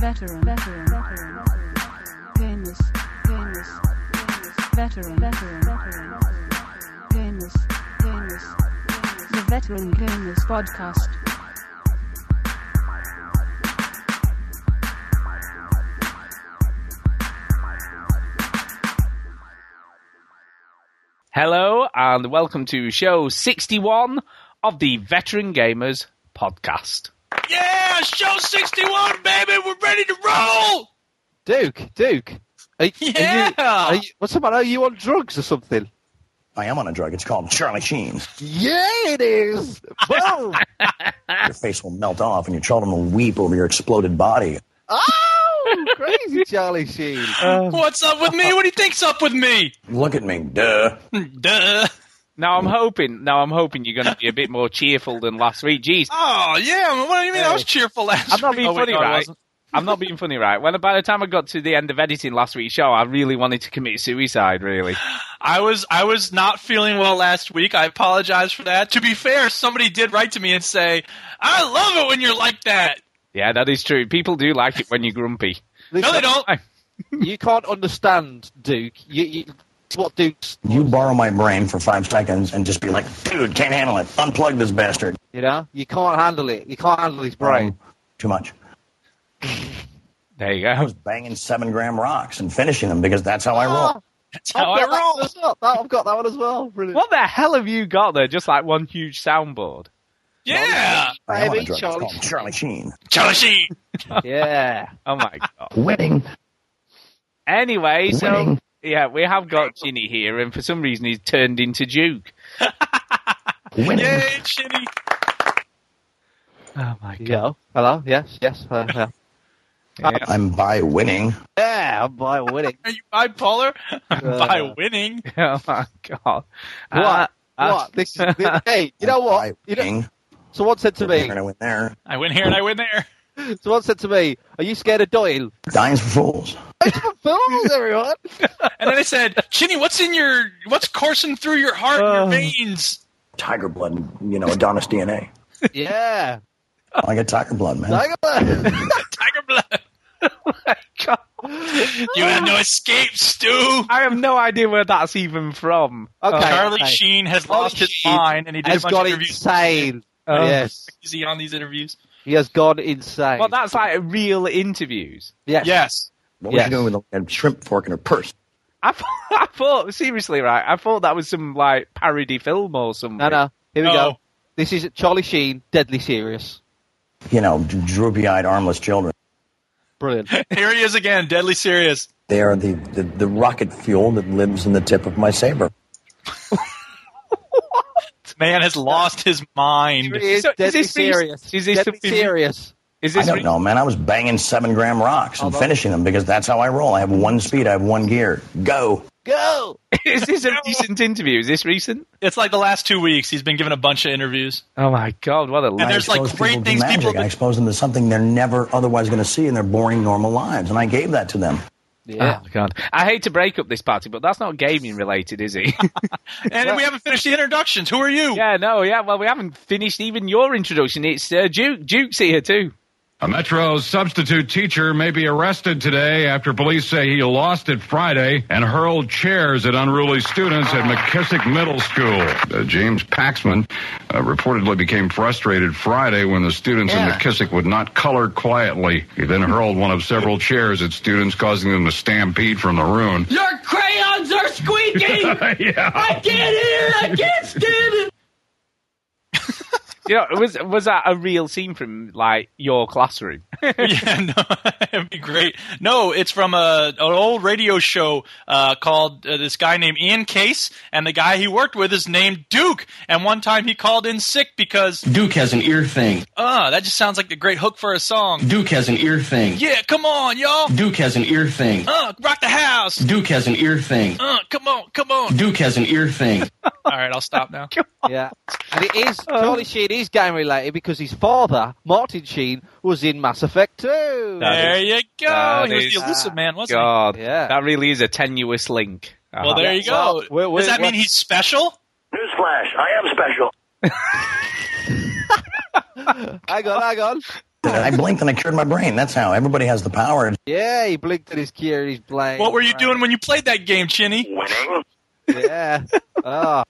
veteran, veteran, veteran, famous, famous, veteran, veteran, veteran, famous, famous, the veteran gamers podcast. Hello and welcome to show 61 of the Veteran Gamers podcast. Yeah, show 61, baby. We're ready to roll. Duke, Duke. Are, are you- Yeah. are you- what's the matter? Are you on drugs or something? I am on a drug. It's called Charlie Sheen. Yeah, it is. Boom. Your face will melt off, and your children will weep over your exploded body. oh, crazy Charlie Sheen. Uh. What's up with me? What do you think's up with me? Hmm, Look at me, duh. Duh. Now I'm hoping, now I'm hoping you're going to be a bit more cheerful than last week. Jeez, Oh yeah. man, What do you mean? I was cheerful last I'm not week. being Oh, wait, funny, no, I right? wasn't. I'm not being funny, right? When by the time I got to the end of editing last week's show, I really wanted to commit suicide. Really, I was I was not feeling well last week. I apologize for that. To be fair, somebody did write to me and say, "I love it when you're like that." yeah, that is true. People do like it when you're grumpy. No, they Listen, don't. You can't understand Duke. You, you, what Duke's, You borrow my brain for five seconds and just be like, dude, can't handle it. Unplug this bastard. you know? You can't handle it. You can't handle his brain. Um, Too much. There you I go. was banging seven gram rocks and finishing them because that's how Oh, I Oh, roll. That's I've how I got that roll. one as well. That- I've got that one as well. Brilliant. What the hell have you got there? Just like one huge soundboard. Yeah. I am on a Baby drug. It's Charlie called Charlie Sheen. Charlie Sheen. Yeah. Oh my god. Winning. Anyway, so Winning. yeah, we have got Ginny here, and for some reason he's turned into Duke. Winning. Yay, Chinny. Oh my Yeah. Hello? Yes, yes. Uh, yeah. Yeah. I'm by winning. yeah, I'm by winning. Are you bipolar? Uh, By winning. Oh my god. What? Uh, uh, what? This is, this, hey, you know By what? You know, winning. someone said to me, You're gonna win there. I win here and I win there. someone said to me, are you scared of Doyle? Dines for fools. It's for fools, everyone. And then I said, Chinny, what's in your what's coursing through your heart Uh. and your veins? Tiger blood, and, you know, Adonis DNA. Yeah. I got tiger blood, man. Like, uh, Tiger blood. God. You have no escape, Stu. I have no idea where that's even from. Uh, Okay. Charlie okay. Sheen has lost his Sheen mind, and he did a has bunch of gone interviews. insane. Oh. yes. Crazy on these interviews. He has gone insane. Well, that's like real interviews. yes. Yes. What Yes. was you doing with a- a shrimp fork in her purse? I thought, I thought, seriously, right? I thought that was some like parody film or something. No, no. Here we No. go. This is Charlie Sheen, deadly serious. You know, d- droopy-eyed, armless children. Brilliant. Here he is again, deadly serious. They are the, the, the rocket fuel that lives in the tip of my saber. This man has lost his mind. He is So, is deadly this re- serious. is this deadly something- serious. Is I this don't re- know, man. I was banging seven gram rocks and finishing them because that's how I roll. I have one speed. I have one gear. Go. Go. is this a recent interview? Is this recent? It's like the last two weeks. He's been given a bunch of interviews. Oh my god, what a And life. there's like Expose great people to things magic. people. I expose them to something they're never otherwise going to see in their boring, normal lives, and I gave that to them. Yeah. Oh my god, I hate to break up this party, but that's not gaming related, is it? and we haven't finished the introductions. Who are you? yeah, no, yeah. Well, we haven't finished even your introduction. It's uh, Duke. Duke's here too. A Metro substitute teacher may be arrested today after police say he lost it Friday and hurled chairs at unruly students at McKissick Middle School. Uh, James Paxman uh, reportedly became frustrated Friday when the students Yeah. in McKissick would not color quietly. He then hurled one of several chairs at students, causing them to stampede from the room. Your crayons are squeaking! yeah. I can't hear! I can't stand it! You know, was was that a real scene from like your classroom? yeah, no, it'd be great. No, it's from a an old radio show uh, called uh, this guy named Ian Case, and the guy he worked with is named Duke. And one time he called in sick because Duke has an ear thing. uh that just sounds like a great hook for a song. Duke has an ear thing. Yeah, come on, y'all. Duke has an ear thing. Uh, rock the house. Duke has an ear thing. Uh, come on, come on. Duke has an ear thing. All right, I'll stop now. Yeah. And it is, Charlie Sheen is game related because his father, Martin Sheen, was in Mass Effect 2. There you go. That He was is- the elusive man, wasn't he? God, Yeah. that really is a tenuous link. Well, there you go. Well, we're- Does we're- that mean we're- he's special? Newsflash: I am special. Hang on, hang on. I blinked and I cured my brain. That's how everybody has the power. Yeah, he blinked at his cue and he's playing. What were you doing when you played that game, Chinny? Yeah. Oh,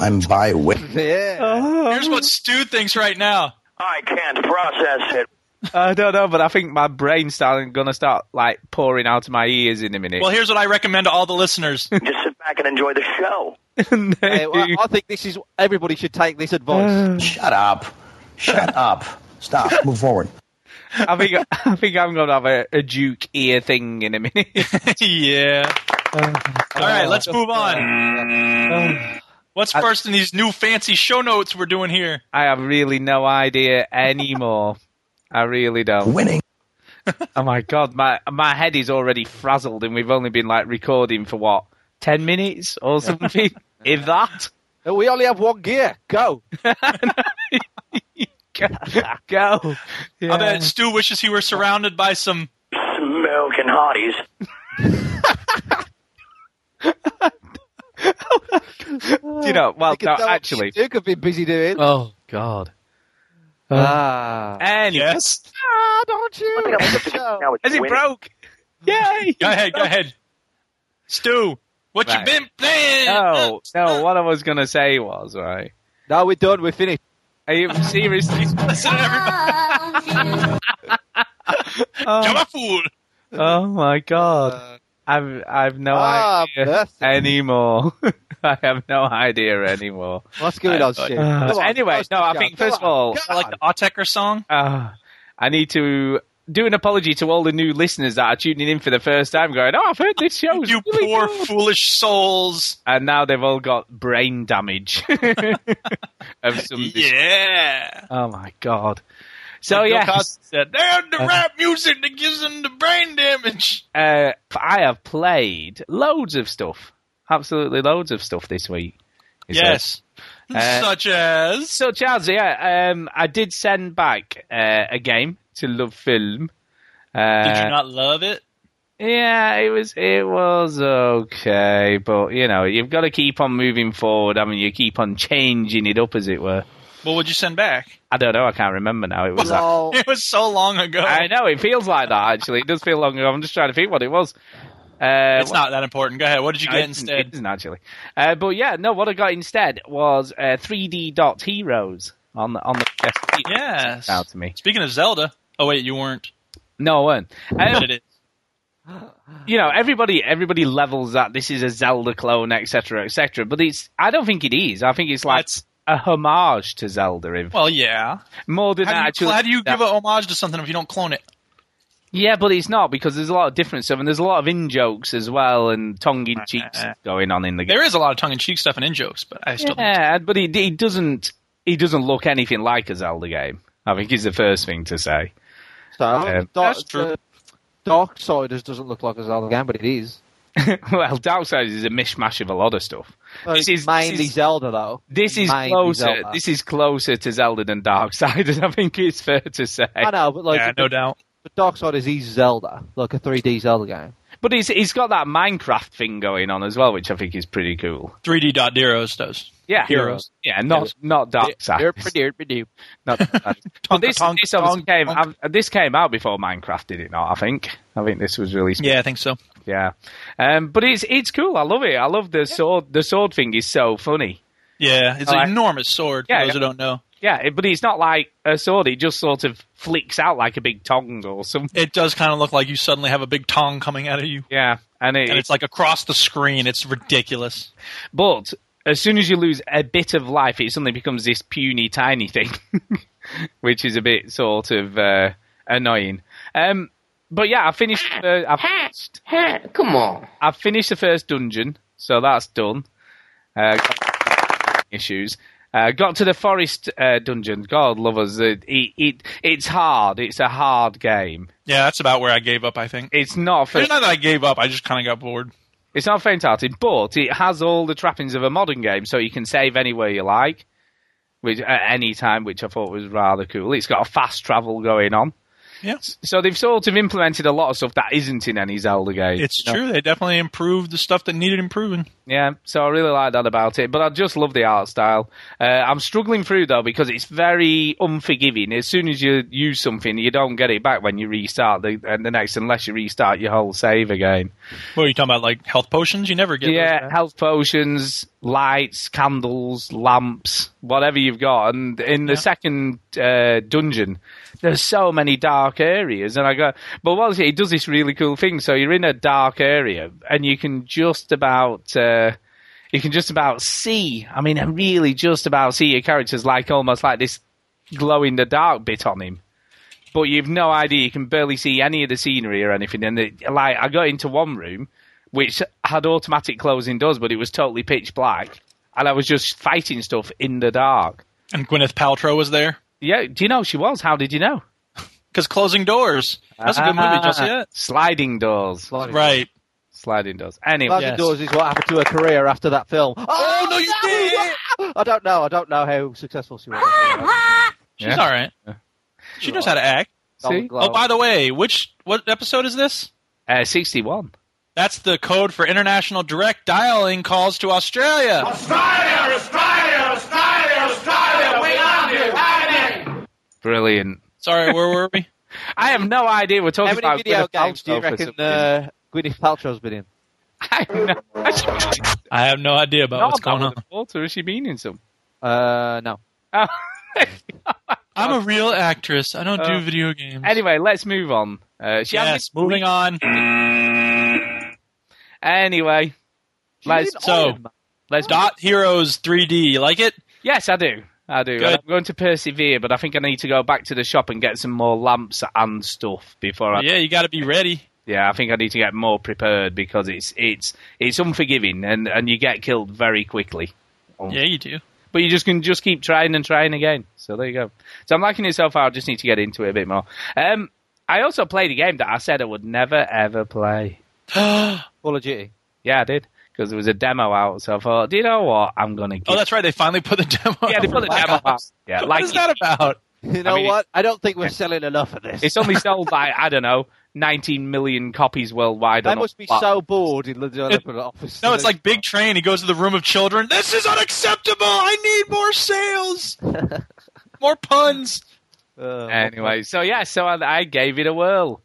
I'm by wit. Uh-huh. yeah. Here's what Stu thinks right now. I can't process it. I don't know, Uh, but I think my brain's starting gonna start like pouring out of my ears in a minute. Well, here's what I recommend to all the listeners. Just sit back and enjoy the show. Hey, well, I think this is everybody should take this Hmm. advice. Shut up. Shut up. Stop. Move forward. I think I think I'm gonna have a, a Duke ear thing in a minute. yeah. All right, let's move on. What's first in these new fancy show notes we're doing here? I have really no idea anymore. I really don't. Winning. Oh my god, my my head is already frazzled, and we've only been like recording for what ten minutes or something, if that. We only have one gear. Go. Go. I bet Stu wishes he were surrounded by some. Smoking hotties. Do you know? Well, You can no, tell what actually. Duke have been busy doing. Oh god. Ah. And Yes. Ah, don't you? I think I'm looking Show. now. Is It's it winning. broke? Yay! Go ahead. Go ahead. Stu, what Right. you been playing? No, no. What I was gonna say was right. No, we're done. We're finished. Are you seriously? Listen, everybody. I'm a fool. Oh my Uh, Uh, god! I've I've no Ah, idea mercy. anymore. I have no idea anymore. What's going on, Stu? Come on, Uh, anyway, post no. it, I Joe. think first of Come on. all, I like the Autecker song. Ah, I need to do an apology to all the new listeners that are tuning in for the first time, going, "Oh, I've heard this show." You poor foolish souls. and now they've all got brain damage of some. Yeah. Oh my god! So Bill yeah, Cosby said, Damn the rap music that gives them the brain damage. uh, I have played loads of stuff. Absolutely loads of stuff this week. Is there- Yes. Uh, Such as So, Charles, yeah, um, I did send back uh, a game to Love Film. Uh, Did you not love it? Yeah, it was it was okay, but you know you've got to keep on moving forward. I mean, you keep on changing it up, as it were. What would you send back? I don't know. I can't remember now. It was. like- Lol. It was so long ago. I know it feels like that. Actually, it does feel long ago. I'm just trying to think what it was. Uh, it's not that important. Go ahead. What did you No, get it isn't- It instead? isn't actually. Uh, but yeah, no. What I got instead was uh, 3D Dot Heroes on the on the PS3. Yes. Out to me. Speaking of Zelda. Oh wait, you weren't. No one. But Um, it is. you know, everybody everybody levels that this is a Zelda clone, etc., etc. But it's I don't think it is. I think it's like That's- a homage to Zelda, in Well, yeah. more than How do you, actually. how do you give a homage to something if you don't clone it? Yeah, but it's not because there's a lot of different stuff, and there's a lot of in jokes as well, and tongue in cheek stuff going on in the game. There is a lot of tongue-in-cheek stuff and in-jokes, but I still Yeah, but he, he doesn't he doesn't look anything like a Zelda game. I think is the first thing to say. So, Um, that's Dark- true. uh, Darksiders doesn't look like a Zelda game, but it is. well, Darksiders is a mishmash of a lot of stuff. So This it's is- mainly this is- Zelda, though. This is Mainly closer. Zelda. This is closer to Zelda than Darksiders. I think it's fair to say. I know, but like, Yeah, no doubt. but Darksiders is Zelda, like a 3D Zelda game. But he's he's got that Minecraft thing going on as well, which I think is pretty cool. 3D Dot Heroes does. Yeah, Heroes. Yeah, not not Darksiders. Not Darksiders. But this Tonk, this obviously tonk, came tonk. uh, this came out before Minecraft, did it not? I think I think this was released Yeah, I think so. Yeah, um, but it's it's cool. I love it. I love the sword. The sword thing is so funny. Yeah, it's I like- an enormous sword. For Yeah, those yeah. who don't know, Yeah, it- but it's not like a sword. It just sort of flicks out like a big tongue or something. it does kind of look like you suddenly have a big tongue coming out of you, Yeah, and, it, and it's like across the screen. It's ridiculous. but as soon as you lose a bit of life, it suddenly becomes this puny tiny thing, which is a bit sort of uh, annoying. Um, but yeah, I finished. Uh, I finished. Come on. I finished the first dungeon, so that's done. Uh, got issues. Uh, got to the forest uh, dungeon. God love us. It, it, it, it's hard. It's a hard game. Yeah, that's about where I gave up. I think It's not for, it's not that I gave up. I just kind of got bored. it's not faint-hearted, but it has all the trappings of a modern game, so you can save anywhere you like, which at any time, which I thought was rather cool. It's got a fast travel going on. Yeah. So they've sort of implemented a lot of stuff that isn't in any Zelda game. It's you know? true. They definitely improved the stuff that needed improving. Yeah, so I really like that about it. But I just love the art style. Uh, I'm struggling through though because it's very unforgiving. As soon as you use something, you don't get it back when you restart the and the next, unless you restart your whole save again. What are you talking about? Like health potions? You never get. those yeah, back. health potions, lights, candles, lamps, whatever you've got. And in the second uh, dungeon, there's so many dark areas. And I go, but what is it? It does this really cool thing. So you're in a dark area, and you can just about. Uh, you can just about see. I mean, really, just about see your characters like almost like this glow in the dark bit on him but you've no idea. You can barely see any of the scenery or anything. And it, like, I got into one room which had automatic closing doors, but it was totally pitch black, and I was just fighting stuff in the dark. And Gwyneth Paltrow was there Yeah, do you know she was? How did you know? because closing doors. That's a good movie. Just Ah, yet. Sliding doors. Sliding Right. Sliding doors. Anyway, Sliding Doors is what happened to her career after that film. Oh no, you did. Ah, I don't know. I don't know how successful she was. She's Yeah. all right. She knows how to act. See? Oh, by the way, which what episode is this? Uh, 61. That's the code for international direct dialing calls to Australia. Brilliant. Sorry, where were we? I have no idea we're How talking many about. video Gwyneth games do you Paltrow for reckon some uh, Gwyneth Paltrow's been in? reason. I have no- I have no idea about Not what's going on. about Walter, is she meaning some? Uh, no. Oh. I'm a real actress. I don't Uh, do video games. anyway, let's move on. Uh, she hasn't- yes, moving on. Anyway, let's She's in so- Iron Man. let's Dot Heroes 3D. You like it? Yes, I do. I do. Good. And I'm going to persevere, but I think I need to go back to the shop and get some more lamps and stuff before I. Yeah, Yeah, you got to be ready. I think I need to get more prepared because it's it's it's unforgiving and and you get killed very quickly. oh. Yeah, you do. But you just can just keep trying and trying again. So there you go. So I'm liking it so far. I just need to get into it a bit more. Um, I also played a game that I said I would never ever play. Call of Duty. Yeah, I did because there was a demo out. So I thought, do you know what? I'm gonna. Give Oh, that's right. They finally put the demo. yeah, they put the demo out. Yeah, What like is that about? You know mean, what? I don't think we're selling enough of this. It's only sold by I don't know 19 million copies worldwide. They on must be all- so bored in the developer office. No, it's like Big Train. He goes to the room of children. This is unacceptable. I need more sales, more puns. Uh, Anyway, so yeah, so I, I gave it a whirl.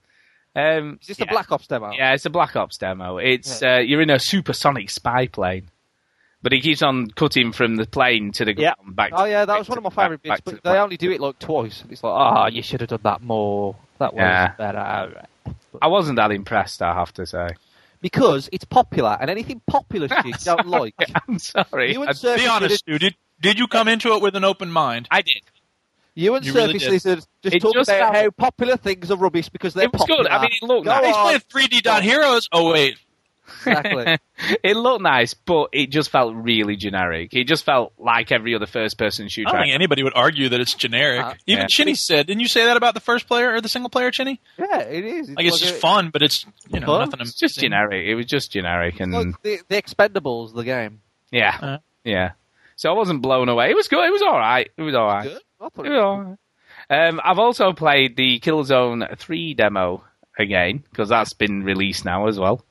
Um, is this yeah. the Black Ops demo? Yeah, it's a Black Ops demo. It's uh, you're in a supersonic spy plane, but he keeps on cutting from the plane to the Yeah. ground. Back. Oh yeah, that back was one to- of my back- favourite bits. back to But the they plane. only do it like twice. It's like, oh, you should have done that more. That was Yeah. better. I wasn't that impressed. I have to say. Because it's popular, and anything popular shit you don't like. I'm sorry. You I- and Surface Be honest, dude. Lizard, Did, did you come into it with an open mind? I did. you and You really Surface did. Lizard just It talk just about felt- how popular things are rubbish because they're It was popular. good. I mean, it looked Go nice. He's on. playing 3D Dot Heroes. Oh wait, exactly. it looked nice, but it just felt really generic. It just felt like every other first-person shooter. I don't think anybody would argue that it's generic. Uh, Even yeah. Chinny said, didn't you say that about the first player or the single player, Chinny? Yeah, it is. Like it's like just a- fun, but it's you know Fun? nothing. It's just amazing. generic. It was just generic, and Like the, the Expendables, the game. yeah, Uh. yeah. So I wasn't blown away. It was good. It was all right. It was all right. Good. I thought It it was was all right. Um, I've also played the Killzone Three demo again because that's been released now as well,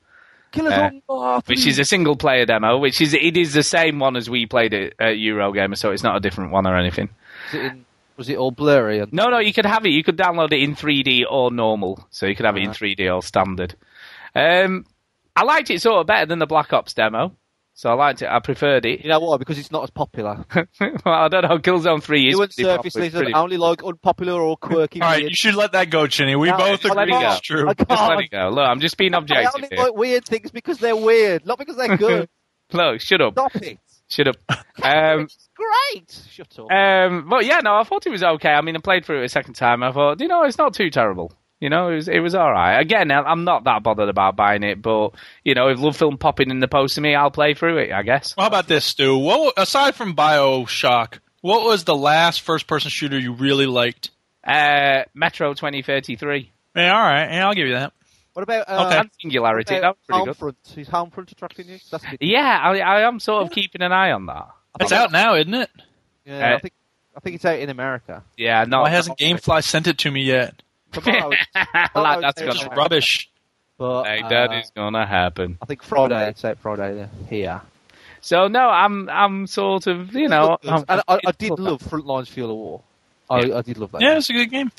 Killers Uh, on Mars, which is a single player demo. Which is it is the same one as we played at, at Eurogamer, so it's not a different one or anything. Was it, in, was it all blurry? And, No, no, you could have it. You could download it in 3D or normal. So you could have it in Alright. 3D or standard. Um, I liked it sort of better than the Black Ops demo. So I liked it. I preferred it. You know why? Because it's not as popular. well, I don't know. Killzone 3 is you and pretty Surface popular. It's Lizard pretty- only like unpopular or quirky. All right, weird- you should let that go, Chinny. We No, both I'll let agree it go. it's true. I can't. Just let it go. Look, I'm just being I objective only here. like weird things because they're weird, not because they're good. Look, shut up. Stop it. Shut up. Um, It's great. Shut up. um, but yeah, no, I thought it was okay. I mean, I played through it a second time. I thought, you know, it's not too terrible. You know, it was it was all right. Again, I- I'm not that bothered about buying it, but you know, if Love Film popping in the post to me, I'll play through it. I guess. Well, how about this, Stu? What aside from BioShock, what was the last first-person shooter you really liked? Uh, Metro 2033 Yeah, all right, yeah, I'll give you that. what about uh, Okay. and Singularity. About That was pretty good. Homefront. Is Homefront attracting you? That's good. Yeah, I, I am sort of keeping an eye on that. It's out now, isn't it? Yeah, Uh, I think I think it's out in America. Yeah, no, Why hasn't GameFly sent it to me yet? Tomorrow, Like, that's it's- gonna- Rubbish. but, Like, uh, that is gonna happen. I think Friday. It's out Friday they're here. So no, I'm I'm sort of you know um, I'm- and I, I did love Frontlines Fuel of War. I, I did love that. Yeah, it's a good game.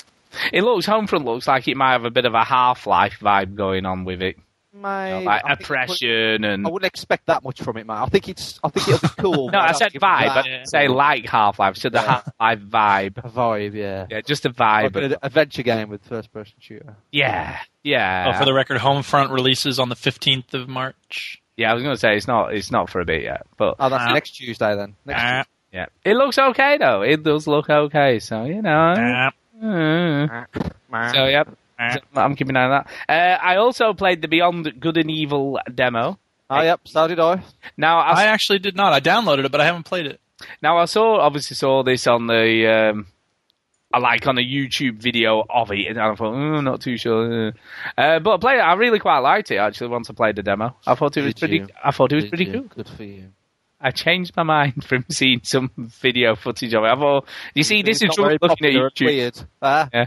it looks Homefront looks like it might have a bit of a Half Life vibe going on with it, Mate, like I think- oppression and I wouldn't expect that much from it, mate. I think it's. I think it'll be cool. no, but I don't said give it that vibe, I say like Half Life, so the Yeah. Half Life vibe, vibe, yeah. yeah, just a Like vibe, an adventure game with first-person shooter. yeah, yeah. Oh, for the record, Homefront releases on the 15th of March. Yeah, I was gonna say it's not it's not for a bit yet, but Oh, that's Ah. next Tuesday then. Next Ah, yeah, it looks okay though. It does look okay, so you know. ah, Mm. So yep, ah. So, I'm keeping an eye on that. Uh, I also played the Beyond Good and Evil demo. Oh, yep. So did I. Now I, I actually did not. I downloaded it, but I haven't played it. now I saw obviously saw this on the um, I like on a YouTube video of it, and I thought mm, not too sure. Uh, but I played it. I really quite liked it actually. Once I played the demo, I thought it was Did pretty. you? I thought it was Did pretty you? cool. Good for you. I changed my mind from seeing some video footage of it. I thought you see, this It's is not just very looking popular, at it's YouTube. Weird. Ah.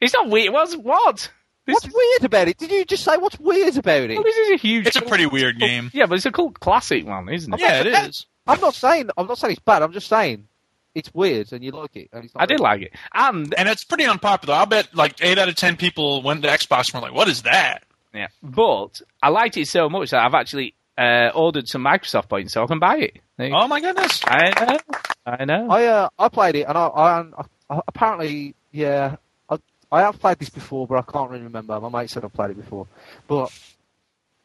It's not weird. What's what? This, what's weird about it? Did you just say what's weird about it? this is a huge. It's a pretty weird game. Yeah, but it's a cult classic one, isn't it? Yeah, it is. I'm not saying. I'm not saying it's bad. I'm just saying it's weird and you like it. And it's not I did very- like it, and And it's pretty unpopular. I'll bet like 8 out of 10 people went to Xbox and were like, what is that? yeah, but I liked it so much that I've actually uh, ordered some Microsoft points so I can buy it. There you go. Oh my goodness. I know, I know. I uh, I played it and I, I, I apparently yeah I, I have played this before but I can't really remember. My mate said I've played it before, but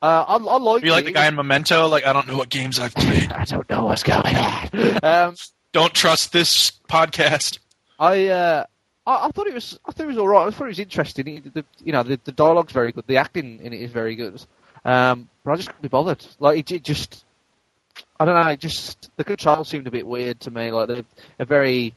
uh, I, I like. Are you like the guy in Memento? Like, I don't know what games I've played. I don't know what's going on. um, Don't trust this podcast. I, uh, I I thought it was I thought it was all right. I thought it was interesting. It, the, you know, the, the dialogue's very good. The acting in it is very good. Um, but I just couldn't be bothered. Like it, it just, I don't know. It just the controls seemed a bit weird to me. Like they're, they're very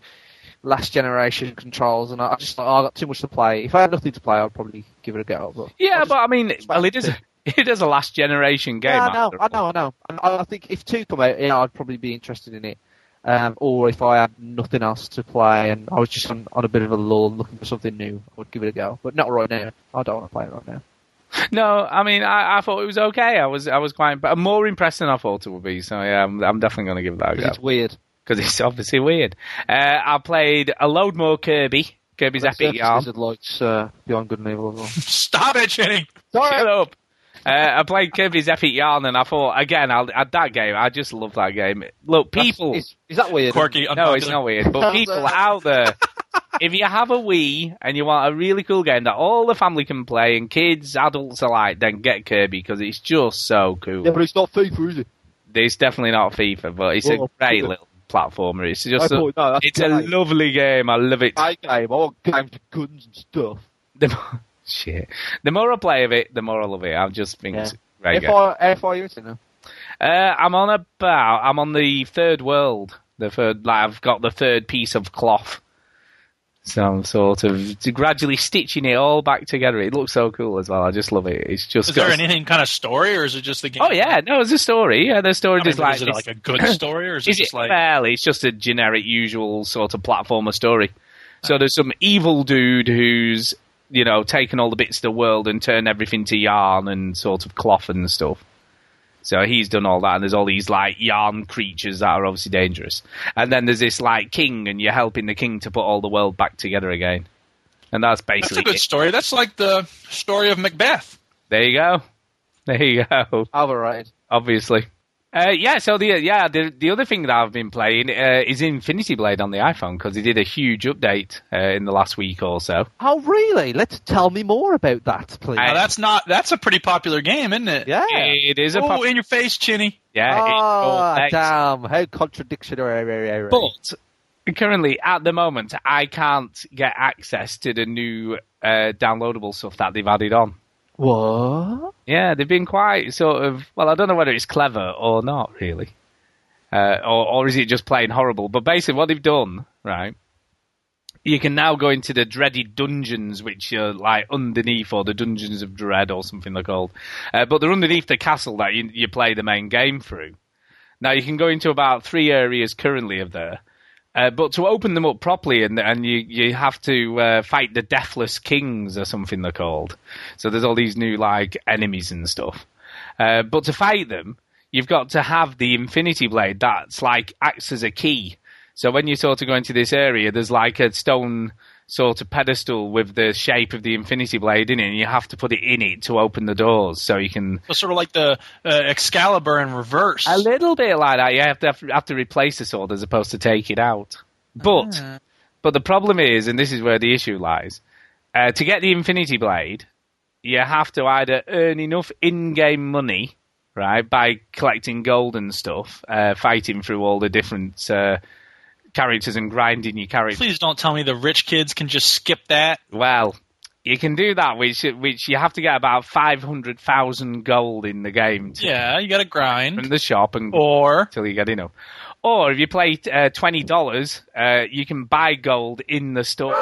last generation controls, and I, I just like, oh, I got too much to play. If I had nothing to play, I'd probably give it a go. But yeah, I just- but I mean, well, it just- is. a- It is a last generation game. yeah, I know, after I all. know, I know. And I, I think if two come out, yeah, I'd probably be interested in it. Um, or if I had nothing else to play and I was just on, on a bit of a lull looking for something new, I would give it a go. But not right now. I don't want to play it right now. No, I mean, I, I thought it was okay. I was, I was quite, but more impressed than I thought it would be. So yeah, I'm, I'm definitely going to give that a 'Cause go. it's weird. because it's obviously weird. Uh, I played a load more Kirby. Kirby's Epic Surface Yarn. Lizard likes uh, Beyond Good and Evil as well. Stop it, Jenny. Shut up. Uh, I played Kirby's Epic Yarn, and I thought again, I'll, I, that game. I just love that game. Look, That's- people. Is, is that weird? Quirky. no, unpopular. it's not weird, but people out there. If you have a Wii and you want a really cool game that all the family can play and kids, adults alike, then get Kirby because it's just so cool. Yeah, but it's not FIFA, is it? It's definitely not FIFA, but it's Well, a great FIFA. little platformer. It's I just a, thought, no, that's it's a great. lovely game. I love it. My game. I want games with guns and stuff. The more, shit. The more I play of it, the more I love it. I just think it's a great. If game. I, if I use it now. Uh, I'm on about. I'm on the third world. The third. Like I've got the third piece of cloth. So I'm sort of gradually stitching it all back together. It looks so cool as well. I just love it. It's just. Is there got- anything kind of story, or is it just the game? Oh yeah, no, it's a story. Yeah, the I story mean, just like is it it's- like a good story, or is, is it just it like well, it's just a generic, usual sort of platformer story. Uh. So there's some evil dude who's you know taken all the bits of the world and turned everything to yarn and sort of cloth and stuff. So he's done all that, and there's all these like yarn creatures that are obviously dangerous. And then there's this like king, and you're helping the king to put all the world back together again. And that's that's basically a good it. story? That's like the story of Macbeth. There you go. There you go. Overrated. Obviously. Uh, yeah, so the yeah the the other thing that I've been playing uh, is Infinity Blade on the iPhone because they did a huge update uh, in the last week or so. Oh, really? Let's tell me more about that, please. I- Now, that's not. That's a pretty popular game, isn't it? yeah. It is a Oh, pop- in your face, Chinny. yeah, it- Ah, oh, thanks. damn! How contradictory. but currently at the moment I can't get access to the new uh, downloadable stuff that they've added on. what? Yeah, they've been quite sort of. Well, I don't know whether it's clever or not, really, uh, or or is it just plain horrible? But basically, what they've done, right? You can now go into the dreaded dungeons, which are like underneath, or the dungeons of dread, or something they're called. Uh, but they're underneath the castle that you, you play the main game through. Now you can go into about three areas currently of there, Uh, but to open them up properly, and and you you have to uh, fight the Deathless Kings or something they're called. So there's all these new like enemies and stuff. Uh, but to fight them, you've got to have the Infinity Blade that's like acts as a key. So when you sort of go into this area, there's like a stone sort of pedestal with the shape of the Infinity Blade in it, and you have to put it in it to open the doors so you can So sort of like the uh, Excalibur in reverse. a little bit like that. You have to have, have to replace the sword as opposed to take it out. But but the problem is, and this is where the issue lies, uh, to get the Infinity Blade, you have to either earn enough in-game money, right, by collecting gold and stuff, uh, fighting through all the different uh, characters and grinding your characters. Please don't tell me the rich kids can just skip that. Well, you can do that, which which you have to get about five hundred thousand gold in the game to Yeah, you got to from grind. the shop and Or till you get enough. Or if you play uh, twenty dollars, uh, you can buy gold in the store.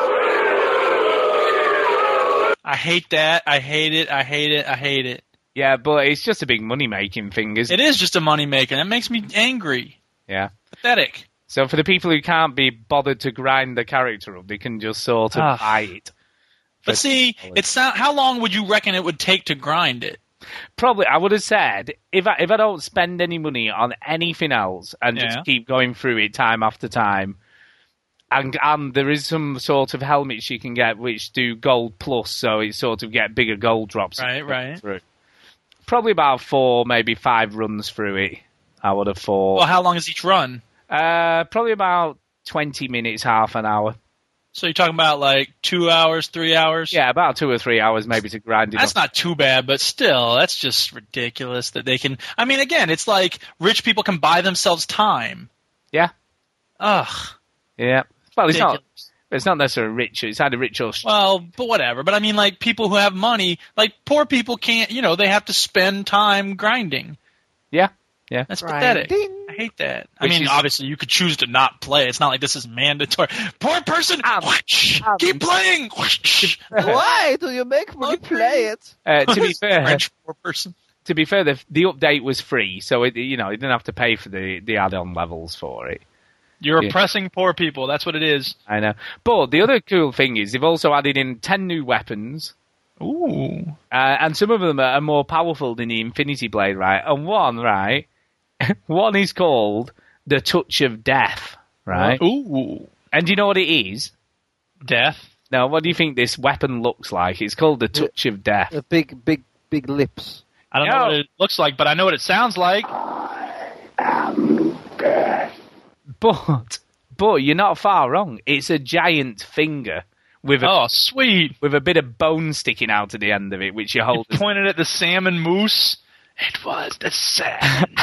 I hate that. I hate it. I hate it. I hate it. Yeah, but it's just a big money making thing, isn't It it? is just a money maker. That makes me angry. Yeah. Pathetic. So for the people who can't be bothered to grind the character up, they can just sort of Ah. buy it. But see, it's not, how long would you reckon it would take to grind it? Probably, I would have said if I if I don't spend any money on anything else and Yeah. just keep going through it time after time. And, and there is some sort of helmets you can get which do gold plus, so it sort of get bigger gold drops. Right, right. through. Probably about four, maybe five runs through it. I would have Well, thought. how long is each run? Uh, probably about twenty minutes, half an hour. So you're talking about like two hours, three hours? Yeah, about two or three hours maybe to grind it. That's up. not too bad, but still, that's just ridiculous that they can. I mean, again, it's like rich people can buy themselves time. Yeah, Ugh. yeah. Well, it's not. ridiculous. It's not necessarily rich. It's either rich or. Well, Well, but whatever. But I mean, like people who have money, like poor people can't. You know, they have to spend time grinding. yeah, yeah. That's pathetic. Grinding. I hate that. Which I mean, is- obviously, you could choose to not play. It's not like this is mandatory. Poor person, Um, um. keep playing. Why do you make me Okay. play it? Uh, to be fair, French poor person. to be fair, the, the update was free, so it, you know you didn't have to pay for the, the add-on levels for it. You're Yeah. oppressing poor people. That's what it is. I know. But the other cool thing is they've also added in ten new weapons. Ooh. Uh, and some of them are are more powerful than the Infinity Blade, right? And one, right? one is called the Touch of Death, right? Ooh. And do you know what it is? Death. Now, what do you think this weapon looks like? It's called the Touch of Death. The big, big, big lips. I don't No. know what it looks like, but I know what it sounds like. But, but you're not far wrong. It's a giant finger with a, Oh, sweet. with a bit of bone sticking out at the end of it, which you hold. Pointed at the salmon moose. It was the salmon.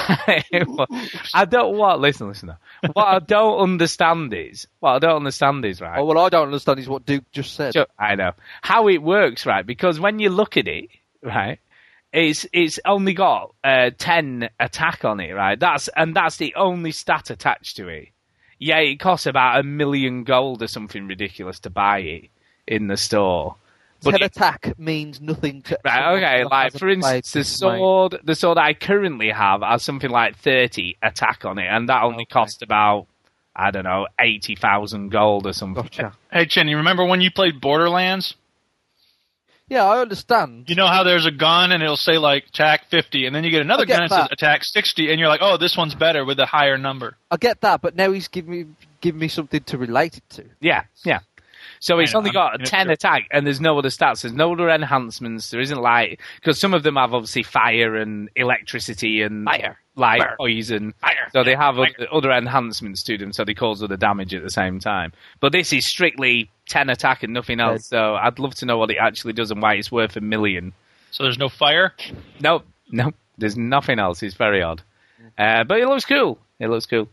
I don't what. Listen, listen. Though. What I don't understand is what I don't understand is right. Oh, well, I don't understand is what Duke just said. Ju- I know how it works, right? Because when you look at it, right, it's it's only got uh, ten attack on it, right? That's and that's the only stat attached to it. Yeah, it costs about a million gold or something ridiculous to buy it in the store. Ten But it- attack means nothing to. right, okay, someone like that for hasn't played instance, the this game. sword, the sword I currently have has something like thirty attack on it, and that only cost about I don't know eighty thousand gold or something. Gotcha. hey, Chen, you remember when you played Borderlands? Yeah, I understand. You know how there's a gun and it'll say, like, attack 50, and then you get another I get gun and it says that. attack 60, and you're like, oh, this one's better with a higher number. I get that, but now he's giving me giving me something to relate it to. Yeah, yeah. So it's know, only I'm got a looking at 10 your- attack, and there's no other stats. There's no other enhancements. There isn't like. Because some of them have obviously fire and electricity and Fire. light, Fire. poison. Fire. So they have Fire. other, other enhancements to them, so they cause other damage at the same time. But this is strictly 10 attack and nothing else, so I'd love to know what it actually does and why it's worth a million. So there's no fire? No, no, there's nothing else. It's very odd. Uh, but it looks cool. It looks cool.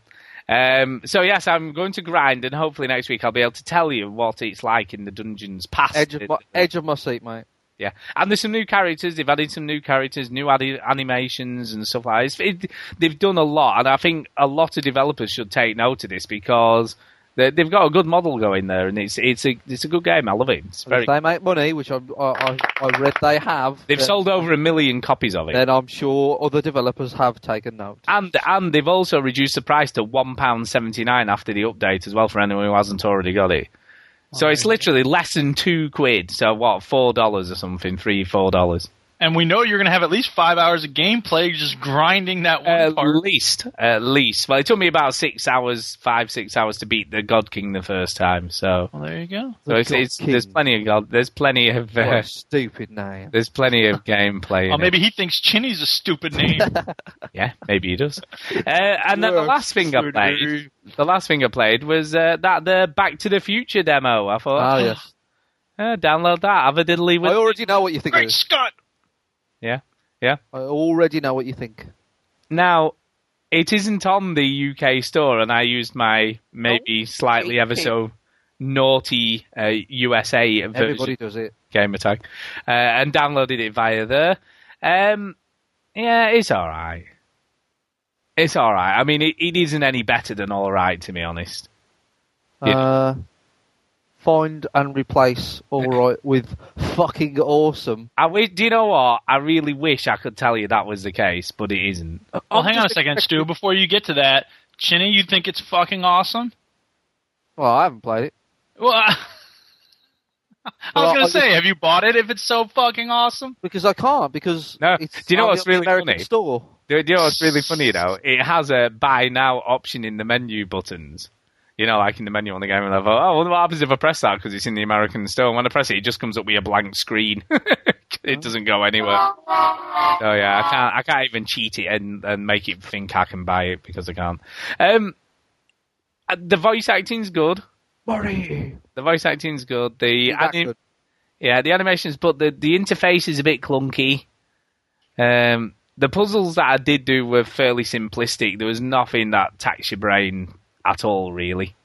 Um, so, yes, I'm going to grind, and hopefully next week I'll be able to tell you what it's like in the dungeons past. Edge of my edge of my seat, mate. Yeah. And there's some new characters. They've added some new characters, new adi- animations, and stuff like that. It's- It, they've done a lot, and I think a lot of developers should take note of this because They- They've got a good model going there, and it's it's a it's a good game. I love it. It's And very. if they make money, which I, I, I, I read they have, They've then, sold over a million copies of it. then I'm sure other developers have taken note. and and they've also reduced the price to one pound seventy nine after the update as well for anyone who hasn't already got it. So it's literally less than two quid. So what, four dollars or something? Three, four dollars And we know you're going to have at least five hours of gameplay just grinding that one at part. least. At least. Well, it took me about six hours, five six hours to beat the God King the first time. So, Well, there you go. so it's, God it's, there's King. plenty of God. There's plenty of What uh, a stupid name. there's plenty of gameplay. in Oh, it. maybe he thinks Chinny's a stupid name. Yeah, maybe he does. Uh, and then the Look, last thing I played, the last thing I played was uh, that the Back to the Future demo. I thought, Ah, yes. "Oh, download that, have a diddly with. I already know what you think of Great this. Scott! Yeah, I already know what you think. now it isn't on the UK store, and I used my Oh, maybe slightly ever so naughty uh, USA version Everybody does it. game attack, uh, and downloaded it via there. Um, yeah, it's all right. It's all right. I mean, it, it isn't any better than all right, to be honest. Yeah. Uh, find and replace all right with fucking awesome. I wi- do you know what? I really wish I could tell you that was the case, but it isn't. Well, hang on a second, Stu. Before you get to that, Chinny, you think it's fucking awesome? Well, I haven't played it. Well, I, I Well, was I- going to say, have you bought it if it's so fucking awesome? Because I can't, because No, it's do you know on what's the really American funny? store. Do do you know what's really funny though? It has a buy now option in the menu buttons. You know, like in the menu on the game, and I thought, oh, well, what happens if I press that? Because it's in the American store. And when I press it, it just comes up with a blank screen. it doesn't go anywhere. Oh yeah, I can't. I can't even cheat it and, and make it think I can buy it because I can't. Um, uh, the voice acting's good. Murray. The voice acting's good. The Is that anim- good? yeah, the animations, but the the interface is a bit clunky. Um, the puzzles that I did do were fairly simplistic. There was nothing that taxed your brain at all, really.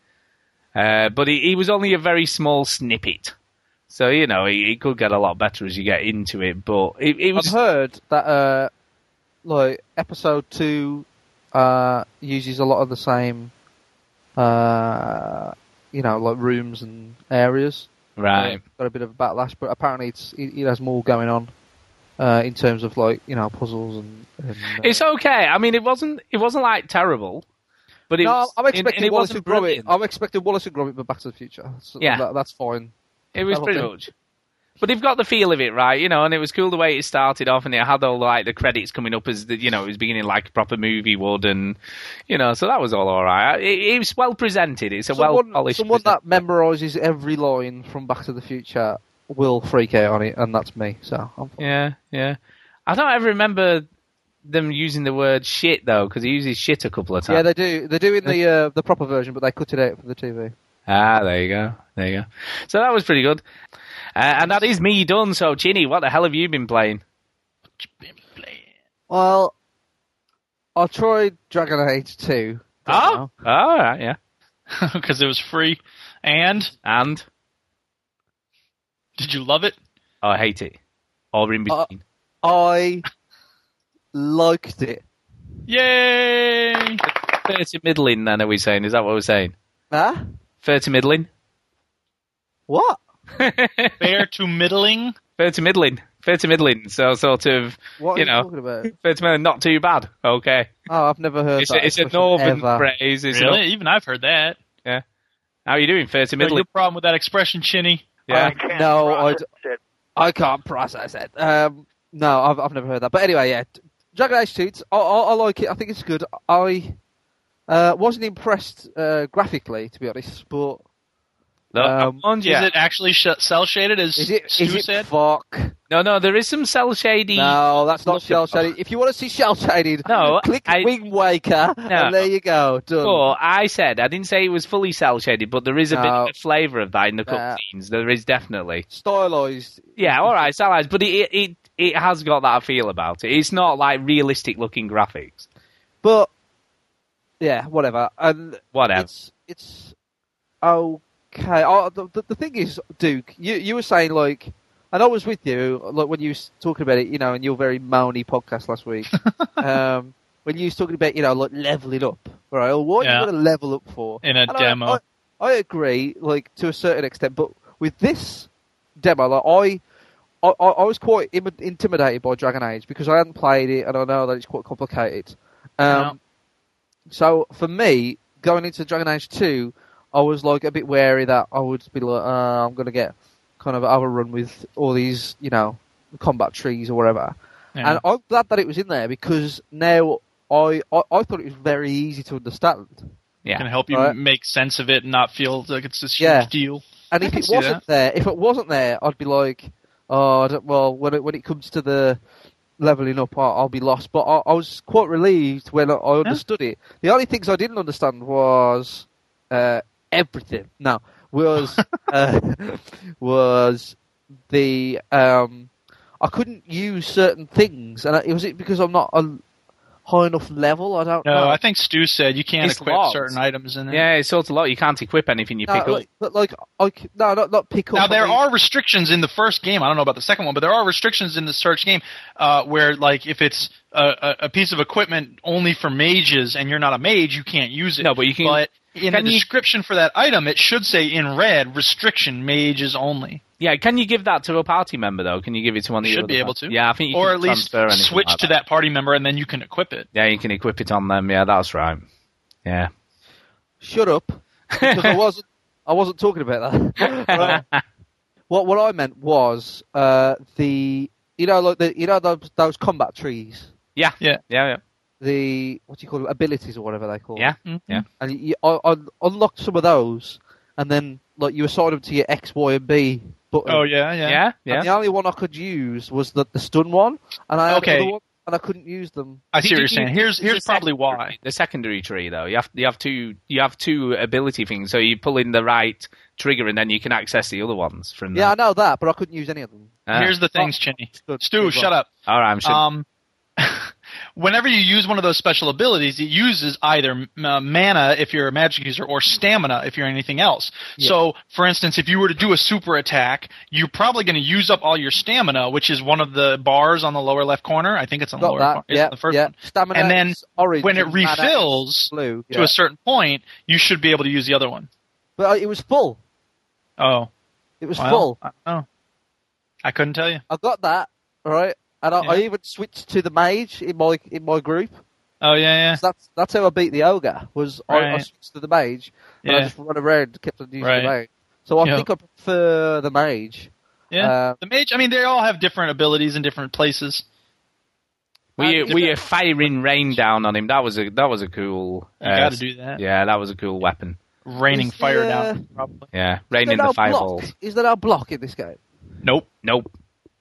Uh, but it, it was only a very small snippet, so you know it, it could get a lot better as you get into it. But it, it I've was heard that uh, like episode two uh, uses a lot of the same, uh, you know, like rooms and areas. right. Got a bit of a backlash, but apparently it's it, it has more going on uh, in terms of like you know puzzles and. and uh, It's okay. I mean, it wasn't it wasn't like terrible, but it no, was, I'm and- expecting and it Wallace wasn't and Gromit. brilliant. I'm expecting Wallace and Gromit, but Back to the Future. So Yeah. that, that's fine. It was That'll pretty do. much. But they've got the feel of it right, you know, and it was cool the way it started off, and it had all like the credits coming up as the, you know it was beginning like a proper movie would, and you know, so that was all all right. It, it was well presented. It's a well Someone, polished. someone that memorises every line from Back to the Future will freak out on it, and that's me. So I'm yeah, yeah. I don't ever remember them using the word shit though, because he uses shit a couple of times. Yeah, they do. They do in the uh, the proper version, but they cut it out for the TV. Ah, there you go. There you go. So that was pretty good. Uh, and that is me done. So, Chinny, what the hell have you been playing? Well, I tried Dragon Age Two. Oh, all right, yeah. Because it was free. And And did you love it? oh, I hate it. Or in Uh, between. I liked it. Yay! Thirty middling. Then are we saying? Is that what we're saying? Huh? Thirty middling. What? Fair to middling. Thirty middling. Thirty middling. So sort of, What are you you, know, talking about? thirty middling. Not too bad. Okay. Oh, I've never heard It's that. a, it's a expression northern ever. phrase. It's a Really? nor- Even I've heard that. how are you doing? Thirty What's middling. your problem with that expression, Chinny? Yeah. Can't No, I process d- it. I can't process it. Um, no, I've I've never heard that. But anyway, yeah, t- Dragon Age Two. it's- I, I, I like it. I think it's good. I uh, wasn't impressed uh, graphically, to be honest, but Look, um, I warned you. Is it actually sh- cell shaded, as is it Stu is it said? fuck? No, no. There is some cell shady. No, that's not Look shell at that. shaded. If you want to see shell shaded, No, click I- Wing Waker, and there you go. Done. But I said I didn't say it was fully cell shaded, but there is a bit No. of a flavour of that in the Yeah. cutscenes. There is definitely. Stylized. Yeah, all right, cell eyes, but it it it has got that feel about it. It's not like realistic looking graphics. But yeah, whatever. And Whatever. it's it's okay. Oh, the, the, the thing is, Duke, you you were saying like, and I was with you like when you was talking about it, you know, in your very moany podcast last week. um, when you was talking about you know like leveling up, right? Well, what Yeah. are you going to level up for In a And I- demo. I, I agree, like to a certain extent, but with this demo, like I, I, I was quite Im- intimidated by Dragon Age because I hadn't played it, and I know that it's quite complicated. Um, No. So for me, going into Dragon Age Two, I was like a bit wary that I would be like, uh, I'm gonna get kind of overrun with all these, you know, combat trees or whatever. Yeah. And I'm glad that it was in there because now I, I, I thought it was very easy to understand. Yeah. Can help you Right. make sense of it and not feel like it's this huge Yeah. deal. And I if can it see wasn't there, if it wasn't there, I'd be like, oh, I don't- well, when it, when it comes to the leveling up, I'll, I'll be lost. But I, I was quite relieved when I, I understood it. The only things I didn't understand was uh, everything. No, was uh, was the um, I couldn't use certain things, and I, was it because I'm not a high enough level? I don't No, know. I think Stu said you can't It's equip locked. certain items in there. Yeah, it's sort of like you can't equip anything you No, pick up. like, but like, I c no, not not pick up. Now there I mean- are restrictions in the first game. I don't know about the second one, but there are restrictions in the search game uh, where, like, if it's a, a, a piece of equipment only for mages and you're not a mage, you can't use it. No, but you can- But in can the you- description for that item, it should say in red, restriction mages only. Yeah, can you give that to a party member though? Can you give it to one of You the should other be able ones? to. Yeah, I think you or can at least transfer anything switch like to that party member and then you can equip it. Yeah, you can equip it on them. Yeah, that's right. Yeah. shut up because I wasn't I wasn't talking about that. Right. What what I meant was uh, the you know like the you know those, those combat trees Yeah. Yeah. Yeah. the what do you call them abilities or whatever they call Yeah. Mm, them. Yeah. yeah. and you, I, I unlocked some of those and then like you assign them to your X Y and B button. Oh yeah, yeah. Yeah, And the only one I could use was the, the stun one, and I had Okay. other one, and I couldn't use them. I see Did what you you're saying. do- Here's there's a here's probably why. The secondary tree though, you have you have two you have two ability things, so you pull in the right trigger and then you can access the other ones from Yeah, I there. know that, but I couldn't use any of them. Ah. Here's the things, Chinny. Stu, shut up. All right, I'm sure. Um, whenever you use one of those special abilities, it uses either uh, mana if you're a magic user or stamina if you're anything else. So, for instance, if you were to do a super attack, you're probably going to use up all your stamina, which is one of the bars on the lower left corner. I think it's on the Got lower that? corner. Yeah, the first yeah. one. Stamina And then is orange when it and mana is refills blue, to yeah. a certain point, you should be able to use the other one. But uh, it was full. Oh, It was well, full. I, oh. I couldn't tell you. I got that right, and I, I Yeah. even switched to the mage in my in my group. Oh yeah, yeah. So that's that's how I beat the ogre. Was I, I Right. switched to the mage, and I Yeah. just run around, kept on using Right. the mage. So I Yeah. think I prefer the mage. Yeah. Uh, the mage, I mean, they all have different abilities in different places. we uh, we are firing rain down on him. That was a that was a cool. You uh, gotta do that. Yeah, that was a cool weapon. Raining Is the, fire uh, down. Probably. Yeah, Is there raining no the block? fireballs. Is there no block in this game? Nope. Nope.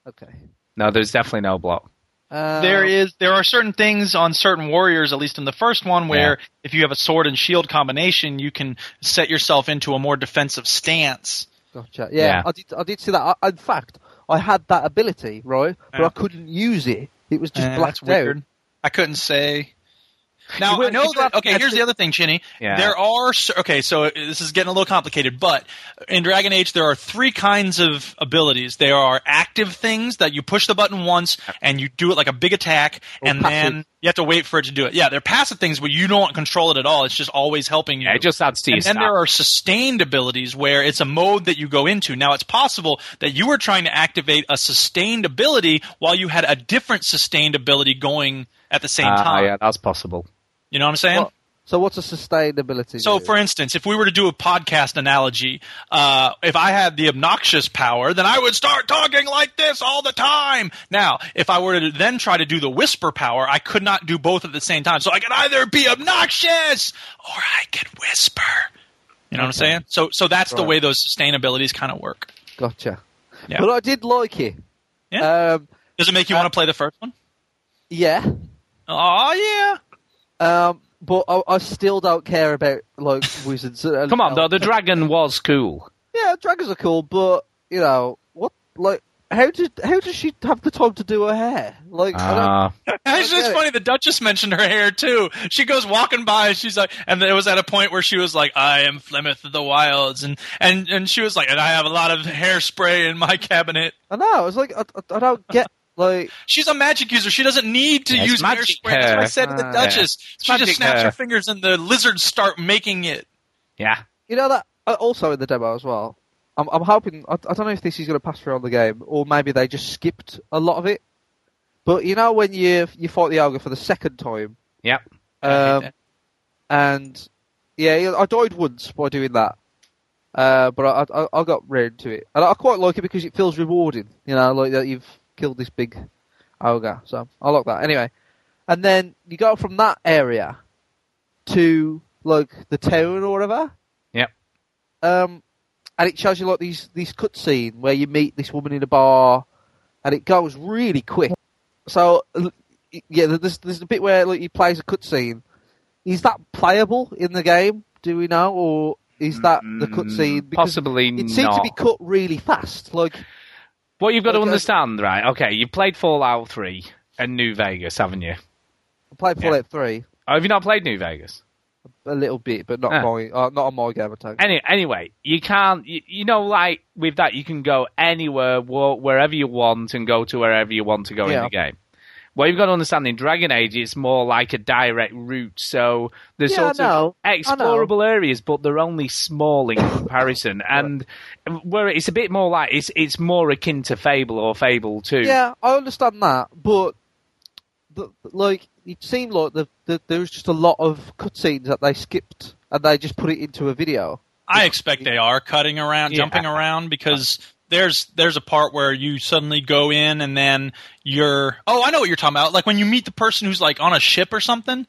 Okay. No, there's definitely no block. Um, There is there are certain things on certain warriors, at least in the first one, where if you have a sword and shield combination, you can set yourself into a more defensive stance. Uh, Gotcha. Yeah, Yeah. I did. I did see that. I, in fact, I had that ability, right? But Yeah. I couldn't use it. It was just Eh, blacked that's weird. out. I couldn't say. Now will- I know you will that. have to Okay, add here's the- the other thing, Chinny. Yeah. There are cer- okay. So this is getting a little complicated, but in Dragon Age there are three kinds of abilities. There are active things that you push the button once and you do it like a big attack, and passive. then you have to wait for it to do it. Yeah, they're passive things where you don't control it at all. It's just always helping you. Yeah, it just adds to your And then stat. there are sustained abilities where it's a mode that you go into. Now it's possible that you were trying to activate a sustained ability while you had a different sustained ability going at the same Ah, time. yeah, that's possible. You know what I'm saying? What- so what's a sustainability? So, do? for instance, if we were to do a podcast analogy, uh, if I had the obnoxious power, then I would start talking like this all the time. Now, if I were to then try to do the whisper power, I could not do both at the same time. So I could either be obnoxious or I could whisper. You know what I'm saying? So, so that's the Right. way those sustainabilities kind of work. gotcha. Yeah. But I did like it. Yeah. Um, Does it make you want to play the first one? yeah. Oh yeah. Um, but I, I still don't care about like wizards. And, Come on, though, uh, the dragon was cool. yeah, dragons are cool, but you know what? Like, how did how does she have the time to do her hair? Like, I Ah, It's get just it. funny. The Duchess mentioned her hair too. She goes walking by, and she's like, and it was at a point where she was like, "I am Flemeth of the Wilds," and and and she was like, "And I have a lot of hairspray in my cabinet." don't, I know. I was like, I, I- I don't get like. She's a magic user. She doesn't need to Yeah, it's use magic hairspray. That's what I hair. said to the Ah, Duchess. magic She just snaps hair. her fingers, and the lizards start making it. yeah. You know that uh, also in the demo as well. I'm, I'm hoping. I, I don't know if this is going to pass through on the game, or maybe they just skipped a lot of it. But you know when you you fight the ogre for the second time, Yep. um, and yeah, I died once by doing that, uh, but I, I I got round to it, and I quite like it because it feels rewarding. You know, like that you've killed this big ogre, so I like that. Anyway, and then you go from that area to like the town or whatever, Yep. um, and it shows you like these these cutscene where you meet this woman in a bar, and it goes really quick. So l- yeah, there's there's a bit where like he plays a cutscene. Is that playable in the game? Do we know, or is that the cutscene? Because Mm, Possibly It seems to not. be cut really fast. Like What you've got to Okay. understand, right? Okay, you've played Fallout 3 and New Vegas, haven't you? I played Fallout Three Oh, have you not played New Vegas? a little bit, but not Ah. my uh, not on my game attack. Any, anyway, you can't, you, you know, like with that, you can go anywhere, wh- wherever you want, and go to wherever you want to go in Yeah. the game. What you've got to understand in Dragon Age, it's more like a direct route. So there's Yeah, I sort of know. I know. explorable areas, but they're only small in comparison. and where it's a bit more like it's it's more akin to Fable or Fable Two. Yeah, I understand that, but the, like it seemed like the, the, there was just a lot of cutscenes that they skipped and they just put it into a video. I expect they are cutting around, Yeah. jumping around because there's there's a part where you suddenly go in and then you're oh I know what you're talking about like when you meet the person who's like on a ship or something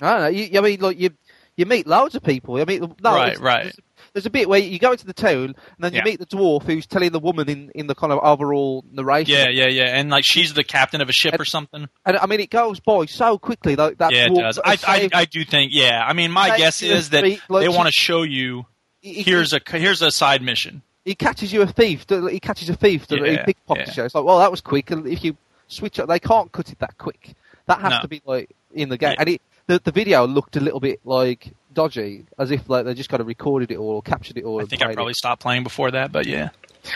I don't know. You, I mean, like you you meet loads of people. I mean, no, Right, it's- right. There's, there's a bit where you go into the town and then Yeah. you meet the dwarf who's telling the woman in, in the kind of overall narration. yeah yeah yeah and like she's the captain of a ship or something And I mean, it goes by so quickly. Like that. yeah it dwarf does I, has I saved- I do think yeah I mean my Like, guess you know, is that three- like they she- want to show you he- he- here's a here's a side mission he catches you a thief. that- He catches a thief that Yeah, he pickpockets yeah. you. It's like, well, that was quick. And if you switch up, they can't cut it that quick. That has No. to be like in the game. Yeah. And it, the the video looked a little bit like dodgy, as if like they just kind of recorded it all or captured it all. I and think I played probably it. stopped playing before that but yeah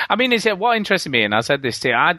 I mean, is it what interested me? And I said this to you. I,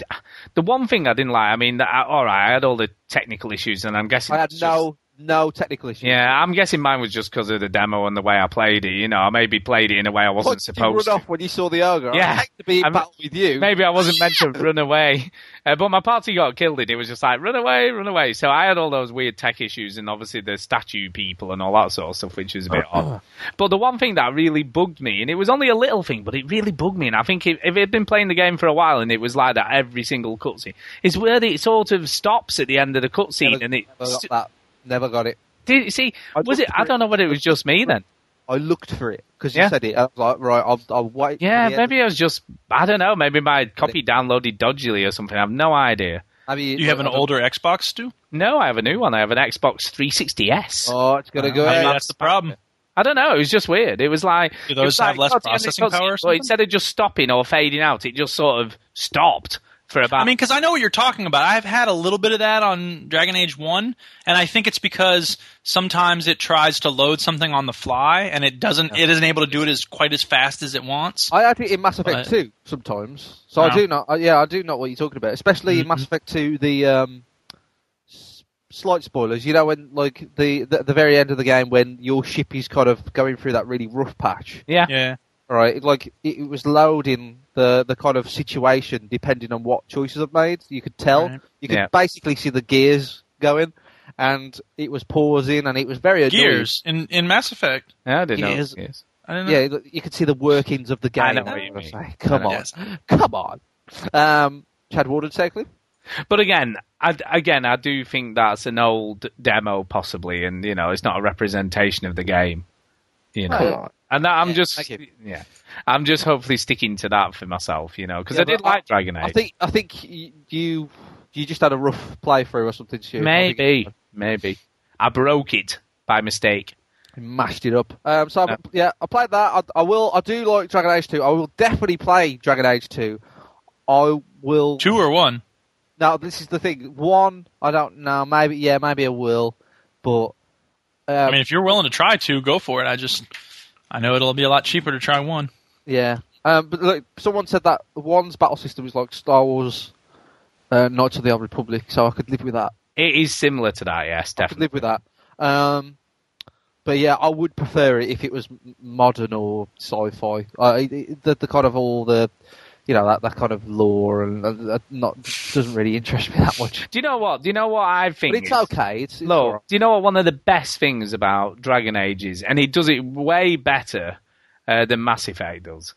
the one thing I didn't like. I mean, that I, all right, I had all the technical issues, and I'm guessing I had that's just- no no technical issues. Yeah, I'm guessing mine was just because of the demo and the way I played it. You know, I maybe played it in a way I Why wasn't did you supposed run to. off when you saw the ogre? Yeah. I'd hate to be in I'm- battle with you. Maybe I wasn't meant to run away, uh, but my party got killed, and it was just like run away, run away. So I had all those weird tech issues, and obviously the statue people and all that sort of stuff, which was a bit Uh-huh. odd. But the one thing that really bugged me, and it was only a little thing, but it really bugged me, and I think if, if it had been playing the game for a while and it was like that every single cutscene, is where it sort of stops at the end of the cutscene, never, and it never got st- that. Never got it. did, see I was it? looked I for it. don't know whether it was just me then. I looked for it because Yeah. you said it. I was like, right, I'll, I'll wait. Yeah, till the end. maybe I was just I don't know, maybe my copy downloaded dodgily or something. I've no idea. Maybe you have an I don't- older Xbox Stu No, I have a new one. I have an Xbox 360s. Oh, it's gonna go. maybe out. that's the problem I don't know. It was just weird. It was like Do those it was like, have less oh, it's the end of processing the cutscene. power or Well, something? instead of just stopping or fading out, it just sort of stopped for about. I mean, because I know what you're talking about. I've had a little bit of that on Dragon Age 1, and I think it's because sometimes it tries to load something on the fly, and it doesn't it isn't able to do it as quite as fast as it wants. I had it in Mass But- Effect Two sometimes, so No. I do not. Uh, yeah, I do know what you're talking about, especially Mm-hmm. in Mass Effect Two. The um, s- slight spoilers, you know, when like the, the the very end of the game when your ship is kind of going through that really rough patch, yeah. Yeah. right? It, like it, it was loading the the kind of situation depending on what choices I've made. You could tell. Right. You could Yeah. basically see the gears going, and it was pausing, and it was very annoying. Gears in, in Mass Effect. Yeah, I didn't know. Yes. Yes. I don't know. Yeah, look, you could see the workings of the game. I know what you I'm mean. saying. Come know. on, Yes. come on. Um, Chad Warden, secondly. But again, I, again, I do think that's an old demo, possibly, and you know, it's not a representation of the game. You know, Right. and that, I'm Yeah, just okay. yeah, I'm just hopefully sticking to that for myself. You know, because Yeah, I did but I- like Dragon Age. I think I think y- you you just had a rough playthrough or something. Stu. I think maybe, maybe I broke it by mistake. you mashed it up. Um, so No. I've yeah, I played that. I, I will. I do like Dragon Age Two. I will definitely play Dragon Age Two. I will. Two or one. Now this is the thing. One, I don't know. Maybe yeah, maybe I will. But um, I mean, if you're willing to try two, go for it. I just I know it'll be a lot cheaper to try one. Yeah. Um, but look, someone said that one's battle system is like Star Wars uh, Knights of the Old Republic, so I could live with that. It is similar to that, yes, I could definitely. live with that. Um, But yeah, I would prefer it if it was m- modern or sci-fi. Uh, it- it- the, the kind of all the, you know, that, that kind of lore and uh, that not doesn't really interest me that much. Do you know what? Do you know what I think? But it's is- okay. It's, it's Look, alright. do you know what one of the best things about Dragon Age is? And he does it way better uh, than Mass Effect does.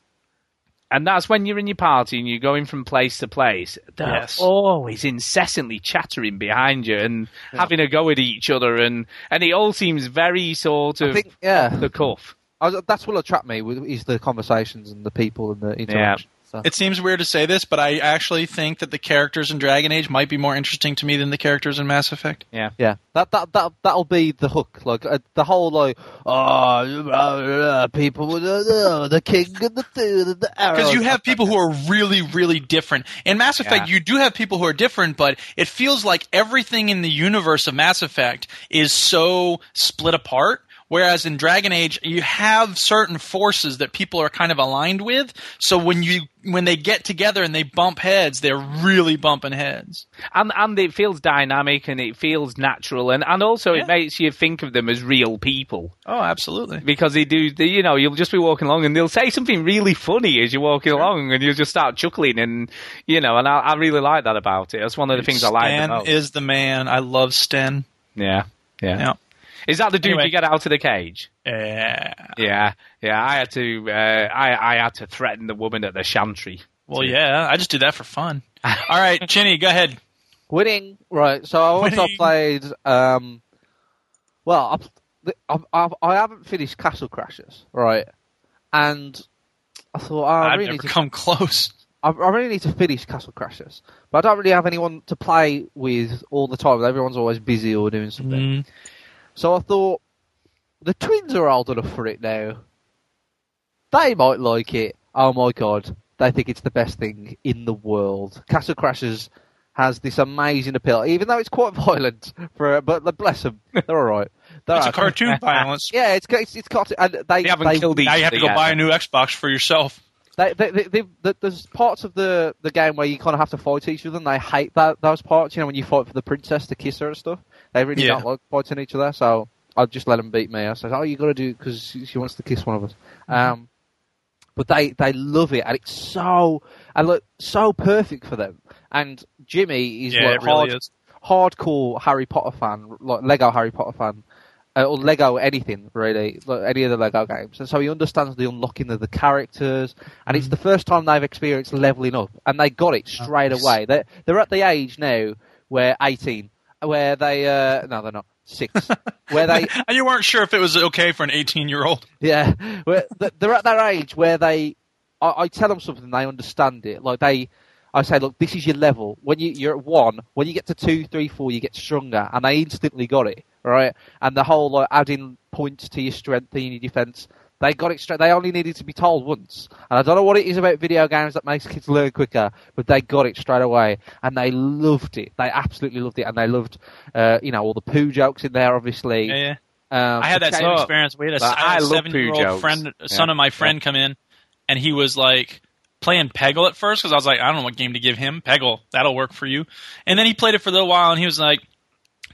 And that's when you're in your party and you're going from place to place. They're Yes. always incessantly chattering behind you and having a go at each other, and, and it all seems very sort I of think yeah, the cuff. I was- that's what attract me with- is the conversations and the people and the interaction. So. It seems weird to say this, but I actually think that the characters in Dragon Age might be more interesting to me than the characters in Mass Effect. Yeah, Yeah, that that that that'll be the hook. Like uh, the whole like, oh, blah, blah, people, with the- the- the king and the dude and the arrow. Because you have people who are really, really different. In Mass Effect, Yeah. you do have people who are different, but it feels like everything in the universe of Mass Effect is so split apart. Whereas in Dragon Age, you have certain forces that people are kind of aligned with. So when you when they get together and they bump heads, they're really bumping heads. and and it feels dynamic and it feels natural, and and also Yeah. it makes you think of them as real people. Oh, absolutely. because they do, they, you know, you'll just be walking along and they'll say something really funny as you're walking along and you'll just start chuckling and, you know, and I, I really like that about it. That's one of the things I like the Sten most. is the man. I love Sten. yeah, yeah, Yeah. Is that the dude Anyway. you get out of the cage? Yeah. Yeah, yeah. I had to, uh, I, I had to threaten the woman at the chantry. Well, yeah, I just do that for fun. All right, Chinny, go ahead. winning, right? So I also Winning. played. Um, well, I, I, I, I haven't finished Castle Crashers, right? And I thought oh, I I've really need never to come close. I, I really need to finish Castle Crashers, but I don't really have anyone to play with all the time. Everyone's always busy or doing something. Mm. So I thought the twins are old enough for it now. They might like it. Oh my god, they think it's the best thing in the world. Castle Crashers has this amazing appeal, even though it's quite violent. For but bless them, they're all right. They're It's a okay. cartoon violence. Yeah, it's it's, it's cartoon, and they They haven't killed each Now you have to go other buy a yet. new Xbox for yourself. they, they, they, they, th there's parts of the, the game where you kind of have to fight each other, and they hate that those parts. You know, when you fight for the princess to kiss her and stuff, they really Yeah. don't like fighting each other. So I just let them beat me. I said, "Oh, you got to do because she she wants to kiss one of us." Um, but they they love it, and it's so and look so perfect for them. And Jimmy is Yeah, it like really hard, is. hardcore Harry Potter fan, like Lego Harry Potter fan, uh, or Lego anything really, like any of the Lego games. And so he understands the unlocking of the characters, and it's the first time they've experienced leveling up, and they got it straight away. They're, they're at the age now where 18, where they, uh, no, they're not, six, where they, And you weren't sure if it was okay for an 18 year old. yeah, where th- they're at that age where they, I, I tell them something, they understand it. Like they, I say, look, this is your level. When you, you're at one, when you get to two, three, four, you get stronger, and they instantly got it, right? And the whole like adding points to your strength and your defense, they got it straight. They only needed to be told once, and I don't know what it is about video games that makes kids learn quicker, but they got it straight away, and they loved it. They absolutely loved it, and they loved, uh, you know, all the poo jokes in there, obviously. Yeah, yeah. Um, I had that the same change- experience. We had a, But I had a I love seven year poo old jokes. friend, Yeah. son of my friend, come in, and he was like playing Peggle at first because I was like, I don't know what game to give him. Peggle, that'll work for you. And then he played it for a little while, and he was like,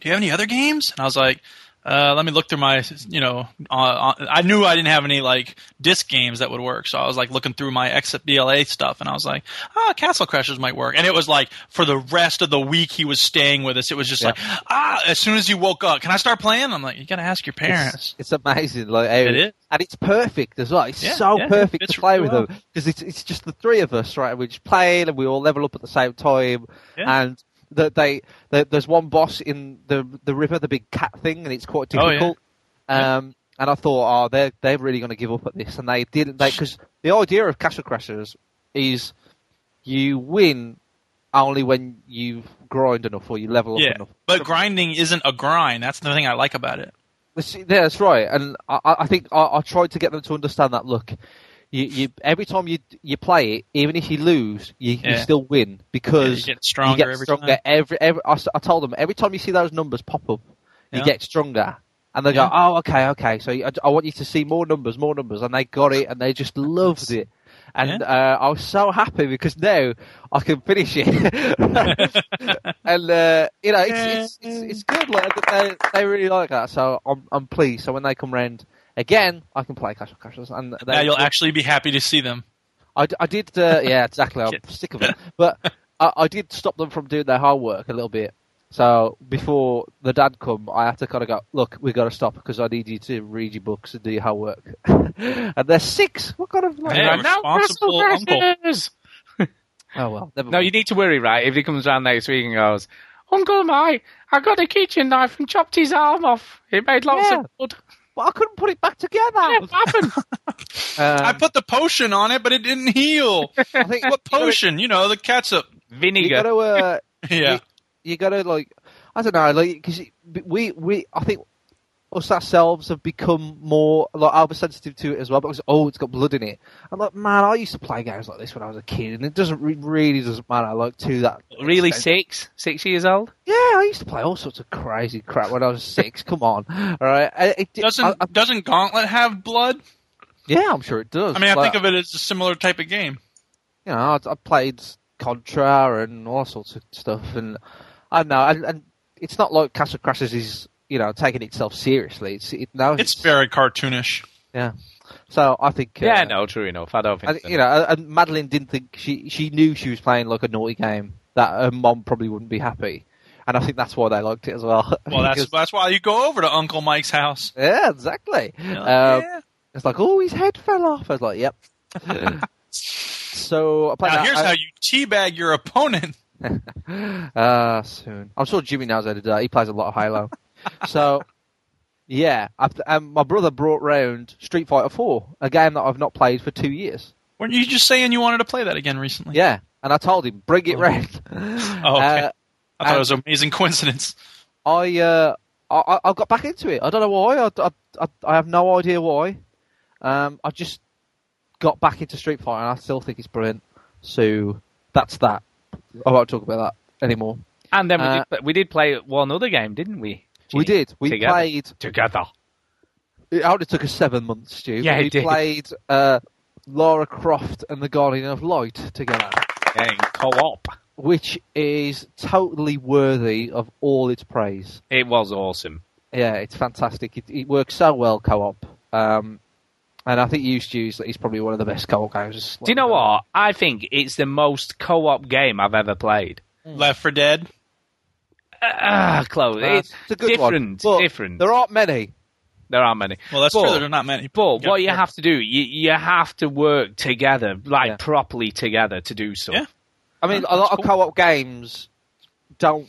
Do you have any other games? And I was like. Uh, let me look through my, you know, uh, uh, I knew I didn't have any like disc games that would work, so I was like looking through my XBLA stuff, and I was like, ah, Castle Crashers might work. And it was like for the rest of the week he was staying with us, it was just like, ah, as soon as you woke up, can I start playing? I'm like, you gotta ask your parents. It's, it's amazing, like how- It is. and it's perfect as well. It's Yeah, so yeah, perfect it's to play with really them because it's it's just the three of us, right? We're just playing and we all level up at the same time. Yeah. And that they, the there's one boss in the the river, the big cat thing, and it's quite Oh, yeah. difficult. Um, and I thought, oh, they're they're really going to give up at this, and they didn't. Because the idea of Castle Crashers is you win only when you grind enough or you level up Yeah, enough. but grinding isn't a grind. That's the thing I like about it. Well, see, Yeah, that's right. And I, I I think I, I tried to get them to understand that. Look, you, you every time you you play it, even if you lose, you, you Yeah. still win because Yeah, you get stronger every time. Every, every I, s- I told them every time you see those numbers pop up, Yeah. you get stronger. And they go, oh, okay, okay. So I, I want you to see more numbers, more numbers, and they got it, and they just loved it. and uh, I was so happy because now I can finish it. and uh, you know, it's, it's it's it's good. Like they, they really like that, so I'm I'm pleased. So when they come round again, I can play Clash of Clans, and they, Now you'll actually be happy to see them. I, d- I did. Uh, yeah, exactly. I'm sick of it. But I, I did stop them from doing their homework a little bit. So before the dad come, I had to kind of go. Look, we got to stop because I need you to read your books and do your homework. and they're six. What kind of like, Hey, no, responsible uncle. Oh well, never No, mind. you need to worry, right? If he comes round next week and goes, Uncle Mike, I got a kitchen knife and chopped his arm off. It made lots Yeah. of blood. But I couldn't put it back together. What happened? Um, I put the potion on it, but it didn't heal. I think what potion? You know, the catsup. You got Vinegar. to. Uh, Yeah. you gotta like I don't know, like because we we I think us ourselves have become more like I was sensitive to it as well because oh it's got blood in it. I'm like man, I used to play games like this when I was a kid, and it doesn't re- really doesn't matter like to that Really extent. six? Six years old? Yeah, I used to play all sorts of crazy crap when I was six. Come on, all right? I- It, it- Doesn't I- I- doesn't Gauntlet have blood? yeah, I'm sure it does. I mean, I Like, think of it as a similar type of game. you know, I, I played Contra and all sorts of stuff, and I don't know, and, and it's not like Castle Crashers is you know taking itself seriously. It's it now It's very cartoonish. yeah. So I think uh, Yeah, no, true enough. I don't think. I, so. you know, and Madeline didn't think she she knew she was playing like a naughty game that her mom probably wouldn't be happy, and I think that's why they liked it as well. Well, that's Because- that's why you go over to Uncle Mike's house. yeah, exactly. You're Um, like, yeah. It's like, oh, his head fell off. I was like, yep. so I played Now that- here's I- how you teabag your opponent. Uh, soon. I'm sure Jimmy knows how to do that. He plays a lot of Halo. so, yeah. I've, um, my brother brought round Street Fighter 4, a game that I've not played for two years. Weren't you just saying you wanted to play that again recently? Yeah. And I told him, bring it round. Oh, okay. Uh, I thought and- it was an amazing coincidence. I, uh, I, I, I got back into it. I don't know why. I, I, I, I have no idea why. Um, I just got back into Street Fighter and I still think it's brilliant. So, that's that. I won't talk about that anymore. And then we, uh, did, play- we did play one other game, didn't we? We Gee, did. We together. played Together. It only took us seven months, Stu. Yeah, we it did. played uh, Laura Croft and the Guardian of Light together, And co op. which is totally worthy of all its praise. It was awesome. Yeah, it's fantastic. It, it works so well co-op, um, and I think you, Stu, is, is probably one of the best co-op games. Do you know what? I think it's the most co op game I've ever played. Hmm. Left for Dead. Ah, close. Uh, it's, a good different. one. But Different. There aren't many. there are many. Well, that's But- true. There are not many. But Yeah, what you sure. have to do, you, you have to work together, like Yeah. properly together to do so. Yeah. I mean, a lot of co-op games don't.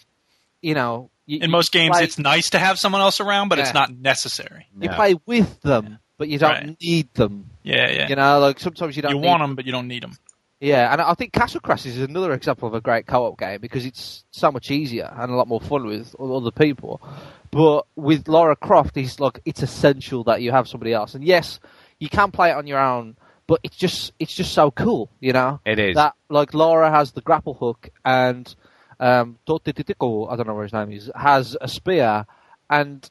You know, you, in you most games, play- it's nice to have someone else around, but Yeah. it's not necessary. you No. play with them, but you don't Right. need them. Yeah, yeah. You know, like sometimes you don't. You need want them, but you don't need them. Yeah, and I think Castle Crashers is another example of a great co-op game because it's so much easier and a lot more fun with other people. But with Laura Croft, it's like it's essential that you have somebody else. And yes, you can play it on your own, but it's just it's just so cool, you know. It is. that like Laura has the grapple hook and um, Totititico, I don't know where his name is, has a spear, and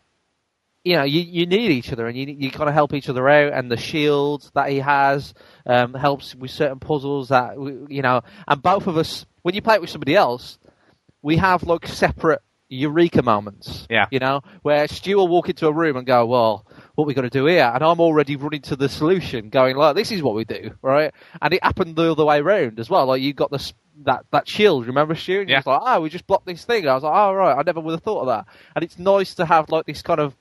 you know, you, you need each other and you you kind of help each other out. And the shield that he has um, helps with certain puzzles that we- you know. And both of us, when you play it with somebody else, we have like separate eureka moments. Yeah. you know, where Stu will walk into a room and go, "Well, what we got to do here?" And I'm already running to the solution, going like, "This is what we do, right?" And it happened the other way round as well. Like you got this. That, that shield, remember, Stu? And he Yeah. was like, oh, we just blocked this thing. I was like, oh, right, I never would have thought of that. And it's nice to have, like, this kind of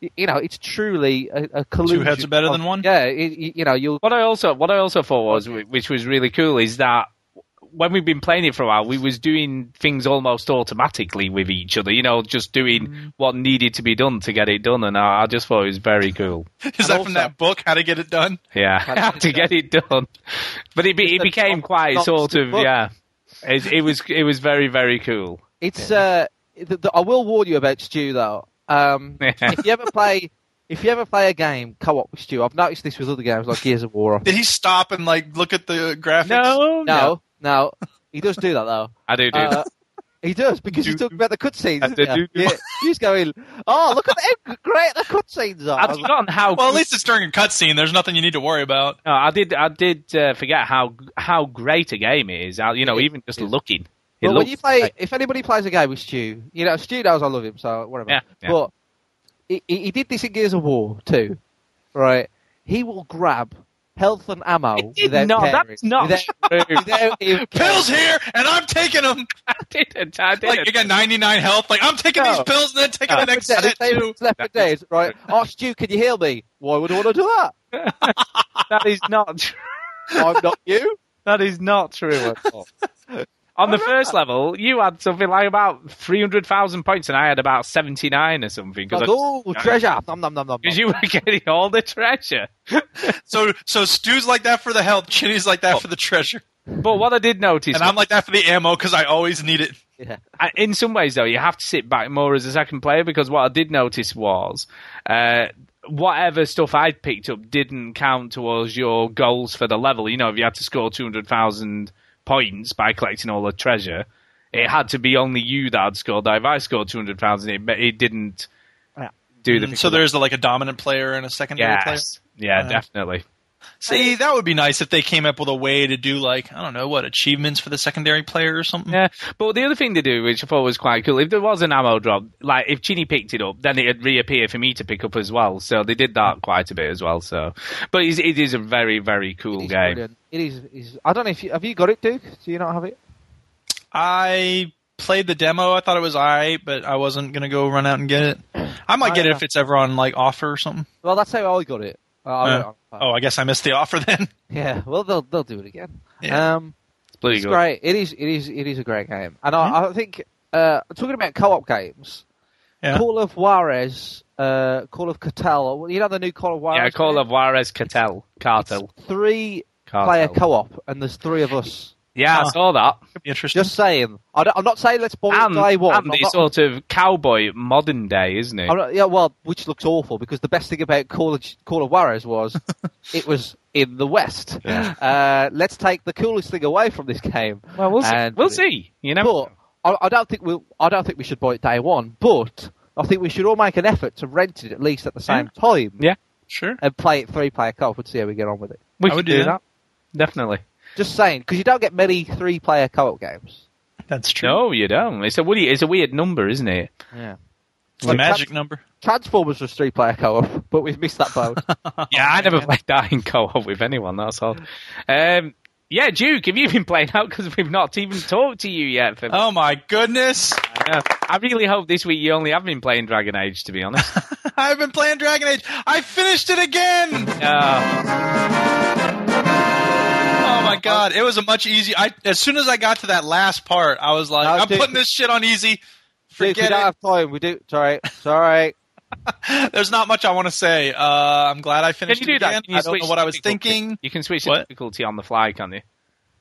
y- you know, it's truly a, a collusion. heads are better of- than one? Yeah, it, you you know, you'll. What I also what I also thought was, which was really cool, is that when we've been playing it for a while, we was doing things almost automatically with each other. You know, just doing Mm. what needed to be done to get it done, and I, I just thought it was very cool. Is that also- from that book, How to Get It Done? Yeah, That's- to get it done. But it, be, it a became top- quite top sort stick of book. yeah. It, it was it was very very cool. It's uh, th th I will warn you about Stu though. Um, Yeah. if you ever play, if you ever play a game co-op with Stu, I've noticed this with other games like Gears of War. Did he stop and like look at the graphics? No, No, no, he does do that though. I do do. Uh, He does because he's Do- talking about the cutscenes. And the isn't he? do- Yeah. He's going, oh look at how great the cutscenes are. I I'd was like, forgotten how. Well, at least it's during a cutscene. There's nothing you need to worry about. No, I did. I did uh, forget how how great a game it is. I, you know, It even just is. looking, it But when looks you play, great. if anybody plays a game with Stu, you know Stu knows I love him, so whatever. Yeah, yeah. But he, he he did this in Gears of War too, right? He will grab health and ammo. It did without not. caring, That's not without, true. without even Pills here, and I'm taking them. I didn't. I didn't. Like you got 99 health. Like I'm taking these No. pills and then taking the caring. next Left set for dead, too. left for dead, right? Oh, Stu, can you heal me? Why would I want to do that? that is not. True. I'm not you. That is not true. At all. On the first level, you had something like about three hundred thousand points, and I had about seventy nine or something Like, because oh, treasure! Nom nom nom nom. nom. you were getting all the treasure. So so Stu's like that for the health. Chinny's like that for the treasure, But what I did notice, and I'm like that for the ammo because I always need it. Yeah. I- in some ways though, you have to sit back more as a second player because what I did notice was uh, whatever stuff I picked up didn't count towards your goals for the level. You know, if you had to score two hundred thousand points by collecting all the treasure, it had to be only you that had scored that. If I scored two hundred thousand, it, it didn't Yeah. do the. Mm, So there's like a dominant player and a secondary player. yes, yeah, Uh, definitely. See, that would be nice if they came up with a way to do like I don't know what achievements for the secondary player or something. Yeah, but the other thing they do, which I thought was quite cool, if there was an ammo drop, like if Chini picked it up, then it'd reappear for me to pick up as well. So they did that quite a bit as well. So, but it's, it is a very very cool It is game. brilliant. It is, is. I don't know if you have you got it, Duke. Do you not have it? I played the demo. I thought it was alright, but I wasn't gonna go run out and get it. I might get it if it's ever on like offer or something. Well, that's how I got it. Uh, I Uh, don't- Oh, I guess I missed the offer then. Yeah, well, they'll they'll do it again. Yeah. Um, It's bloody it's good. great. It is. It is. It is a great game. And Mm-hmm. I, I think uh, talking about co-op games, Yeah. Call of Juarez, uh, Call of Catal. You know the new Call of Juarez. Yeah, Call game? of Juarez Cartel. Cartel. It's three Cartel. player co-op, and there's three of us. Yeah, I Ah. saw that. Interesting. Just saying. I don't, I'm not saying let's buy Mm-hmm. And, it day one. and I'm it's not- sort of cowboy modern day, isn't it? I'm not- yeah, well, which looks awful because the best thing about Call of, Call of Juarez was it was in the West. Uh, let's take the coolest thing away from this game. Well, we'll see. and We'll put it- see. You know. But I, I don't think we I don't think we should buy it day one. But I think we should all make an effort to rent it at least at the same time Yeah, Sure. and play it three player co-op and see how we get on with it. we I could would do do that. Definitely. Just saying, because you don't get many three player co-op games. That's true. No, you don't. It's a weird, it's a weird number, isn't it? Yeah. it's the magic number. Transformers was three player co-op, but we've missed that boat. Yeah, I never played that in co-op with anyone. That's all. Um, yeah, Duke, have you been playing out? Because we've not even talked to you yet. For, Oh my goodness. Yeah. I really hope this week you only have been playing Dragon Age. To be honest, I've been playing Dragon Age. I finished it again. Uh, Oh my god, it was a much easy. I as soon as I got to that last part, I was like, No, I'm dude. putting this shit on easy. Dude, we Forget don't have time. We do. Sorry, sorry. it. There's not much I want to say. Uh, I'm glad I can finished you do it again. that? Can you I don't switch know what I was difficulty? thinking. You can switch the What? difficulty on the fly, can you?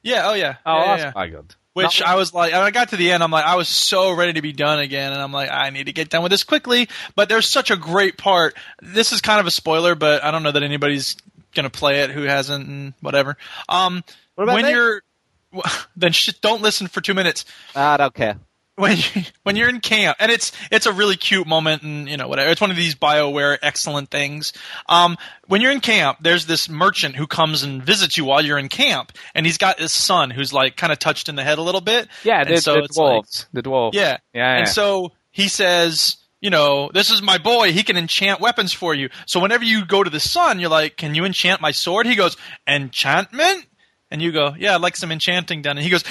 Yeah. Oh yeah. Oh, yeah, yeah, that's yeah. quite good. Which Not- I was like, and I got to the end. I'm like, I was so ready to be done again, and I'm like, I need to get done with this quickly. But there's such a great part. This is kind of a spoiler, but I don't know that anybody's gonna play it who hasn't. and Whatever. Um, What about when me? you're then sh- don't listen for two minutes. I don't care. when you, when you're in camp, and it's it's a really cute moment, and you know whatever. It's one of these Bioware excellent things. Um, when you're in camp, there's this merchant who comes and visits you while you're in camp, and he's got his son who's like kind of touched in the head a little bit. Yeah, and the, the it's like- dwarves. the dwarves. yeah. yeah. And so he says, you know, this is my boy. He can enchant weapons for you. So whenever you go to the sun, you're like, can you enchant my sword? He goes, enchantment? And you go, yeah, I'd like some enchanting done. And he goes,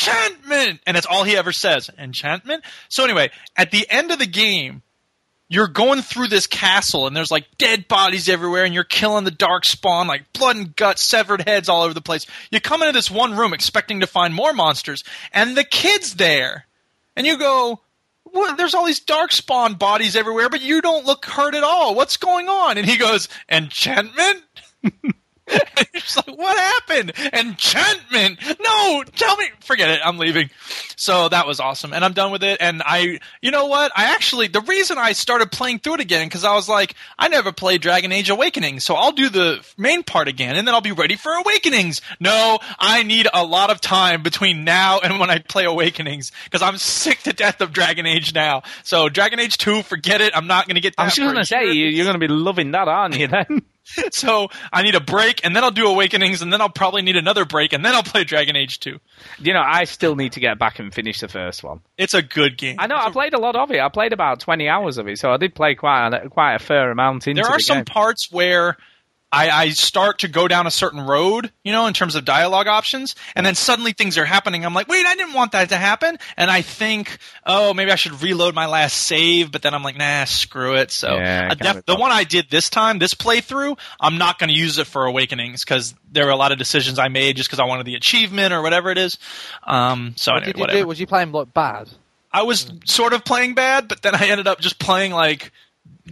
enchantment! And that's all he ever says, enchantment? So anyway, at the end of the game, you're going through this castle and there's like dead bodies everywhere and you're killing the dark spawn like blood and guts severed heads all over the place you come into this one room expecting to find more monsters and the kid's there and you go well, there's all these dark spawn bodies everywhere but you don't look hurt at all what's going on and he goes enchantment it's like, what happened? Enchantment? No, tell me. Forget it. I'm leaving. So that was awesome, and I'm done with it. And I, you know what? I actually the reason I started playing through it again because I was like, I never played Dragon Age Awakening, so I'll do the main part again, and then I'll be ready for Awakenings. No, I need a lot of time between now and when I play Awakenings because I'm sick to death of Dragon Age now. So Dragon Age Two, forget it. I'm not going to get. That I was for just a gonna say year you, you're gonna be loving that, aren't you? Then so I need a break, and then I'll do Awakenings, and then I'll probably need another break, and then I'll play Dragon Age 2. you know I still need to get back and finish the first one. It's a good game. I know I played a lot of it. I played about twenty hours of it, so I did play quite a, quite a fair amount into There are the some game. parts where I, I start to go down a certain road, you know, in terms of dialogue options, and then suddenly things are happening. I'm like, wait, I didn't want that to happen, and I think, oh, maybe I should reload my last save, but then I'm like, nah, screw it. So Yeah, I I kinda def- the thought- one I did this time, this playthrough, I'm not going to use it for Awakenings because there were a lot of decisions I made just because I wanted the achievement or whatever it is. Um, so What anyway, did you whatever. do? Was you playing like bad? I was sort of playing bad, but then I ended up just playing like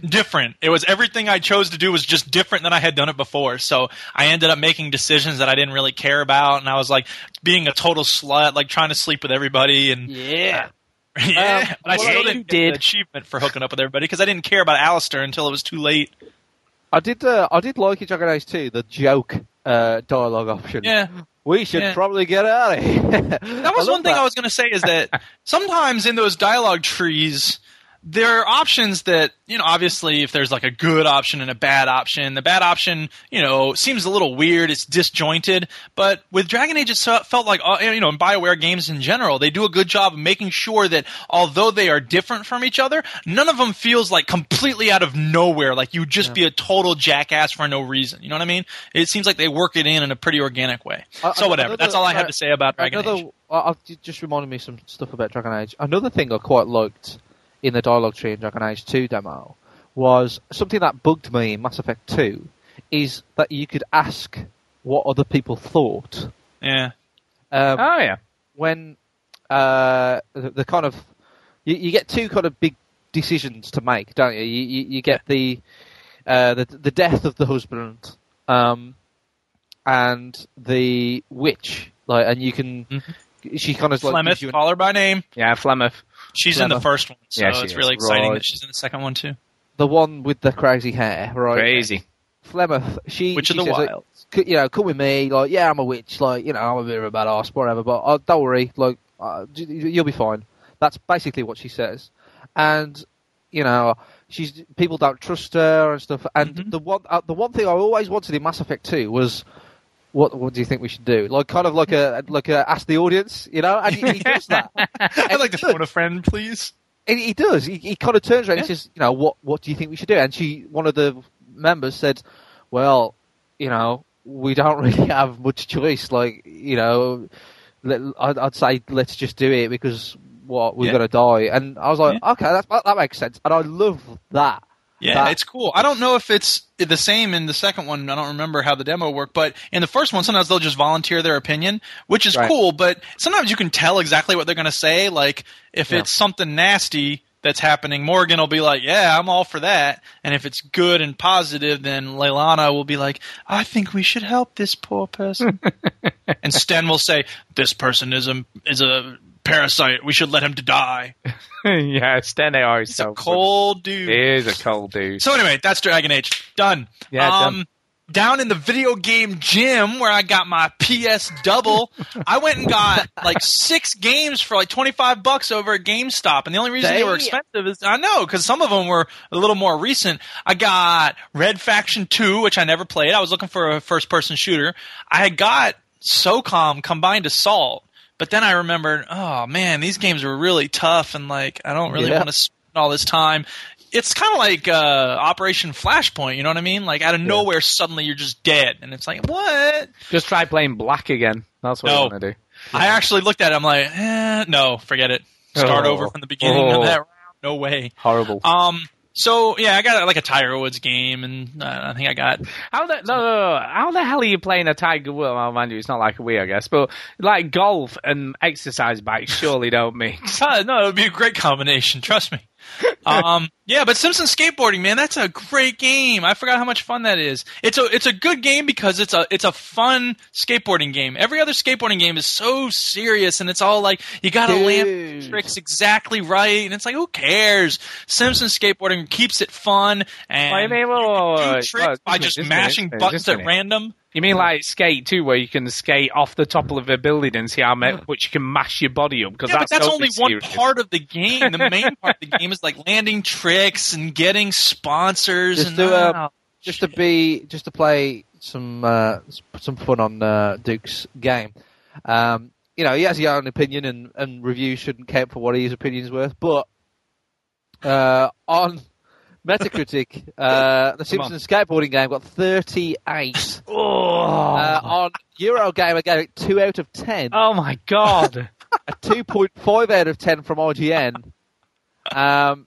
different. It was everything I chose to do was just different than I had done it before. So I ended up making decisions that I didn't really care about, and I was like being a total slut, like trying to sleep with everybody, and Yeah. yeah. Um, but I well, still you didn't get did. the achievement for hooking up with everybody because I didn't care about Alistair until it was too late. I did. Uh, I did like in Dragon Age 2, the joke uh, dialogue option. Yeah. We should Yeah. probably get out of here. That was one thing I was going to say is that sometimes in those dialogue trees, there are options that, you know, obviously if there's like a good option and a bad option, the bad option, you know, seems a little weird. It's disjointed. But with Dragon Age, it so- felt like, uh, you know, in BioWare games in general, they do a good job of making sure that although they are different from each other, none of them feels like completely out of nowhere. Like you just be a total jackass for no reason. You know what I mean? It seems like they work it in in a pretty organic way. Uh, so whatever. another- That's all I had uh, to say about Dragon Another, Age. I, I- you just reminded me some stuff about Dragon Age. Another thing I quite liked in the dialogue tree in Dragon Age 2 demo was something that bugged me in Mass Effect 2 is that you could ask what other people thought. Yeah. Um, Ah, Oh yeah, when uh, the, the kind of you, you get two kind of big decisions to make, don't you? You, you, you get the, uh, the the death of the husband um, and the witch, like, and you can she kind of like gives Mm-hmm. Flemeth, you an- call her by name. yeah, Flemeth. She's in the Flemeth. first one, so Yeah, she it's is. really exciting Right. that she's in the second one too. the one with the crazy hair, Oh, right? Crazy. Flemeth, she Witch of she the says, like, Wilds. "C- you know, come with me. Like, yeah, I'm a witch. Like, you know, I'm a bit of a badass, whatever. But uh, don't worry. Like, uh, j- you'll be fine. That's basically what she says. And you know, she's people don't trust her and stuff. And the one uh, the one thing I always wanted in Mass Effect Two was. What, what do you think we should do? Like kind of like a like a ask the audience, you know, and he, he does that. I'd like to phone a friend, please. And he does. He, he kind of turns around Yeah. and says, you know, what what do you think we should do? And she, one of the members said, well, you know, we don't really have much choice. Like, you know, let, I'd, I'd say let's just do it because what we're Yeah. gonna die. And I was like, okay, that's, that that makes sense. And I love that. Yeah, That- it's cool. I don't know if it's the same in the second one. I don't remember how the demo worked, but in the first one, sometimes they'll just volunteer their opinion, which is Right. cool. But sometimes you can tell exactly what they're going to say. Like if Yeah. it's something nasty that's happening, Morgan will be like, "Yeah, I'm all for that." And if it's good and positive, then Leilana will be like, "I think we should help this poor person." and Sten will say, "This person is a is a parasite. We should let him to die." yeah, Sten AR is He's so a cold dude. He is a cold dude. So anyway, that's Dragon Age. Done. Um, Yeah, done. Down in the video game gym where I got my PS double, I went and got like six games for like twenty five bucks over at GameStop, and the only reason they were expensive is I know because some of them were a little more recent. I got Red Faction Two, which I never played. I was looking for a first person shooter. I had got SOCOM Combined Assault, but then I remembered, oh man, these games were really tough, and like I don't really Yeah. want to spend all this time. It's kind of like uh, Operation Flashpoint, you know what I mean? Like out of nowhere, suddenly you're just dead, and it's like what? Just try playing black again. That's what No. I want to do. I actually looked at it. I'm like, eh, no, forget it. Start Oh. over from the beginning Oh. of that round. No way. Horrible. Um. So yeah, I got like a Tiger Woods game, and uh, I think I got How the no, no, no, how the hell are you playing a Tiger Woods? Well, mind you, it's not like a Wii, I guess, but like golf and exercise bikes surely don't mix. uh, God, no. It would be a great combination. Trust me. um, yeah, but Simpson Skateboarding, man, that's a great game. I forgot how much fun that is. It's a it's a good game because it's a it's a fun skateboarding game. Every other skateboarding game is so serious and it's all like you got to land Dude. tricks exactly right, and it's like who cares? Simpson Skateboarding keeps it fun and Wait, wait, whoa, whoa, you whoa, can whoa. do tricks Just a by minute, uh, just just a minute, mashing just a minute, buttons just a at minute. random. You mean like skate too, where you can skate off the top of a building and see how much you can mash your body up? Because Yeah, that's, but that's totally only one serious. part of the game. The main part of the game is like landing tricks and getting sponsors Just and do uh, all a- that. just to be just to play some uh, s- some fun on uh, Duke's game. Um, you know, he has his own opinion, and and reviews shouldn't count for what his opinion's worth. But uh, on Metacritic, uh, the Come on. Oh. Simpson skateboarding game got thirty eight. Uh, on Eurogamer, I gave it two out of ten, Oh my god! a two point five out of ten from IGN. Um,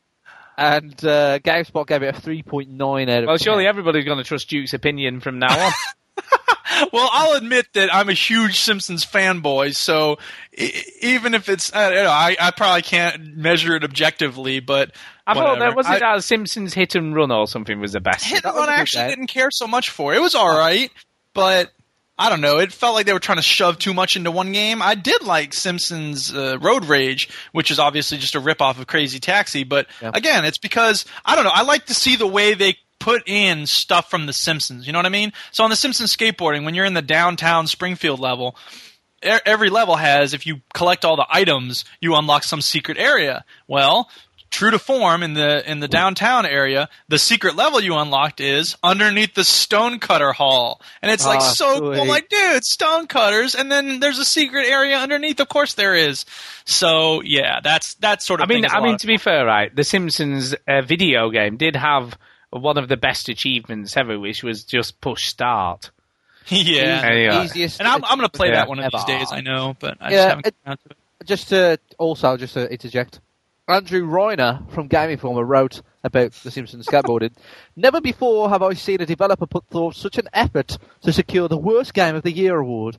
and uh, GameSpot gave it a three point nine out of. well, 10. surely everybody's going to trust Duke's opinion from now on. uh, Well, I'll admit that I'm a huge Simpsons fanboy, so e- even if it's I, don't know, I, I probably can't measure it objectively, but I thought whatever. that was I- it. uh, Simpsons Hit and Run or something was the best. Hit That and was Run a I good actually game. didn't care so much for. It was all right, but I don't know. It felt like they were trying to shove too much into one game. I did like Simpsons uh, Road Rage, which is obviously just a ripoff of Crazy Taxi, but Yeah. again, it's because I don't know. I like to see the way they put in stuff from The Simpsons. You know what I mean? So on The Simpsons skateboarding, when you're in the downtown Springfield level, e- every level has if you collect all the items you unlock some secret area well true to form in the in the downtown area the secret level you unlocked is underneath the stonecutter hall and it's like Ah, so cool sweet. like dude stonecutters and then there's a secret area underneath of course there is so yeah that's that sort of I mean, thing is a I lot mean of- to be fair, right? The Simpsons uh, video game did have one of the best achievements ever, which was just push start. yeah Anyway. Easiest. and I'm, I'm gonna play Yeah. that one of these Ever. days i know but i Yeah, just haven't it- gotten around to it. just to also just to interject. Andrew Reiner from Game Informer wrote about The Simpsons skateboarding. Never before have I seen a developer put forth such an effort to secure the worst game of the year award.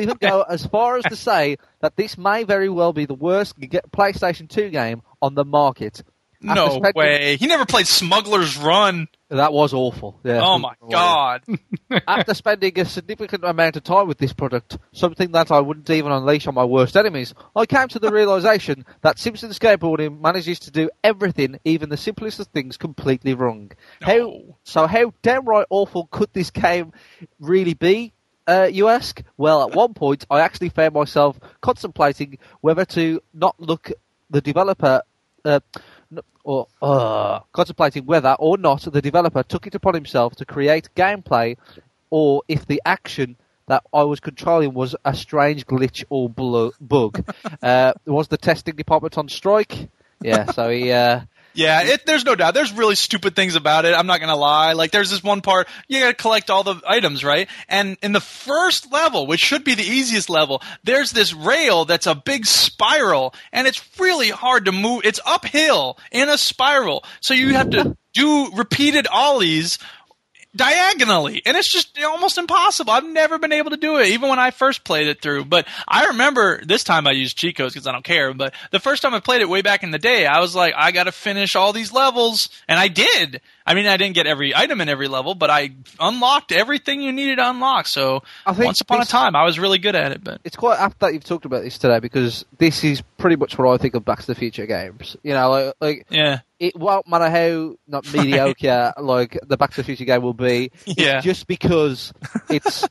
even go as far as to say that this may very well be the worst g- PlayStation 2 game on the market. After no spending- way he never played smugglers run That was awful. Yeah. oh my god After spending a significant amount of time with this product, something that I wouldn't even unleash on my worst enemies, I came to the realization that Simpson skateboarding manages to do everything, even the simplest of things, completely wrong. How, No. so, how downright awful could this game really be? Uh, you ask? Well, at one point, I actually found myself contemplating whether to not look the developer uh, n- or uh, contemplating whether or not the developer took it upon himself to create gameplay, or if the action that I was controlling was a strange glitch or blu- bug. uh, was the testing department on strike? Yeah, so he. Uh, Yeah, it, there's no doubt. There's really stupid things about it. I'm not gonna lie. Like, there's this one part you gotta collect all the items, right? And in the first level, which should be the easiest level, there's this rail that's a big spiral, and it's really hard to move. It's uphill in a spiral, so you have to do repeated ollies diagonally and it's just almost impossible i've never been able to do it even when i first played it through but i remember this time i used cheat codes because i don't care but the first time i played it way back in the day i was like i gotta finish all these levels and i did i mean i didn't get every item in every level but i unlocked everything you needed to unlock so I think once upon this- a time i was really good at it but it's quite apt that you've talked about this today because this is pretty much what I think of Back to the Future games. You know, like, like yeah it won't matter how not mediocre like the Back to the Future game will be. It's Yeah. just because it's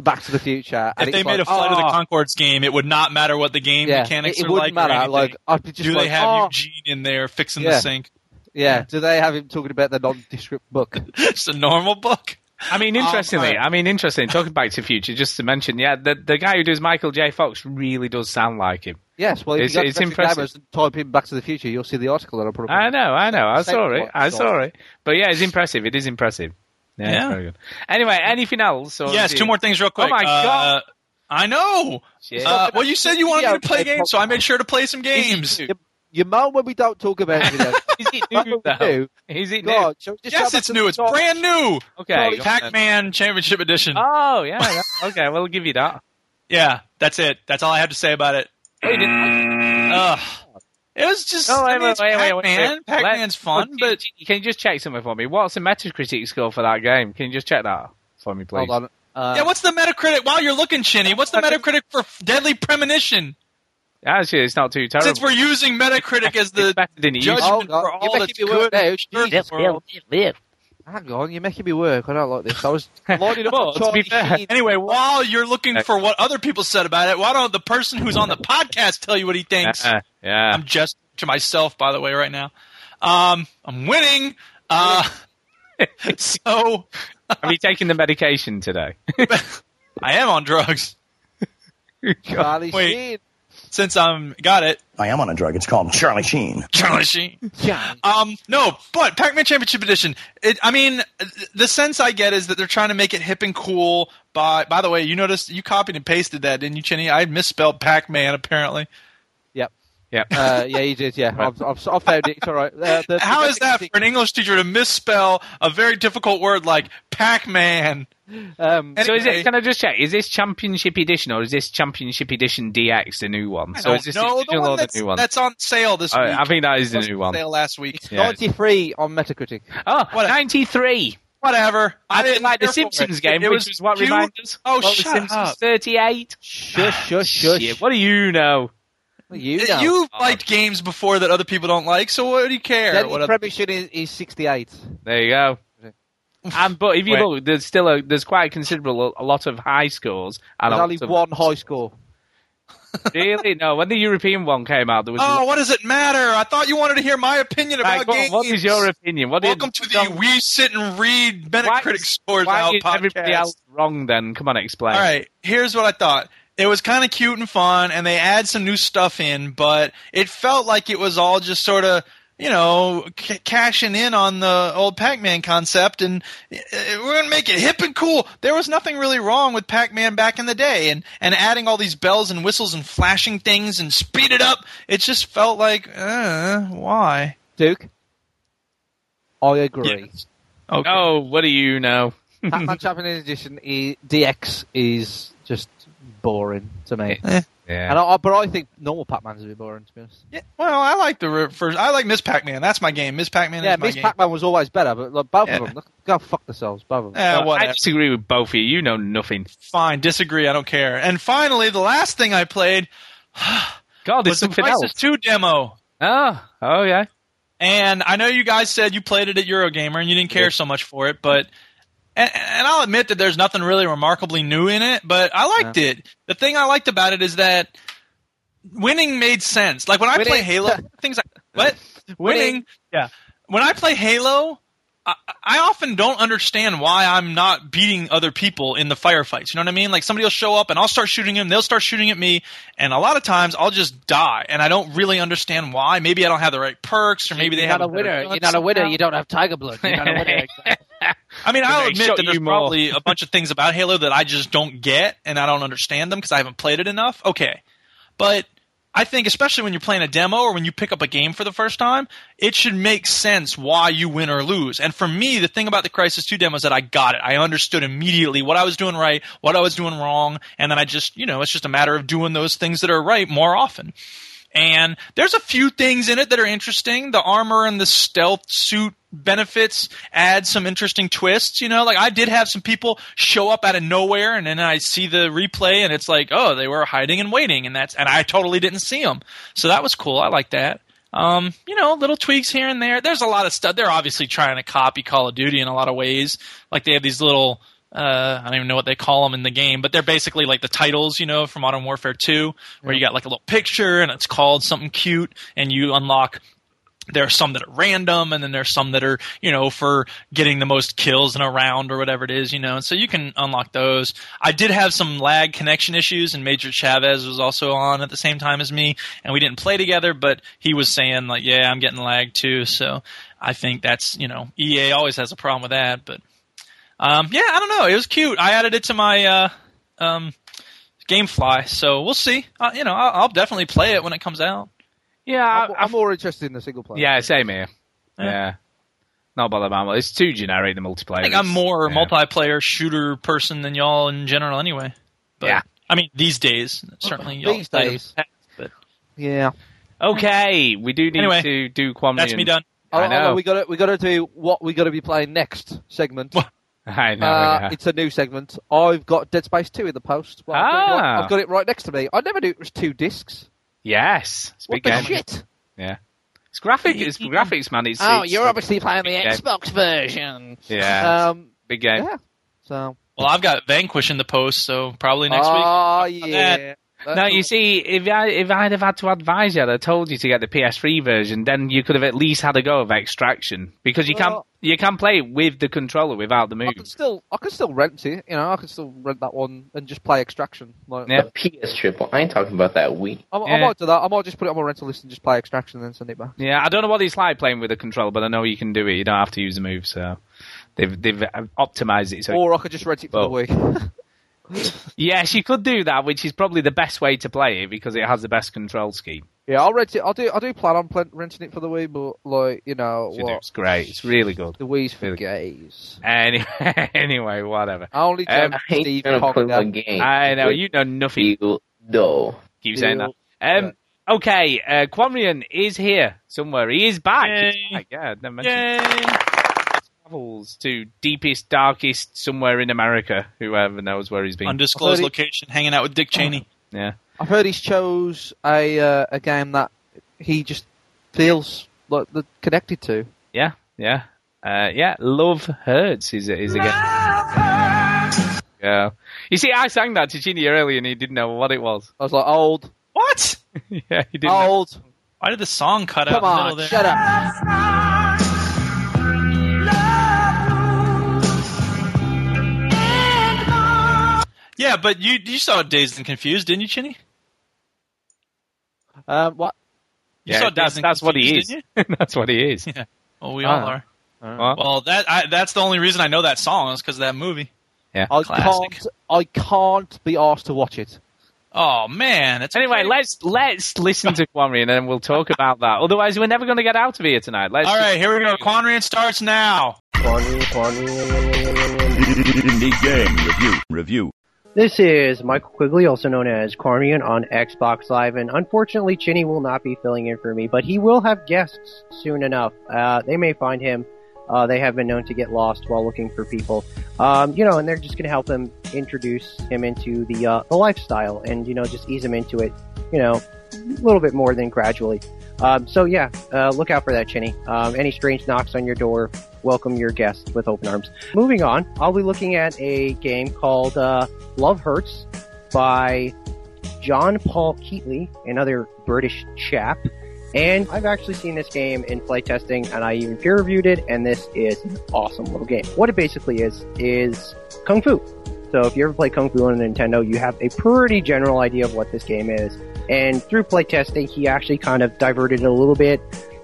Back to the Future. And if they it's made like, a flight of the "Oh, concords game it would not matter what the game yeah, mechanics it, it are like wouldn't or matter. anything. Like I'd be just do they like, have "Oh, eugene in there fixing the Yeah. sink yeah. Do they have him talking about the nondescript book? it's a normal book I Oh, mean, interestingly, I mean, interestingly. Talking Back to the Future, just to mention, yeah, the the guy who does Michael J. Fox really does sound like him. Yes. Well, if It's- you go it's to impressive. Gamers and type in Back to the Future, you'll see the article that I put up. I know, I know. I Same saw it. plot, I so- saw it. But yeah, it's impressive. It is impressive. Yeah, it's Yeah. very good. Anyway, anything else? Or Yes, is it- two more things real quick. Oh my Uh, God. I know. Shit. Uh, well, you said you wanted me to play Yeah, games, so I made sure to play some games. You, you moan when we don't talk about video. Is it That's new what we though? do. Is it new? God, shall we just have Yes, a it's new. It's talk? brand new. Okay. go on then. Pac-Man Championship Edition. Oh yeah. that- Okay, we'll give you that. Yeah, that's it. That's all I have to say about it. Ugh. It was just No, I wait, mean, wait, it's wait, wait, wait. Pac-Man. Let- Pac-Man's fun, Can you- but can you just check something for me? What's the Metacritic score for that game? Can you just check that for me, please? Hold on. Uh, yeah. What's the Metacritic? While you're looking, Chinny, what's the Metacritic for Deadly Premonition? Actually, it's not too terrible. Since we're using Metacritic It's as the better than it judgment used to Oh, God. for You're all that's making me work good now. in the Jesus. world. Hang on, you're making me work. I don't like this. I was be. loading up Well, on to be Charlie fair, Sheen. Anyway, while you're looking for what other people said about it, why don't the person who's on the podcast tell you what he thinks? Uh, yeah. I'm just to myself, by the way, right now. Um, I'm winning. Uh, so Have you taken the medication today? I am on drugs Charlie Wait. Sheen. since I'm got it. I am on a drug. It's called Charlie Sheen. Charlie Sheen. Yeah. Um, no, but Pac-Man Championship Edition. It, I mean, th- the sense I get is that they're trying to make it hip and cool. By by the way, you noticed you copied and pasted that, didn't you, Chinny? I misspelled Pac-Man apparently. Yep. yeah. Uh, yeah, you did. Yeah, I've, I've, I've found it. It's all right. Uh, the- How the is that for Metacritic, an English teacher to misspell a very difficult word like Pac-Man? Um, so is anyway- it? Can I just check? Is this Championship Edition or is this Championship Edition DX the new one? So I is don't this know. original or the that's, new one? that's on sale this All week. right, I think that is the It was new on one. Sale last week. it's Yeah. 93 on Metacritic. Oh, What a- 93. Whatever. I didn't like the care for Simpsons it. game, It which was what cute. reminded us. Oh, of The shut Simpsons up. 38. Shush, shush, shush. Ah, Shit, what do you know? you know. You Oh. liked games before that other people don't like, so what do you care? Deadly What other- Premonition is, is 68. There you go. And but if you Wait. look, there's still a there's quite a considerable a lot of high scores and There's a only lot of- one high score. Really? No, when the European one came out, there was. Oh, what does it matter? I thought you wanted to hear my opinion Right, about go on, games. what is your opinion? What Welcome did, to the We Sit and Read Metacritic Scores why Out is everybody podcast. else wrong? Then come on, explain. All right, here's what I thought. It was kind of cute and fun, and they add some new stuff in, but it felt like it was all just sort of, you know, c- cashing in on the old Pac-Man concept, and uh, we're gonna make it hip and cool. There was nothing really wrong with Pac-Man back in the day, and and adding all these bells and whistles and flashing things and speed it up. It just felt like, uh, why? Duke? I agree. Okay. Oh, what do you know? Pac-Man Champion Edition i DX is just boring to me. Yeah. And I, I- but I think normal Pac-Man's a bit boring, to be honest. Yeah, well, I like the re- first. I like Miss Pac-Man. That's my game. Miss Pac-Man Yeah, is my Miss game. Pac-Man was always better, but like, both Yeah. of them, look, go fuck themselves, both of them. Eh, I whatever. disagree with both of you. You know nothing. Fine, disagree. I don't care. And finally, the last thing I played God, there's was the something Crisis else. Two demo. Oh, oh yeah. And I know you guys said you played it at Eurogamer and you didn't care so much for it, but and, and I'll admit that there's nothing really remarkably new in it, but I liked it. The thing I liked about it is that winning made sense. Like when I Winning. play Halo, things like what Winning. yeah. When I play Halo, I, I often don't understand why I'm not beating other people in the firefights. You know what I mean? Like somebody will show up and I'll start shooting them, they'll start shooting at me, and a lot of times I'll just die, and I don't really understand why. Maybe I don't have the right perks, or maybe they have better gun somehow. don't have tiger blood. You're not a winner. I mean, I'll they admit shot that there's you more. probably a bunch of things about Halo that I just don't get and I don't understand them because I haven't played it enough. Okay. But I think, especially when you're playing a demo or when you pick up a game for the first time, it should make sense why you win or lose. And for me, the thing about the Crisis 2 demo is that I got it. I understood immediately what I was doing right, what I was doing wrong, and then I just, you know, it's just a matter of doing those things that are right more often. And there's a few things in it that are interesting. The armor and the stealth suit benefits add some interesting twists. You know, like I did have some people show up out of nowhere, and then I see the replay, and it's like, oh, they were hiding and waiting, and that's and I totally didn't see them. So that was cool. I like that. Um, you know, little tweaks here and there. There's a lot of stuff. They're obviously trying to copy Call of Duty in a lot of ways. Like they have these little. Uh, I don't even know what they call them in the game, but they're basically like the titles, you know, from Modern Warfare 2, where you got like a little picture and it's called something cute, and you unlock there are some that are random and then there's some that are you know for getting the most kills in a round or whatever it is you know and so you can unlock those i did have some lag connection issues and major chavez was also on at the same time as me and we didn't play together but he was saying like yeah i'm getting lag too so i think that's you know ea always has a problem with that but um, yeah i don't know it was cute i added it to my uh, um, gamefly so we'll see uh, you know I'll, I'll definitely play it when it comes out Yeah, I'm, I, I I'm more interested in the single player. Yeah, same here. Yeah. Not bother about It's too generic, the multiplayer. I think I'm It's- more yeah. multiplayer shooter person than y'all in general, anyway. But, Yeah. I mean, these days, certainly. Y'all These I don't- days. but- yeah. Okay, we do need Anyway, to do Quamrian. That's me done. I Although know. Oh, we got to we got to do what we got to be playing next segment. I know. Uh, yeah. It's a new segment. I've got Dead Space Two in the post. Well, I've, got it right, Ah. I've got it right next to me. I never knew it was two discs. Yes. It's a What big the game. shit? Yeah. It's graphic. It's graphics, man. It's, Oh, it's- you're obviously playing the Yeah. Xbox version. Yeah. Um, big game. yeah. So Well, I've got Vanquish in the post, so probably next week. Oh yeah. No, you see, if I if I'd have had to advise you, I'd have told you to get the PS3 version. Then you could have at least had a go of Extraction because you can Well- you can play it with the controller without the I can moves. still I can still rent it. You know, I can still rent that one and just play Extraction. Like, Yeah. PS Triple. I ain't talking about that Wii. I, I Yeah. might do that. I might just put it on my rental list and just play Extraction and then send it back. Yeah, I don't know what it's like playing with a controller, but I know you can do it. You don't have to use the move, so they've they've uh, optimized it. So Or I could just rent it for Well, the week. yes, you could do that, which is probably the best way to play it because it has the best control scheme. yeah, I'll rent it. I do. I do plan on pl- renting it for the week, but like you know Which you do. what, It's great. It's really good. the Wii's for Really- gays. Anyway, anyway whatever. I only Um, joke, I ain't Steve gonna play my Cogdell. game. I know with you know nothing. You though. keep saying that. Um, Okay, uh, Quamrian is here somewhere. He is back. He's Yay. back. Yeah, I'd never mentioned Yay! travels to deepest, darkest somewhere in America. Whoever knows where he's been. Undisclosed Thirty- location, hanging out with Dick Cheney. yeah, I've heard he's chose a uh, a game that he just feels like the, connected to. yeah, yeah, uh, yeah. Love hurts is it is again. Yeah, you see, I sang that to Genie earlier, and he didn't know what it was. I was like, old, What? yeah, he Oh, didn't. know. old. Why did the song cut out Come in the middle on, there? shut up. Yeah, but you you saw Dazed and Confused, didn't you, Cheney? Um, what? You Yeah, saw that's Dazed and that's what he Confused, is. that's what he is. Well, we Ah. all are. Well, Well, that I, that's the only reason I know that song is because of that movie. I Classic. can't. I can't be asked to watch it. Oh man, it's Anyway, great. let's let's listen to Quamri and then we'll talk about that. Otherwise, we're never going to get out of here tonight. Let's all right, here we go. Quanrian starts now. Indie game review. Review. This is Michael Quigley, also known as Cormian, on Xbox Live, and unfortunately, Chinny will not be filling in for me, but he will have guests soon enough. Uh, they may find him. Uh, they have been known to get lost while looking for people, um, you know, and they're just going to help him introduce him into the uh, the lifestyle and you know just ease him into it, you know, a little bit more than gradually. Um, so yeah, uh, look out for that, Chinny. Um, any strange knocks on your door, welcome your guests with open arms. Moving on, I'll be looking at a game called. Uh, Love Hurts by John Paul Keatley, another British chap. And I've actually seen this game in playtesting and I even peer reviewed it and this is an awesome little game. What it basically is, is Kung Fu. So if you ever play Kung Fu on a Nintendo, you have a pretty general idea of what this game is. And through playtesting, he actually kind of diverted it a little bit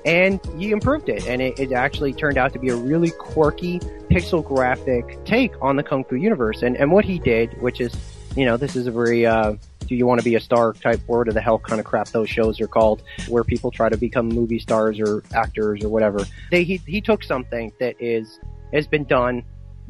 and he improved it and it, it actually turned out to be a really quirky pixel graphic take on the kung fu universe and and what he did which is you know this is a very uh do you want to be a star type word of the hell kind of crap those shows are called where people try to become movie stars or actors or whatever they he, he took something that is has been done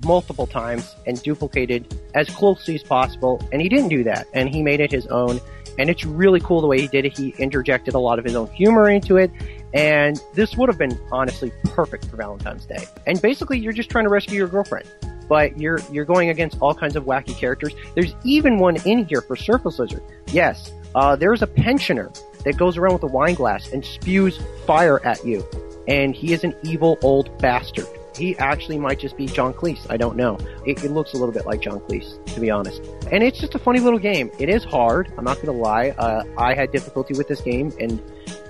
multiple times and duplicated as closely as possible and he didn't do that and he made it his own and it's really cool the way he did it he interjected a lot of his own humor into it and this would have been honestly perfect for Valentine's Day. And basically, you're just trying to rescue your girlfriend, but you're you're going against all kinds of wacky characters. There's even one in here for Surface Lizard. Yes, uh, there's a pensioner that goes around with a wine glass and spews fire at you, and he is an evil old bastard. He actually might just be John Cleese. I don't know. It, it looks a little bit like John Cleese, to be honest. And it's just a funny little game. It is hard. I'm not going to lie. Uh, I had difficulty with this game, and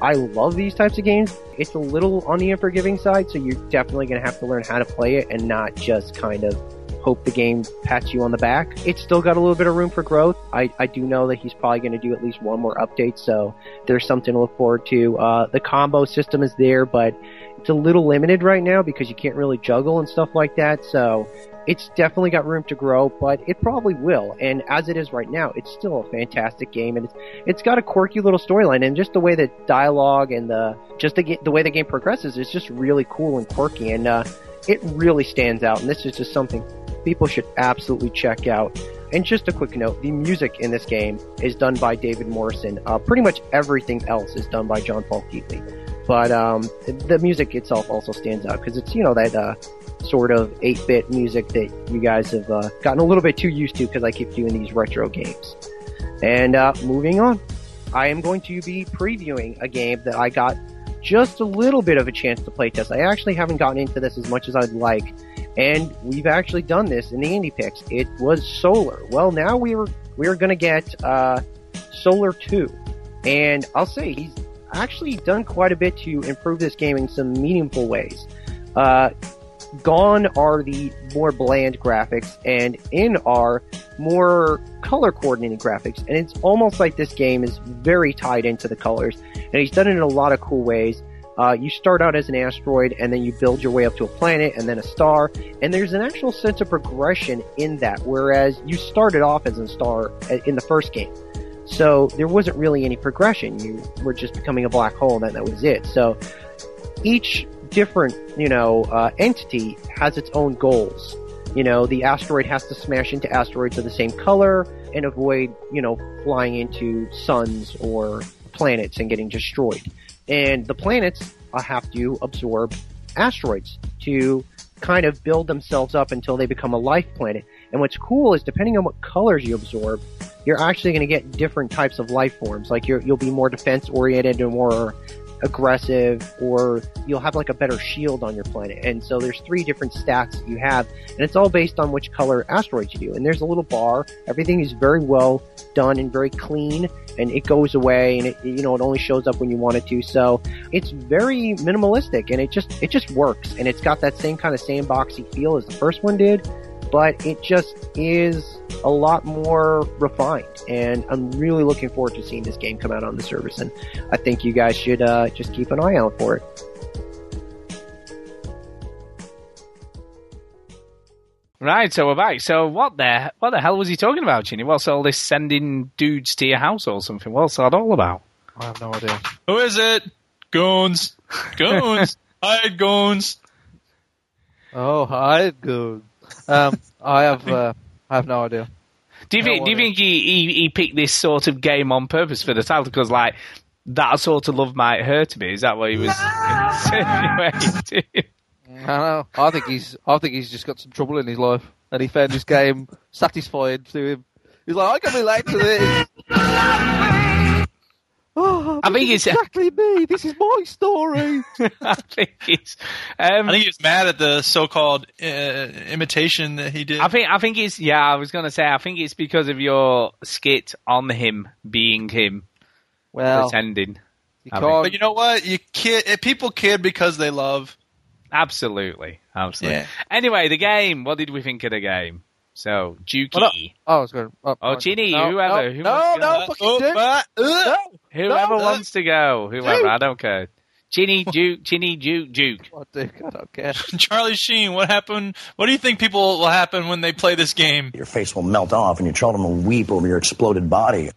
I love these types of games. It's a little on the unforgiving side, so you're definitely going to have to learn how to play it and not just kind of hope the game pats you on the back. It's still got a little bit of room for growth. I, I do know that he's probably going to do at least one more update, so there's something to look forward to. Uh, the combo system is there, but it's a little limited right now because you can't really juggle and stuff like that, so it's definitely got room to grow, but it probably will. And as it is right now, it's still a fantastic game, and it's it's got a quirky little storyline and just the way the dialogue and the just the, ga- the way the game progresses is just really cool and quirky and uh, it really stands out and this is just something people should absolutely check out And just a quick note the music in this game is done by David Morrison. Uh, pretty much everything else is done by John Paul Keatley. But um, the music itself also stands out because it's, you know, that uh, sort of 8 bit music that you guys have uh, gotten a little bit too used to because I keep doing these retro games. And uh, moving on, I am going to be previewing a game that I got just a little bit of a chance to play test. I actually haven't gotten into this as much as I'd like, and we've actually done this in the indie picks. It was Solar. Well, now we were we are going to get uh, Solar Two, and I'll say he's actually done quite a bit to improve this game in some meaningful ways. Uh, gone are the more bland graphics and in are more color coordinated graphics and it's almost like this game is very tied into the colors and he's done it in a lot of cool ways uh, you start out as an asteroid and then you build your way up to a planet and then a star and there's an actual sense of progression in that whereas you started off as a star uh, in the first game so there wasn't really any progression you were just becoming a black hole and that, that was it so each different, you know, uh, entity has its own goals. You know, the asteroid has to smash into asteroids of the same color and avoid, you know, flying into suns or planets and getting destroyed. And the planets uh, have to absorb asteroids to kind of build themselves up until they become a life planet. And what's cool is depending on what colors you absorb, you're actually going to get different types of life forms. Like you're, you'll be more defense oriented and more aggressive or you'll have like a better shield on your planet. And so there's three different stats that you have and it's all based on which color asteroids you do. And there's a little bar. Everything is very well done and very clean and it goes away and it, you know, it only shows up when you want it to. So it's very minimalistic and it just, it just works. And it's got that same kind of sandboxy feel as the first one did. But it just is a lot more refined, and I'm really looking forward to seeing this game come out on the service. And I think you guys should uh, just keep an eye out for it. Right, so we're back. So what the what the hell was he talking about, Chinny? What's all this sending dudes to your house or something? What's that all about? I have no idea. Who is it? Goons. Goons. Hide goons. Oh, hi, good. Um, I have, uh, I have no idea. Do you I don't think, do you want think he, he, he picked this sort of game on purpose for the title? Because like that sort of love might hurt me. Is that what he was insinuating? I know. I think he's, I think he's just got some trouble in his life, and he found this game satisfying to him. He's like, I can relate to this. Oh, I this think is it's- exactly me. This is my story. I think it's. Um, I think he was mad at the so-called uh, imitation that he did. I think I think it's yeah. I was gonna say I think it's because of your skit on him being him Oh. Well, pretending. you I can't. but you know what? You kid, eh, people kid because they love. Absolutely, absolutely. Yeah. Anyway, the game. What did we think of the game? So, Juki, Well, Oh, it's going. Oh, Oh, fine. Ginny, no, whoever, No, who no, wants to no, go? Uh, fucking oh, do it. but, uh, No. whoever no, no. wants to go, whoever, Duke. I don't care. Ginny, Duke, Ginny, Duke, Duke. Oh, Duke, I don't care. Charlie Sheen, what happened? What do you think people will happen when they play this game? Your face will melt off and your children will weep over your exploded body.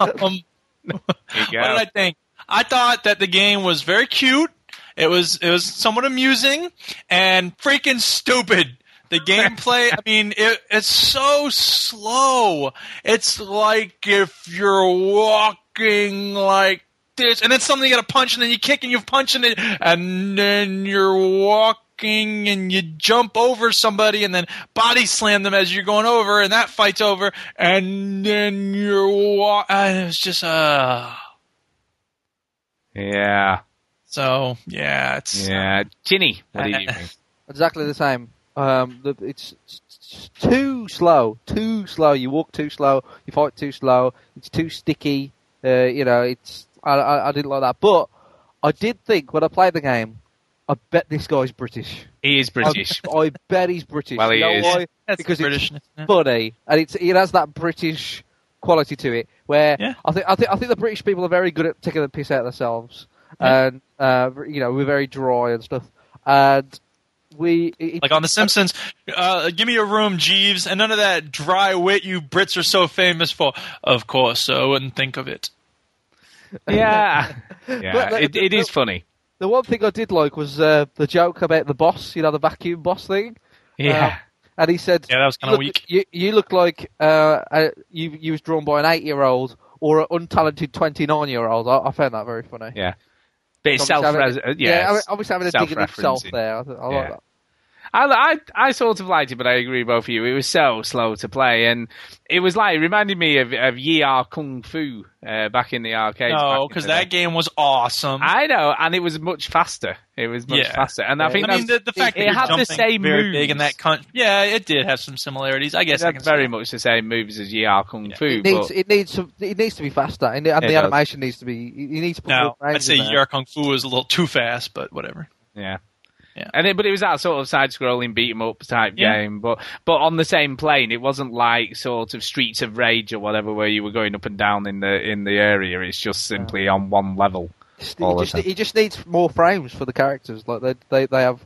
Um, Here you go. What did I think? I thought that the game was very cute. It was it was somewhat amusing and freaking stupid. The gameplay, I mean, it, it's so slow. It's like if you're walking like this, and then something you got to punch, and then you kick, and you punch, and then, and then you're walking, and you jump over somebody, and then body slam them as you're going over, and that fight's over, and then you're walking. It was just uh Yeah, so uh, yeah, it's yeah. Ginny, what did you think? Exactly the same. Um, the, it's s- s- too slow. Too slow. You walk too slow. You fight too slow. It's too sticky. Uh, you know, it's. I, I, I didn't like that, but I did think when I played the game, I bet this guy's British. He is I- British. I, bet he's British. Well, he You know is. why? that's Because it's- British. funny, and it's it has that British quality to it. Where Yeah. I think I think I think the British people are very good at taking the piss out of themselves, Yeah. and uh, you know we're very dry and stuff, and we it, like on The Simpsons, uh, give me a room, Jeeves, and none of that dry wit you Brits are so famous for. Of course, I wouldn't think of it. yeah, But, yeah. like, It, it is but- funny. The one thing I did like was uh, the joke about the boss, you know, the vacuum boss thing. Yeah. Um, and he said, Yeah, that was kinda "Look, weak." You, you look like uh, uh, you you was drawn by an eight year old or an untalented twenty nine year old." I, I found that very funny. Yeah. Bit So self I'm just having- yeah, yeah, I- I was having a dig at himself self-referencing. there. I, th- I Yeah. like that. I, I I sort of liked it, but I agree with both of you. It was so slow to play, and it was like it reminded me of of Yi Ar Kung Fu uh, back in the arcade. No, because that game was awesome. I know, and it was much faster. It was much Yeah. faster, and I think I mean the, that's- the fact it, that you're had jumping the same very moves. big in that con- yeah, it did have some similarities. I guess it I had can very much the same moves as Yi Ar Kung Fu. It needs but- it needs to it needs to be faster, and, the- and It the does. animation needs to be. You need to put more Now, frames I'd say in there. Yar Kung Fu is a little too fast, but whatever. Yeah. Yeah. And it, but it was that sort of side-scrolling beat 'em up type Yeah. game, but but on the same plane. It wasn't like sort of Streets of Rage or whatever, where you were going up and down in the in the area. It's just simply on one level. Just- all he, the just, time. he just needs more frames for the characters. Like they they, they have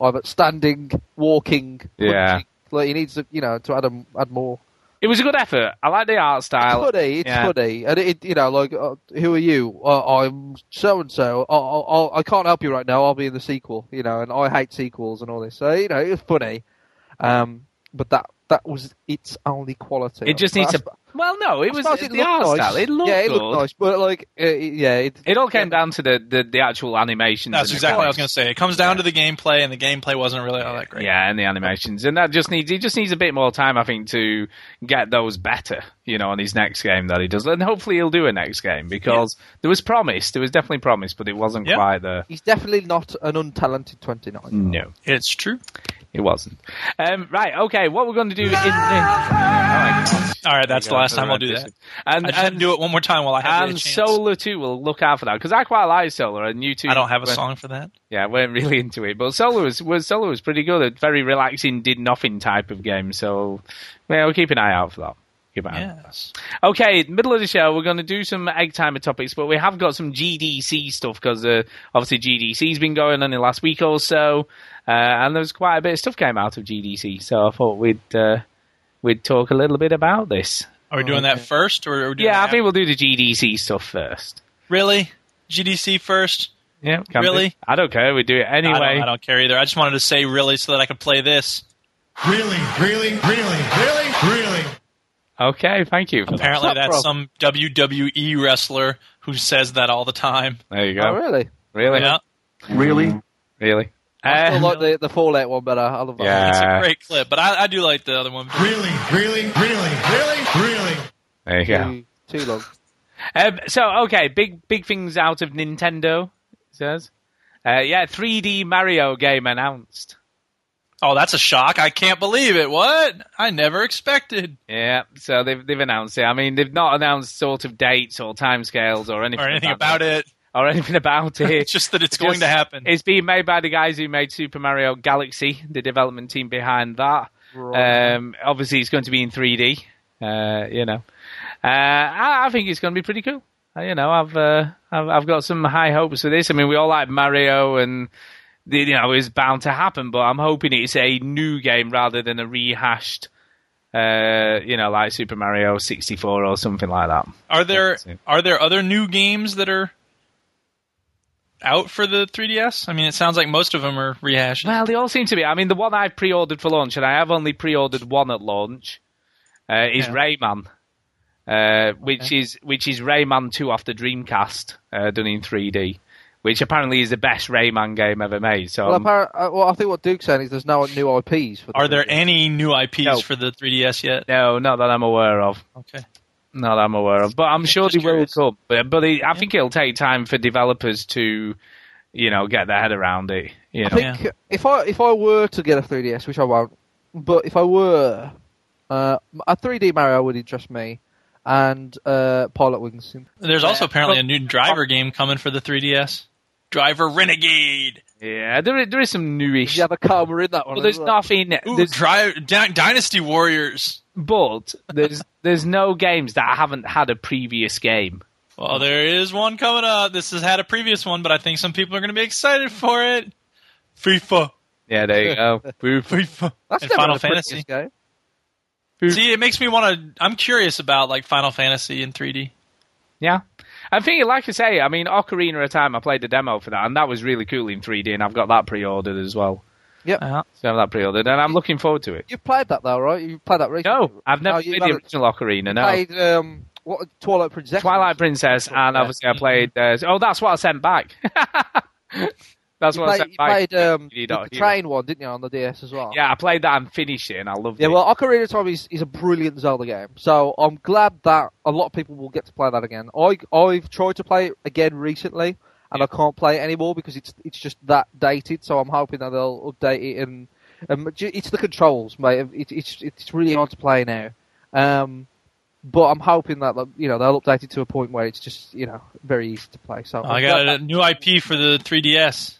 either standing, walking, Yeah. punching. Like he needs to you know to add 'em- add more. It was a good effort. I like the art style. It's funny. It's Yeah. funny, and it, you know, like, uh, who are you? Uh, I'm so and so. I I- I can't help you right now. I'll be in the sequel, you know, and I hate sequels and all this. So you know, it was funny, um, but that that was its only quality. It just But needs to. I sp- Well, no, it I was suppose the art nice. style. It looked yeah, it good. looked nice, but like, uh, it- yeah, it, It all came down to the, the, the actual animations. That's and the exactly what I was graphics. going to say. It comes down to the gameplay, and the gameplay wasn't really all that great. Yeah, and the animations, and that just needs he just needs a bit more time, I think, to get those better. You know, on his next game that he does, and hopefully he'll do a next game because there was promise, there was definitely promise, but it wasn't Yeah. quite there. he's definitely not an untalented twenty nine. No, It's true. it wasn't. Um, right, okay, what we're going to do is. Oh, All right, that's the last time I'll do that. And, I just have and to do it one more time while I have the and chance. Solar 2 will look out for that because I quite like Solar and you two. I don't have a went- song for that. Yeah, I weren't really into it, but Solar was, was Solar was pretty good. A very relaxing, did nothing type of game. So, well, we'll keep an eye out for that. Keep an eye out. Yes. Okay, middle of the show, we're going to do some egg timer topics, but we have got some GDC stuff because uh, obviously GDC's been going on in the last week or so, uh, and there's quite a bit of stuff came out of GDC. So I thought we'd uh, we'd talk a little bit about this. Are we doing that first, or are we doing Yeah, that I think we'll do the GDC stuff first. after? really GDC first. Yeah, can do. Really? I don't care. We do it anyway. I, don't, I don't care either. I just wanted to say really so that I could play this. Really, really, really, really, really. Okay, thank you. for that. Apparently, What's that that's from? some WWE wrestler who says that all the time. There you go. Oh, really? Really? Yeah, Really? Really? I still Uh, like the the Fallout one better. I love that. Yeah. it's Uh, a great clip, but I, I do like the other one. Really, really, really, really, really. there you go. Too, too long. Um, so, okay, big big things out of Nintendo, it says. Uh, yeah, 3D Mario game announced. Oh, that's a shock! I can't believe it. What? I never expected. Yeah, so they've they've announced it. I mean, they've not announced sort of dates or timescales or anything or anything about it. or anything about it. It's just that it's going to Just- happen. It's being made by the guys who made Super Mario Galaxy, the development team behind that. Um, obviously, it's going to be in 3D. Uh, you know, uh, I, I think it's going to be pretty cool. Uh, you know, I've, uh, I've I've got some high hopes for this. I mean, we all like Mario, and the- you know, it's bound to happen. But I'm hoping it's a new game rather than a rehashed. Uh, you know, like Super Mario 64 or something like that. Are there That's it. are there other new games that are out for the 3DS? I mean, it sounds like most of them are rehashed. Well, they all seem to be. I mean, the one I pre-ordered for launch, and I have only pre-ordered one at launch, uh, is Yeah. Rayman, uh, which is which is Rayman Two off the Dreamcast, uh, done in 3D, which apparently is the best Rayman game ever made. So Well, um, apparent, uh, well, I think what Duke's saying is there's no new IPs. For the Are there Dreamcast. any new IPs No. for the 3DS yet? no, not that I'm aware of. Okay. Not that I'm aware of, but I'm sure just they will curious. come. But, but it, I think it'll take time for developers to, you know, get their head around it. You know. I think if I if I were to get a 3DS, which I won't, but if I were, uh, a 3D Mario would interest me, and uh, Pilot Wings. There's also Uh, apparently Well- a new oh. driver game coming for the 3DS. Driver Renegade. Yeah, there is, there is some newish. You have a Karma in that one. but there's isn't there? nothing. Ooh, there's Dri- Dy- Dynasty Warriors. but there's there's no games that haven't had a previous game. Well, there is one coming up. This has had a previous one, but I think some people are going to be excited for it. FIFA. Yeah, there you go. Boo. FIFA. That's and never Final been a previous Fantasy. game. See, it makes me want to. I'm curious about like Final Fantasy in 3D. yeah, I think, like I say, I mean, Ocarina of Time. I played the demo for that, and that was really cool in 3D, and I've got that pre-ordered as well. Uh-huh. Yep. So I have that pre-ordered, and I'm looking forward to it. You played that though, right? You played that recently. No, I've never No, Oh, you played the haven't. original Ocarina. No, You played um, what Twilight Princess. Twilight Princess, and obviously I played. Uh, oh, that's what I sent back. that's You what I played, sent you back. played um, You the, don't- the train one, didn't you, on the DS as well? yeah, I played that and finished it, and I loved Yeah, it. well, Ocarina of Time is, is a brilliant Zelda game, so I'm glad that a lot of people will get to play that again. I I've tried to play it again recently, and I can't play it anymore because it's it's just that dated. So I'm hoping that they'll update it and, and ju- it's the controls, mate. It, it's it's really hard to play now, um, but I'm hoping that like, you know they'll update it to a point where it's just you know very easy to play. So I I'm got glad a new IP for the 3DS.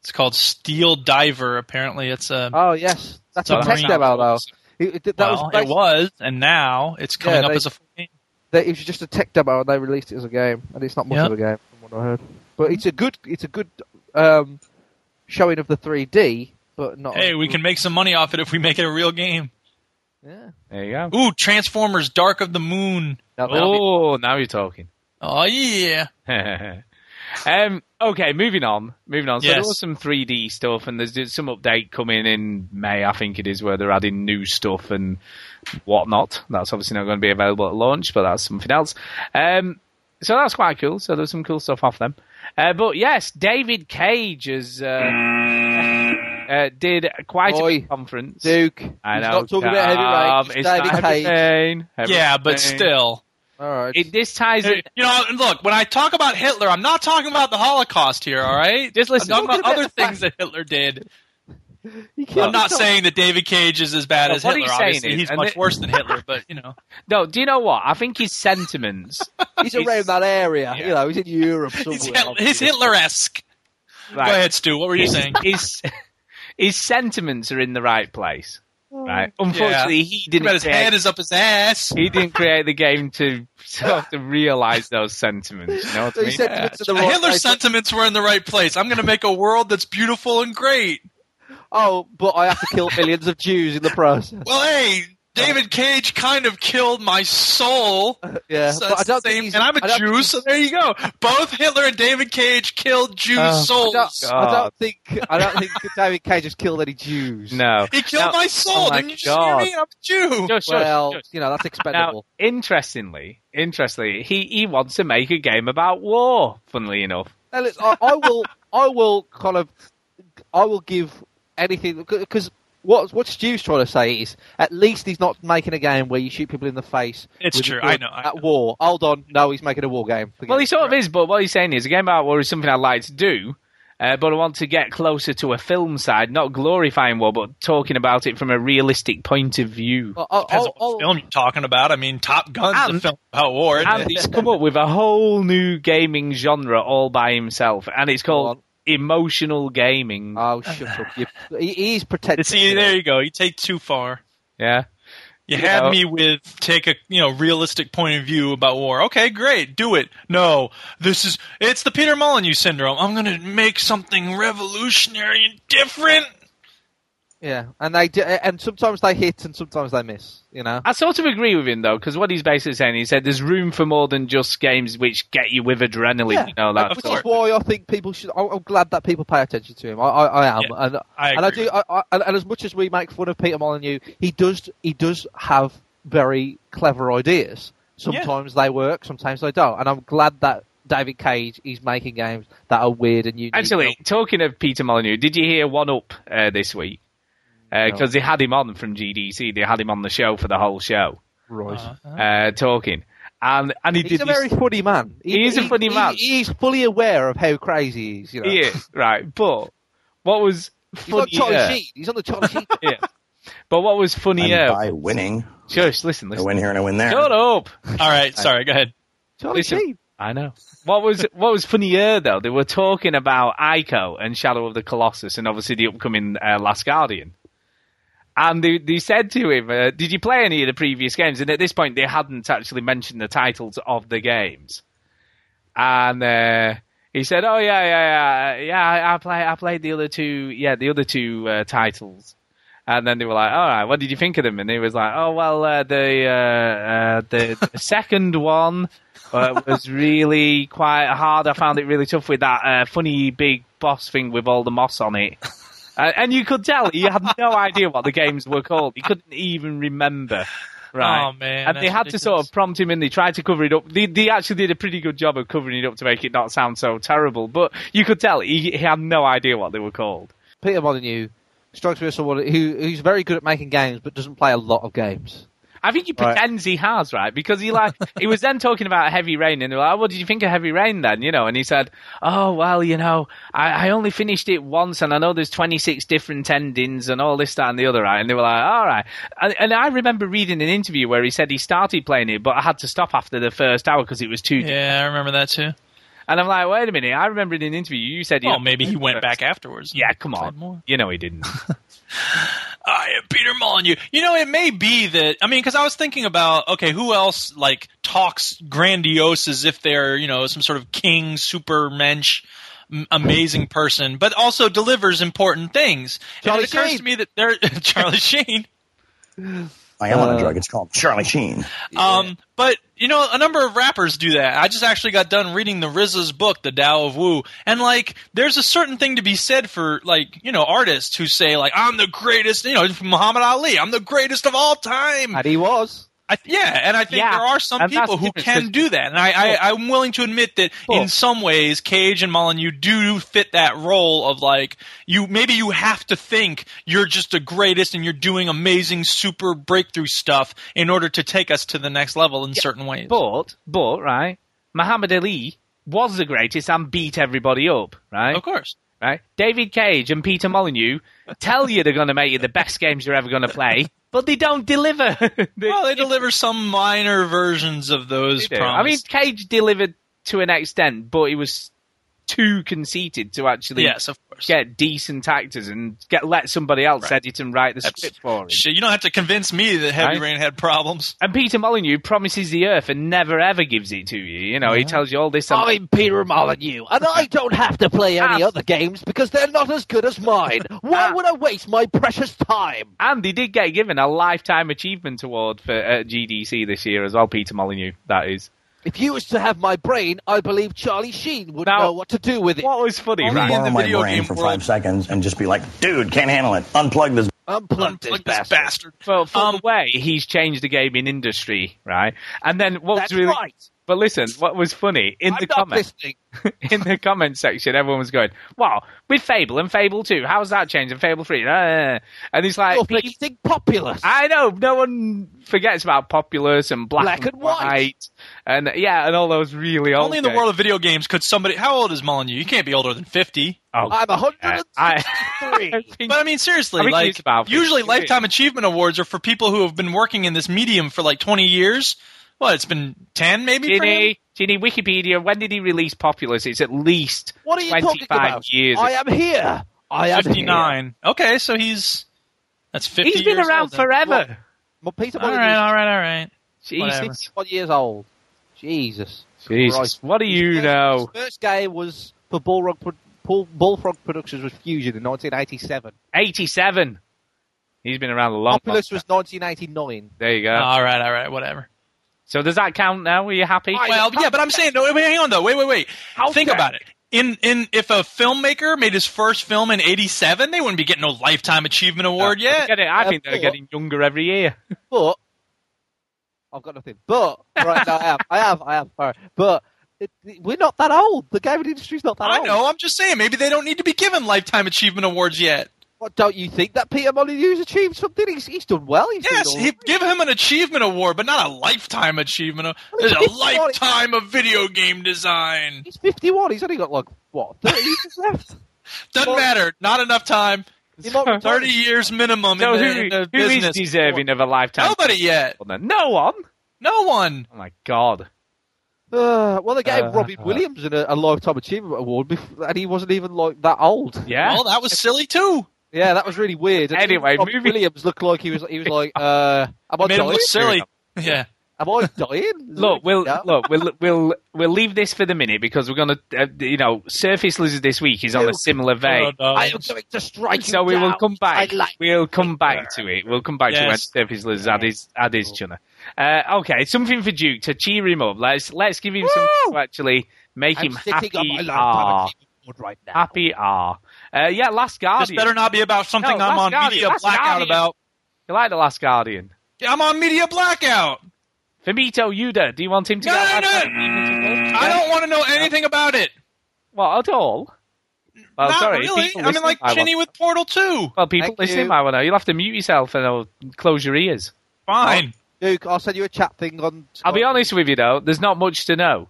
It's called Steel Diver. Apparently, it's a Oh yes, that's a Submarine. tech demo though. It, it- that Well, was it was, and now it's coming Yeah, up they- as a full game. that it was just a tech demo and they released it as a game, and it's not much Yeah. of a game from what I heard. But it's a good, it's a good um, showing of the 3D, but not. Hey, we can make some money off it if we make it a real game. Yeah. There you go. Ooh, Transformers: Dark of the Moon. that'll Oh, now you're talking. Oh yeah. um, okay, moving on. Moving on. So there Yes. was some 3D stuff, and there's there's some update coming in May, I think it is, where they're adding new stuff and whatnot. That's obviously not going to be available at launch, but that's something else. Um, so that's quite cool. So there's some cool stuff off them. Uh, but yes, David Cage has, uh, uh, did quite a Oi. big conference. Duke. he's not talking about Heavy Rain, Tom, it's it's David not Cage. Heavy Rain, Heavy Yeah, but Rain. still. All right. It, this ties Hey, You know, and look, when I talk about Hitler, I'm not talking about the Holocaust here, all right? Just listen. I'm talking about Talking other about things that Hitler did. You can't- I'm not it's saying that David Cage is as bad No, as what Hitler. he's saying Obviously, is- he's and much it- worse than Hitler, but, you know. No, do you know what? I think his sentiments. He's around that area, you know. He's in Europe somewhere. He's, Hit- he's Hitler-esque. Right. Go ahead, Stu. What were you saying? his his sentiments are in the right place. Right. Unfortunately, he didn't. But his create, hand is up his ass. He didn't create the game to sort of realize those sentiments. You know what I So he mean? said to the The right Hitler place. sentiments were in the right place. I'm going to make a world that's beautiful and great. Oh, but I have to kill millions of Jews in the process. Well, hey, David Cage kind of killed my soul. Yeah, So but Uh, I it's the don't think same- he's. and I'm I a don't Jew, think- so there you go. Both Hitler and David Cage killed Jews' I souls. don't, I God. don't think. I don't think David Cage has killed any Jews. No. He killed Now- my soul. Oh my Didn't you God. see me? I'm a Jew. Shush, shush, Well, shush. you know that's Now, expendable. interestingly, interestingly, he, he wants to make a game about war. Funnily enough, Now, listen, I, I will, I will kind of, I will give anything because what what Stu's trying to say is at least he's not making a game where you shoot people in the face. It's with a true, gun I know, I At know. war, hold on, no, he's making a war game. Forget Well, he it. sort of is, but what he's saying is a game about war is something I'd like to do, uh, but I want to get closer to a film side, not glorifying war, but talking about it from a realistic point of view. Well, I'll, Depends I'll, on what film you're talking about. I mean, Top Gun's a And- film about war. isn't And it? he's come up with a whole new gaming genre all by himself, and it's called on. emotional gaming. I'll- oh, shut up! You, he, he's protected. See, e, there you go. You take too far. yeah. You You had know. me with take a you know realistic point of view about war. Okay, great, do it. No, this is it's the Peter Molyneux syndrome. I'm gonna make something revolutionary and different. Yeah, and they do, and sometimes they hit and sometimes they miss. You know. I sort of agree with him though, because what he's basically saying, he said there's room for more than just games which get you with adrenaline. Yeah, you know, that Which sort is why I think people should. I- I'm glad that people pay attention to him. I, I, I am, and I and I agree do. I, I, and, and as much as we make fun of Peter Molyneux, he does. He does have very clever ideas. Sometimes they work, sometimes they don't. And I'm glad that David Cage is making games that are weird and unique. Actually, talking of Peter Molyneux, did you hear One Up uh, this week? Because No. they had him on from GDC, they had him on the show for the whole show, right? uh, talking, and and he Uh-huh. he's did. a very this- funny man. He is a funny man. He, he's fully aware of how crazy he is. You know, he is, right, but what was he's on Charlie funnier? Sheen. He's on the Charlie Sheen. Yeah. But what was And funnier? by winning, Shush, listen, I listen. win here and I win there. Shut up. All right, sorry, go ahead. Charlie Listen, Sheen. I know. What was what was funnier though? They were talking about Ico and Shadow of the Colossus, and obviously the upcoming uh, Last Guardian. And they, they said to him, uh, "Did you play any of the previous games?" And at this point, they hadn't actually mentioned the titles of the games. And uh, he said, "Oh yeah, yeah, yeah, yeah. I, I play, I played the other two, yeah, the other two uh, titles." And then they were like, "All right, what did you think of them?" And he was like, "Oh well, uh, the uh, uh, the the second one uh, was really quite hard. I found it really tough with that uh, funny big boss thing with all the moss on it." Uh, and you could tell he had no idea what the games were called. He couldn't even remember. Right. Oh, man, And they that's had to sort ridiculous. of prompt him and they tried to cover it up. They, they actually did a pretty good job of covering it up to make it not sound so terrible, but you could tell he, he had no idea what they were called. Peter Molyneux strikes me as someone who, who's very good at making games but doesn't play a lot of games. I think he Right. pretends he has, right? Because he like he was then talking about heavy rain, and they were like, "Oh, "What did you think of heavy rain?" Then you know, and he said, "Oh well, you know, I, I only finished it once, and I know there's 26 different endings and all this, that, and the other." Right? And they were like, "All right," and, and I remember reading an interview where he said he started playing it, but I had to stop after the first hour because it was too. Yeah, I remember that too. And I'm like, wait a minute! I remember in an interview you said, Well, you maybe he went back afterwards. Yeah, come on, you know he didn't. I am Peter Molyneux. You know, it may be that I mean, because I was thinking about okay, who else like talks grandiose as if they're you know some sort of king, supermensch, m- amazing person, but also delivers important things. Charlie and it occurs Sheen. to me that they're Charlie Sheen. I am on a drug. It's called Charlie Sheen. Um, but you know, a number of rappers do that. I just actually got done reading the RZA's book, The Tao of Wu, and like, there's a certain thing to be said for like, you know, artists who say like, "I'm the greatest," you know, Muhammad Ali, "I'm the greatest of all time," and he was. I, yeah, and I think Yeah, there are some and that's people who different, can 'cause- do that, and I, I I'm willing to admit that Cool. in some ways, Cage and Mullen, you do fit that role of like you maybe you have to think you're just the greatest and you're doing amazing super breakthrough stuff in order to take us to the next level in certain ways. But but right, Muhammad Ali was the greatest and beat everybody up, right? Of course. Right? David Cage and Peter Molyneux tell you they're going to make you the best games you're ever going to play, but they don't deliver. They- Well, they deliver some minor versions of those they do. I mean, promises. Cage delivered to an extent, but he was too conceited to actually Yes, of course. get decent actors and get let somebody else Right. edit and write the That's- script for him. Shit, you don't have to convince me that Heavy Right? Rain had problems. And Peter Molyneux promises the earth and never ever gives it to you. You know, he tells you all this. Oh, and- I'm Peter Molyneux, and I don't have to play any Ah. other games because they're not as good as mine. Why would I waste my precious time? And he did get given a lifetime achievement award for uh, at GDC this year as well, Peter Molyneux. That is. If you was to have my brain, I believe Charlie Sheen would Now- know what to do with it. What was funny, Only right? in Borrow the my video brain game for world. five seconds and just be like, dude, can't handle it. Unplug this. Unplug this Like this bastard. bastard. Well, for Um, the way he's changed the gaming industry, right? And then what That's was really. right. But listen, what was funny in I'm the not comments listening. in the comment section, everyone was going, "Wow, with Fable and Fable Two, how's that changed? And Fable Three, uh, and it's like, You're fixing populace. I know no one forgets about Populous and Black, Black and White. and yeah, and all those really old. Only in the games. world of video games could somebody. How old is Molyneux? You can't be older than fifty. Oh, I'm I- 163. I think- But I mean, seriously, I mean, like he's about fifty. usually lifetime achievement awards are for people who have been working in this medium for like twenty years. Well, it's been ten maybe. For him? Ginny, Ginny, Wikipedia. When did he release Populous? It's at least what are you talking 25 about? years. I am here. I am Fifty here. nine. Okay, so he's that's fifty. He's been years around old then. What? forever. Well, Peter All Molyneux right, all right, all right. Whatever. Jesus, One years old. Jesus. Jesus, Christ. what do you His first- know? His first game was for Bullfrog, Pro- Bull, Bullfrog Productions was Fusion in 1987. eighty-seven. He's been around a Oh, long. Populous time. was 1989. There you go. Uh, All right, all right, whatever. so does that count now? Are you happy? Well, yeah, but I'm saying no. Wait, hang on though. Wait, wait, wait. Okay. Think about it. In in if a filmmaker made his first film in '87, they wouldn't be getting no lifetime achievement award I yet. get it. I Uh, think they're but- getting younger every year. But I've got nothing. But right now I have. I have. I have. All right. But it, it- we're not that old. The gaming industry's not that I Oh. old. know. I'm just saying. Maybe they don't need to be given lifetime achievement awards yet. What, don't you think that Peter Molyneux's achieved something? He's, he's done well. He's done Yes, all he, right. give him an achievement award, but not a lifetime achievement. a- There's a it's not- lifetime of video game design. He's 51. He's only got like what 30 years left. Doesn't Well- matter. Not enough time. He might retire. Thirty years minimum So in who, the, in the who is business. deserving of a lifetime? Nobody yet. Well, then, No one. No one. Oh my god. Uh, well, they gave Uh, Robin uh. Williams an, a lifetime achievement award, bef- and he wasn't even like that old. Yeah. Well, that was silly too. Yeah, that was really weird. And even Anyway, Robin moving- Williams looked like he was. He was like, uh, "Am I Made him dying? look silly. Yeah. Am I dying?" Look, we'll Yeah. look, we'll we'll we'll leave this for the minute because we're gonna, uh, you know, Surface Lizard this week is on a Look. similar vein. I am going to strike you So we will down. come back. I like we'll come back to it. We'll come back to when Yes. Surface Lizard had his had his chunna. Uh, okay, something for Duke to cheer him up. Let's let's give him something to actually make I'm him sitting happy. on my laptop Ah, and keyboard right now. happy. Ah. Uh, yeah, Last Guardian. better not be about something No, I'm Last on Guardian, media Last blackout Guardian. about. You like The Last Guardian? I'm on media blackout. Fumito Yuda, do you want him to No, get no, last no. Guardian? I don't want to know anything about it. Well, at all. Well, Not Oh, sorry. really. people I mean, listening like might Chinny want- with Portal 2. Well, people Thank listening you. might want to. You'll have to mute yourself and I'll close your ears. Fine. Duke, I'll send you a chat thing on. I'll be honest with you, though. There's not much to know.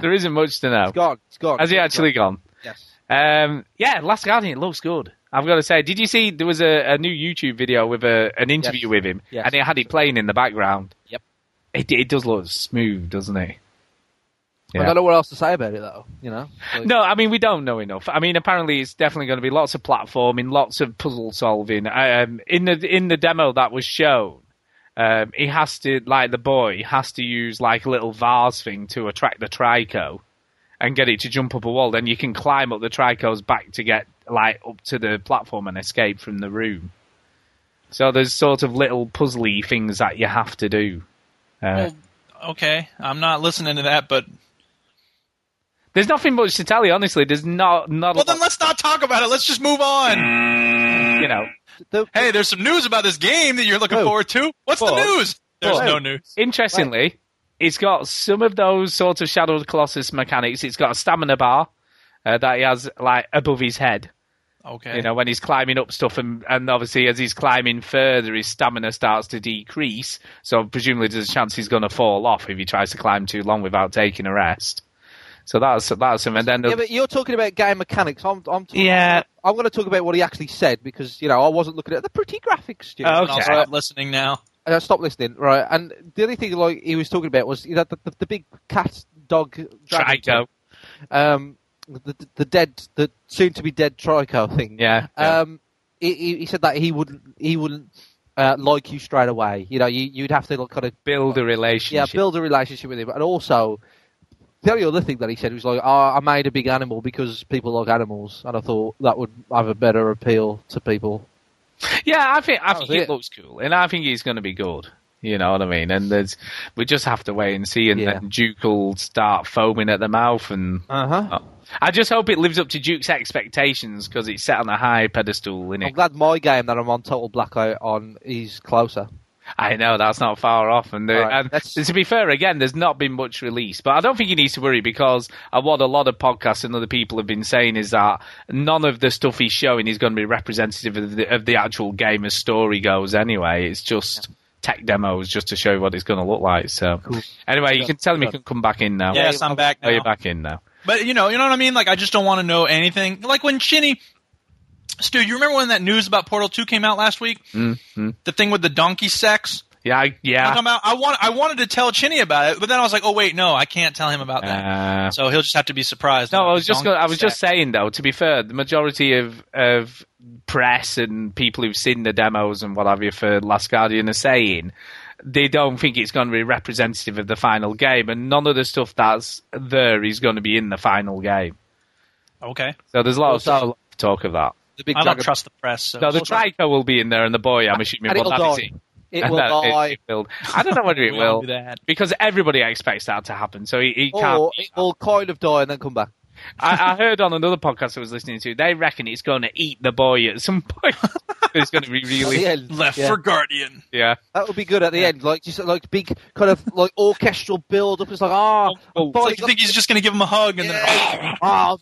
there isn't much to know. It's gone. It's gone. Has he actually gone? Yes. Um, yeah, Last Guardian it looks good. I've got to say, did you see there was a, a new YouTube video with a, an interview with him, Yes. and it had it playing in the background. Yep. It, it does look smooth, doesn't it? I Yeah. don't know what else to say about it though. You know. Like- No, I mean we don't know enough. I mean, apparently it's definitely going to be lots of platforming, lots of puzzle solving. Um, in the in the demo that was shown, um, he has to like the boy has to use like a little vase thing to attract the trico, and get it to jump up a wall. Then you can climb up the trico's back to get like up to the platform and escape from the room. So there's sort of little puzzly things that you have to do. Uh, Okay, I'm not listening to that, but there's nothing much to tell you, honestly. There's not not a well, lot, then let's not talk about it. Let's just move on. you know. Hey, there's some news about this game that you're Oh. looking forward to. What's the But- news? There's but- no news. Interestingly, it's got some of those sort of Shadow of the Colossus mechanics. It's got a stamina bar uh, that he has like above his head. Okay. You know, when he's climbing up stuff, and, and obviously as he's climbing further, his stamina starts to decrease. So presumably, there's a chance he's going to fall off if he tries to climb too long without taking a rest. So that's that's him. And then Yeah, but you're talking about game mechanics. I'm, I'm talking, Yeah. I'm going to talk about what he actually said because you know I wasn't looking at the pretty graphics. Oh, Dude. And I'll stop listening now. Uh, stop listening, right? And the only thing like he was talking about was you know, the, the, the big cat dog dragon Trico. thing. um, the, the- the dead, the soon to be dead trico thing. Yeah, yeah. Um, he, he he said that he wouldn't, he wouldn't uh, like you straight away. You know, you you'd have to like, kind of build a yeah, relationship. build a relationship with him, and also. The only other thing that he said was like, oh, "I made a big animal because people like animals," and I thought that would have a better appeal to people. Yeah, I think I think was it it. looks cool, and I think he's going to be good. You know what I mean? And there's, we just have to wait and see, and Yeah. then Duke will start foaming at the mouth. And Uh-huh. I just hope it lives up to Duke's expectations because it's set on a high pedestal, is I'm glad my game that I'm on total blackout on is closer. I know that's not far off, and, the, All right, and to be fair, again, there's not been much release, but I don't think you need to worry because uh, what a lot of podcasts and other people have been saying is that none of the stuff he's showing is going to be representative of the, of the actual game as story goes. Anyway, it's just tech demos just to show you what it's going to look like. So anyway, you can tell him you can come back in now. Yes, I'm back Oh, you're now. back in now. But you know, you know what I mean. Like, I just don't want to know anything. Like when Chinny, Stu, you remember when that news about Portal Two came out last week? Mm-hmm. Ah. The thing with the donkey sex. Yeah, I, I'm yeah. talking about- I want. I wanted to tell Chinny about it, but then I was like, oh wait, no, I can't tell him about that. Uh, so he'll just have to be surprised. No, I was just Donkey gonna, I was sex. just saying though. To be fair, the majority of of press and people who've seen the demos and what have you for Last Guardian are saying they don't think it's going to be representative of the final game, and none of the stuff that's there is going to be in the final game. Okay. Oh, So there's a lot, of, Also- a lot of talk of that. The big I don't dragon. trust the press. So. No, the Trico will be in there, and the boy, I'm assuming, and will it'll have die. it. It And will that- die, it will. I don't know whether it We all will do that. because everybody expects that to happen. So he, he can't. or Oh, it will kind of die and then come back. I, I heard on another podcast I was listening to, they reckon it's going to eat the boy at some point. it's going to be At the really, end, Left yeah. for Guardian. yeah. that would be good at the end, like just like big kind of like orchestral build up. It's like ah, Oh, boy, It's like you think he's just going to give him a hug and then ah, Yeah. ah,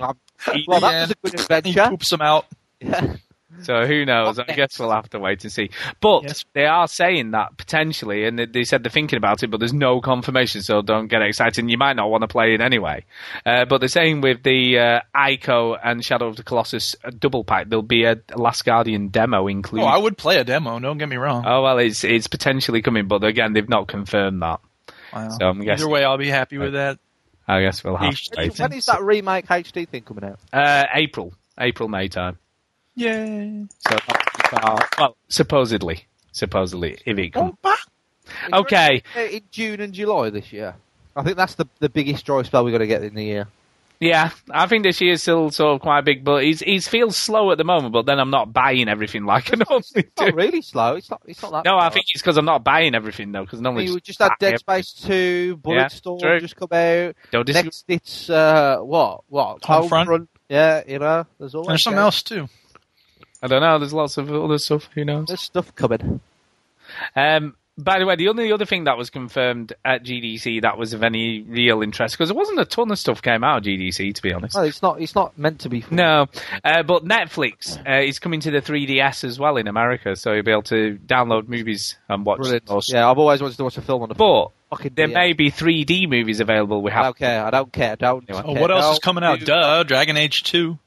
ah. Eat well, the that was a good he adventure. poops him out. Yeah. So who knows? I guess we'll have to wait and see. But Yes. they are saying that potentially, and they- they said they're thinking about it, but there's no confirmation, so don't get excited. And you might not want to play it anyway. Uh, but they're saying with the uh, Ico and Shadow of the Colossus uh, double pack, there'll be a Last Guardian demo Oh, included. I would play a demo. Don't get me wrong. Oh, well, it's it's potentially coming, but again, they've not confirmed that. Wow. so I'm Either guessing- way, I'll be happy with that. I guess we'll have to Each- When wait. is- when is that remake HD thing coming out? Uh, April, April, May time. Yay. So not too far. Well, supposedly, supposedly, if it Oh, comes. Is Okay. it in June and July this year. I think that's the the biggest dry spell we're going to get in the year. Yeah, I think this year's still sort of quite big, but he's he's feels slow at the moment. But then I'm not buying everything like I normally It's do. not really slow. It's not. It's not that. No, I slow. think it's because I'm not buying everything though. Because normally You just just had buy Dead Space Two, Yeah, Bulletstorm true. just come out. Don't disagree. Next, it's uh, what what Homefront? Homefront? Yeah, you know, there's always There's something games. else too. I don't know. There's lots of other stuff. Who knows? There's stuff coming. Um, by the way, the only other thing that was confirmed at GDC that was of any real interest because there wasn't a ton of stuff came out of GDC to be honest. Well, it's not. It's not meant to be. No, uh, but Netflix uh, is coming to the 3DS as well in America, so you'll be able to download movies and watch. Brilliant. those. Yeah, I've always wanted to watch a film on the But fucking. there DS. may be 3D movies available. We I have. don't care. I don't care. I don't. Oh, care. what else is Don't coming out? do- Duh, Dragon Age Two.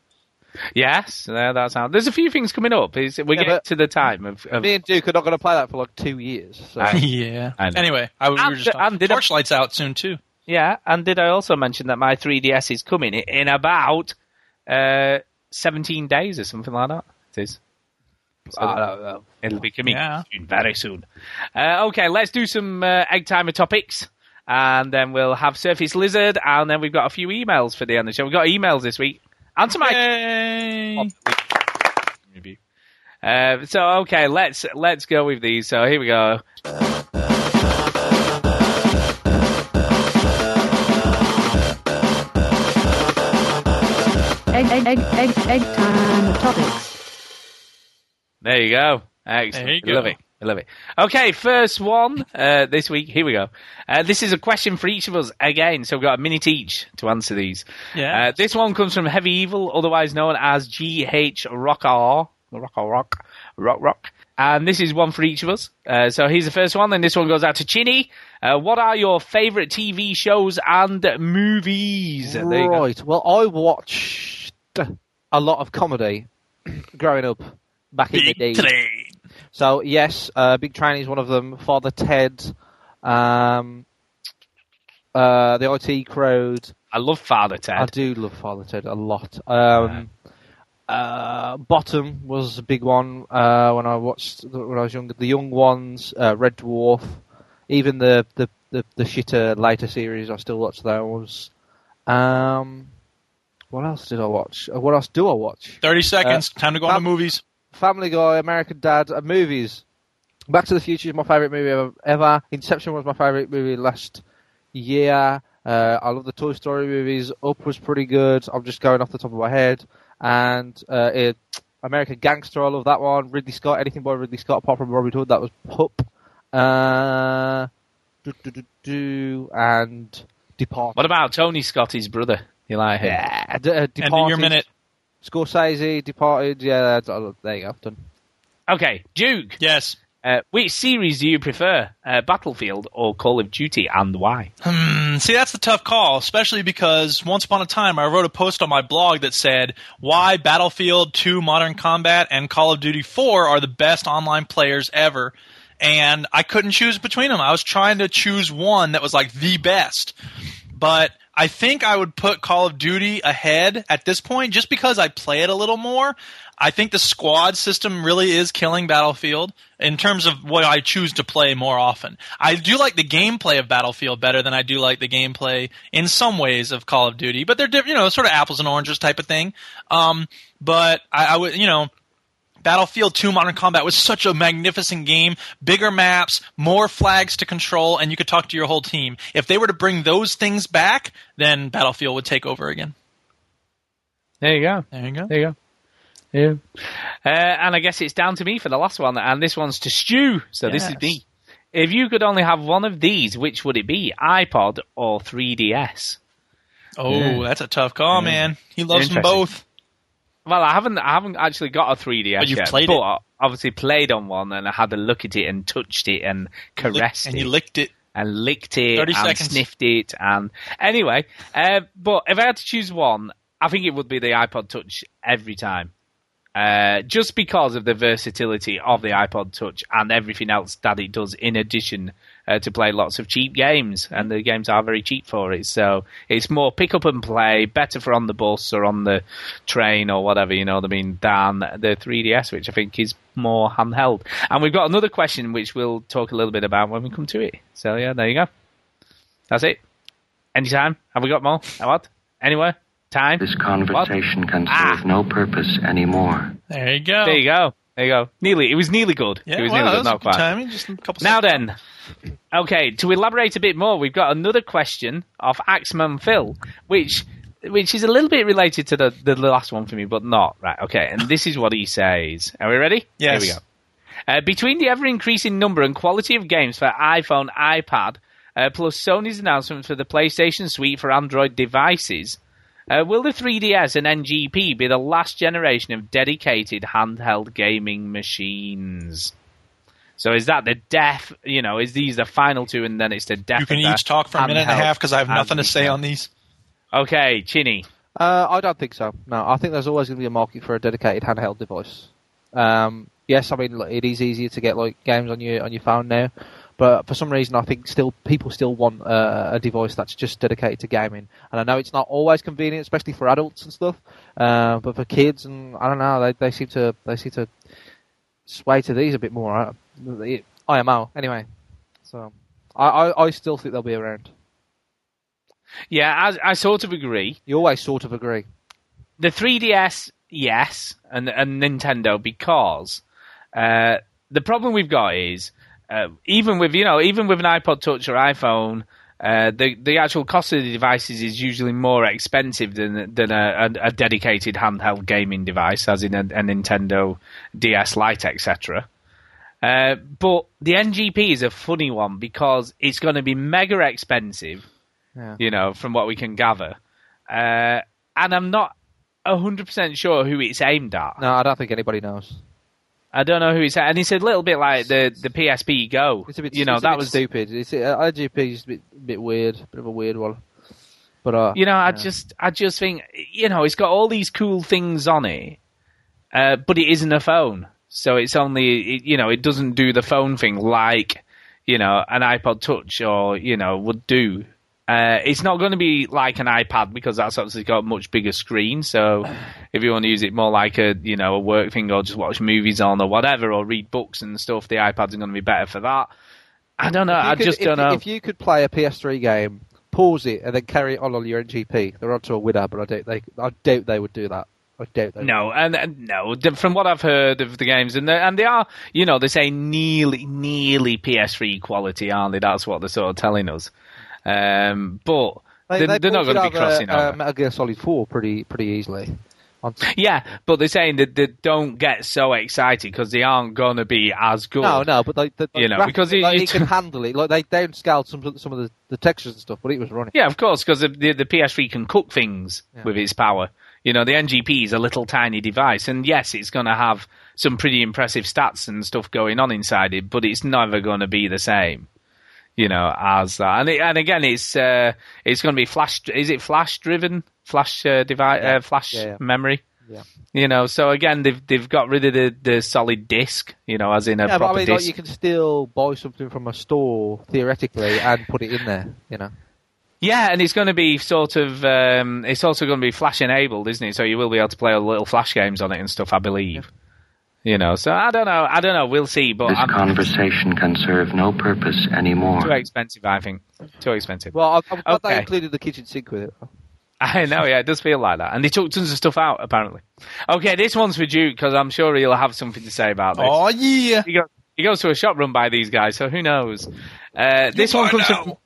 Yes, there, that's how. There's a few things coming up. Is we're Yeah, getting but- to the time of. of Me and Duke are not going to play that for like two years. So. Ah, yeah. I know. Anyway, I we were And- just talking. and did I- Torchlight's out soon too. yeah, and did I also mention that my 3DS is coming i- in about uh, 17 days or something like that? It is. Ah, So It'll be coming Yeah. soon, very soon. Uh, okay, let's do some uh, egg timer topics. And then we'll have Surface Lizard, and then we've got a few emails for the end of the show. We've got emails this week. Answer my Yay. Uh, so okay, let's let's go with these. So here we go. Egg, egg, egg, egg, egg time topics. There you go. Excellent. There you I love go. it. I love it. Okay, first one uh, this week. Here we go. Uh, this is a question for each of us again, so we've got a minute each to answer these. Yeah. Uh, this one comes from Heavy Evil, otherwise known as G.H. Rockar. Rockar Rock. Rock Rock. And this is one for each of us. Uh, so here's the first one, and this one goes out to Chinny. Uh, what are your favourite TV shows and movies? There you go. Right. Well, I watched a lot of comedy growing up back in the day. Big Train. So yes, uh, Big Train is one of them. Father Ted, um, uh, the IT Crowd. I love Father Ted. I do love Father Ted a lot. Um, uh, Bottom was a big one uh, when I watched when I was younger. The Young Ones, uh, Red Dwarf, even the the, the the shitter later series. I still watch those. Um, what else did I watch? Uh, What else do I watch? Thirty seconds. Uh, Time to go on Bob- to movies. Family Guy, American Dad, and movies. Back to the Future is my favorite movie ever- ever. Inception was my favorite movie last year. Uh, I love the Toy Story movies. Up was pretty good. I'm just going off the top of my head. And uh, it, American Gangster, I love that one. Ridley Scott, anything by Ridley Scott apart from Robin Hood, that was Pup. Uh, do, do, do, do, and Departed. What about Tony Scott, his brother? You like him? Yeah, d- uh, End of your Departed. minute. Scorsese, Departed. Yeah, that's- oh, there you go. Done. Okay, Duke. Yes. Uh, which series do you prefer, uh, Battlefield or Call of Duty, and why? Hmm, see, that's the tough call, especially because once upon a time I wrote a post on my blog that said why Battlefield 2 Modern Combat and Call of Duty 4 are the best online players ever. And I couldn't choose between them. I was trying to choose one that was like the best. But I think I would put Call of Duty ahead at this point just because I play it a little more. I think the squad system really is killing Battlefield in terms of what I choose to play more often. I do like the gameplay of Battlefield better than I do like the gameplay in some ways of Call of Duty, but they're diff- you know sort of apples and oranges type of thing. Um, but I, I would you know Battlefield 2 Modern Combat was such a magnificent game. Bigger maps, more flags to control, and you could talk to your whole team. If they were to bring those things back, then Battlefield would take over again. There you go. There you go. There you go. Yeah. Uh, and I guess it's down to me for the last one, and this one's to Stew. So this is Yes. me. If you could only have one of these, which would it be? iPod or 3DS? Oh, that's a tough call, man. He loves them Interesting. both. Well, I haven't, I haven't actually got a 3DS But you've yet, played but it. I obviously played on one, and I had a look at it and touched it and caressed and it. you licked it. and licked it 30 and seconds. sniffed it and anyway uh, but if i had to choose one i think it would be the ipod touch every time uh, just because of the versatility of the ipod touch and everything else that it does in addition uh, to play lots of cheap games and the games are very cheap for it so it's more pick up and play better for on the bus or on the train or whatever you know what i mean than the 3ds which i think is more handheld and we've got another question which we'll talk a little bit about when we come to it so yeah there you go that's it. Anytime. Have we got more? What? Anywhere? Time? This What? conversation can serve Ah. no purpose anymore. There you go. There you go. There you go. Nearly. It was nearly good. Oh. Yeah, it was wow, nearly good. that was a Not good quite. timing. Just a couple Now seconds. then. Okay, to elaborate a bit more, we've got another question of Axeman Phil, which which is a little bit related to the, the last one for me, but not. Right, okay. And this is what he says. Are we ready? Yes. Here we go. Uh, between the ever increasing number and quality of games for iPhone, iPad, uh, plus Sony's announcement for the PlayStation Suite for Android devices, uh, will the 3DS and NGP be the last generation of dedicated handheld gaming machines? So is that the death? You know, is these the final two, and then it's the death? You can of the each talk for a minute and a handheld half because I have nothing to handheld. say on these. Okay, Chinny. Uh, I don't think so. No, I think there's always going to be a market for a dedicated handheld device. Um, yes, I mean like, it is easier to get like games on your on your phone now, but for some reason I think still people still want uh, a device that's just dedicated to gaming. And I know it's not always convenient, especially for adults and stuff, uh, but for kids and I don't know, they they seem to they seem to sway to these a bit more. I, it- IMO anyway, so I, I I still think they'll be around. Yeah, I, I sort of agree. You always sort of agree. The 3DS, yes, and and Nintendo because uh, the problem we've got is uh, even with you know even with an iPod Touch or iPhone. Uh, the the actual cost of the devices is usually more expensive than than a, a, a dedicated handheld gaming device, as in a, a Nintendo DS Lite, etc. Uh, but the NGP is a funny one because it's going to be mega expensive, Yeah. you know, from what we can gather. Uh, and I'm not 100% sure who it's aimed at. No, I don't think anybody knows. I don't know who it's at. And it's a little bit like the, the PSP Go. It's a bit, you know, it's a that bit was. stupid. It's uh, IGP is a bit, bit weird, bit of a weird one. But uh, You know, I yeah. just, I just think, you know, it's got all these cool things on it, uh, but it isn't a phone, so it's only, it, you know, it doesn't do the phone thing like, you know, an iPod Touch or you know would do. Uh, it's not going to be like an iPad because that's obviously got a much bigger screen. So if you want to use it more like a you know a work thing or just watch movies on or whatever or read books and stuff, the iPads are going to be better for that. I don't know. If you I could- just if- don't know. If you could play a PS3 game, pause it, and then carry it on on your NGP, they're onto a winner. But I doubt they, I doubt they would do that. I doubt they. No, and, and no. th- From what I've heard of the games, and they, and they are, you know, they say nearly, nearly PS3 quality, aren't they? That's what they're sort of telling us. Um, but Would. they, are not ported going to be over, crossing uh, over. Metal Gear Solid Four pretty pretty easily. Onto- yeah, but they're saying that they don't get so excited because they aren't going to be as good. No, no, but they, they, You know, graphics- because it- like, it's- can handle it. Like they downscaled some some of the, the textures and stuff, but it was running. Yeah, of course, because the, the, the PS3 can cook things with its power. You know, the NGP is a little tiny device, and yes, it's going to have some pretty impressive stats and stuff going on inside it, but it's never going to be the same. You know, as that, and it, and again, it's uh, it's going to be flash. Is it flash driven? Flash uh, device? Uh, flash Yeah, yeah. memory? Yeah. You know, so again, they've they've got rid of the, the solid disk. You know, as in a yeah, but I proper mean, disk. like, you can still buy something from a store theoretically and put it in there. You know. Yeah, and it's going to be sort of. Um, it's also going to be Flash enabled, isn't it? So you will be able to play all the little Flash games on it and stuff, I believe. You know, so I don't know. I don't know. We'll see. But This I'm conversation can serve no purpose anymore. too expensive. I think too expensive. Well, I'm, I'm glad they Okay. included the kitchen sink with it. I know. Yeah, it does feel like that. And they took tons of stuff out apparently. Okay, this one's for Duke because I'm sure he'll have something to say about this. Oh yeah. He goes, he goes to a shop run by these guys, so who knows? Uh, this one comes from.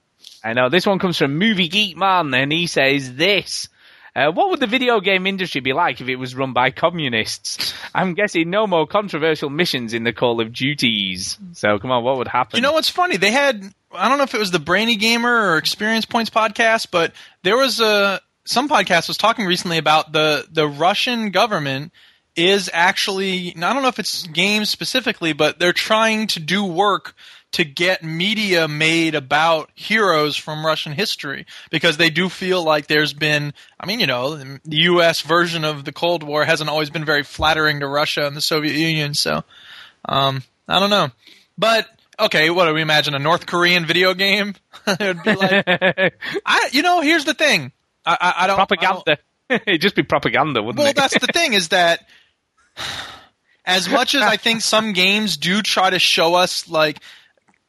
I know this one comes from Movie Geek Man, and he says this. Uh, what would the video game industry be like if it was run by communists? I'm guessing no more controversial missions in the Call of Duties. So come on, what would happen? You know what's funny? They had I don't know if it was the Brainy Gamer or Experience Points podcast, but there was a some podcast was talking recently about the the Russian government is actually and I don't know if it's games specifically, but they're trying to do work to get media made about heroes from Russian history because they do feel like there's been I mean, you know, the US version of the Cold War hasn't always been very flattering to Russia and the Soviet Union, so um, I don't know. But okay, what do we imagine a North Korean video game? It'd be like, I, you know, here's the thing. I, I, I don't I don't- propaganda. It'd just be propaganda, wouldn't well, it? that's the thing is that as much as I think some games do try to show us like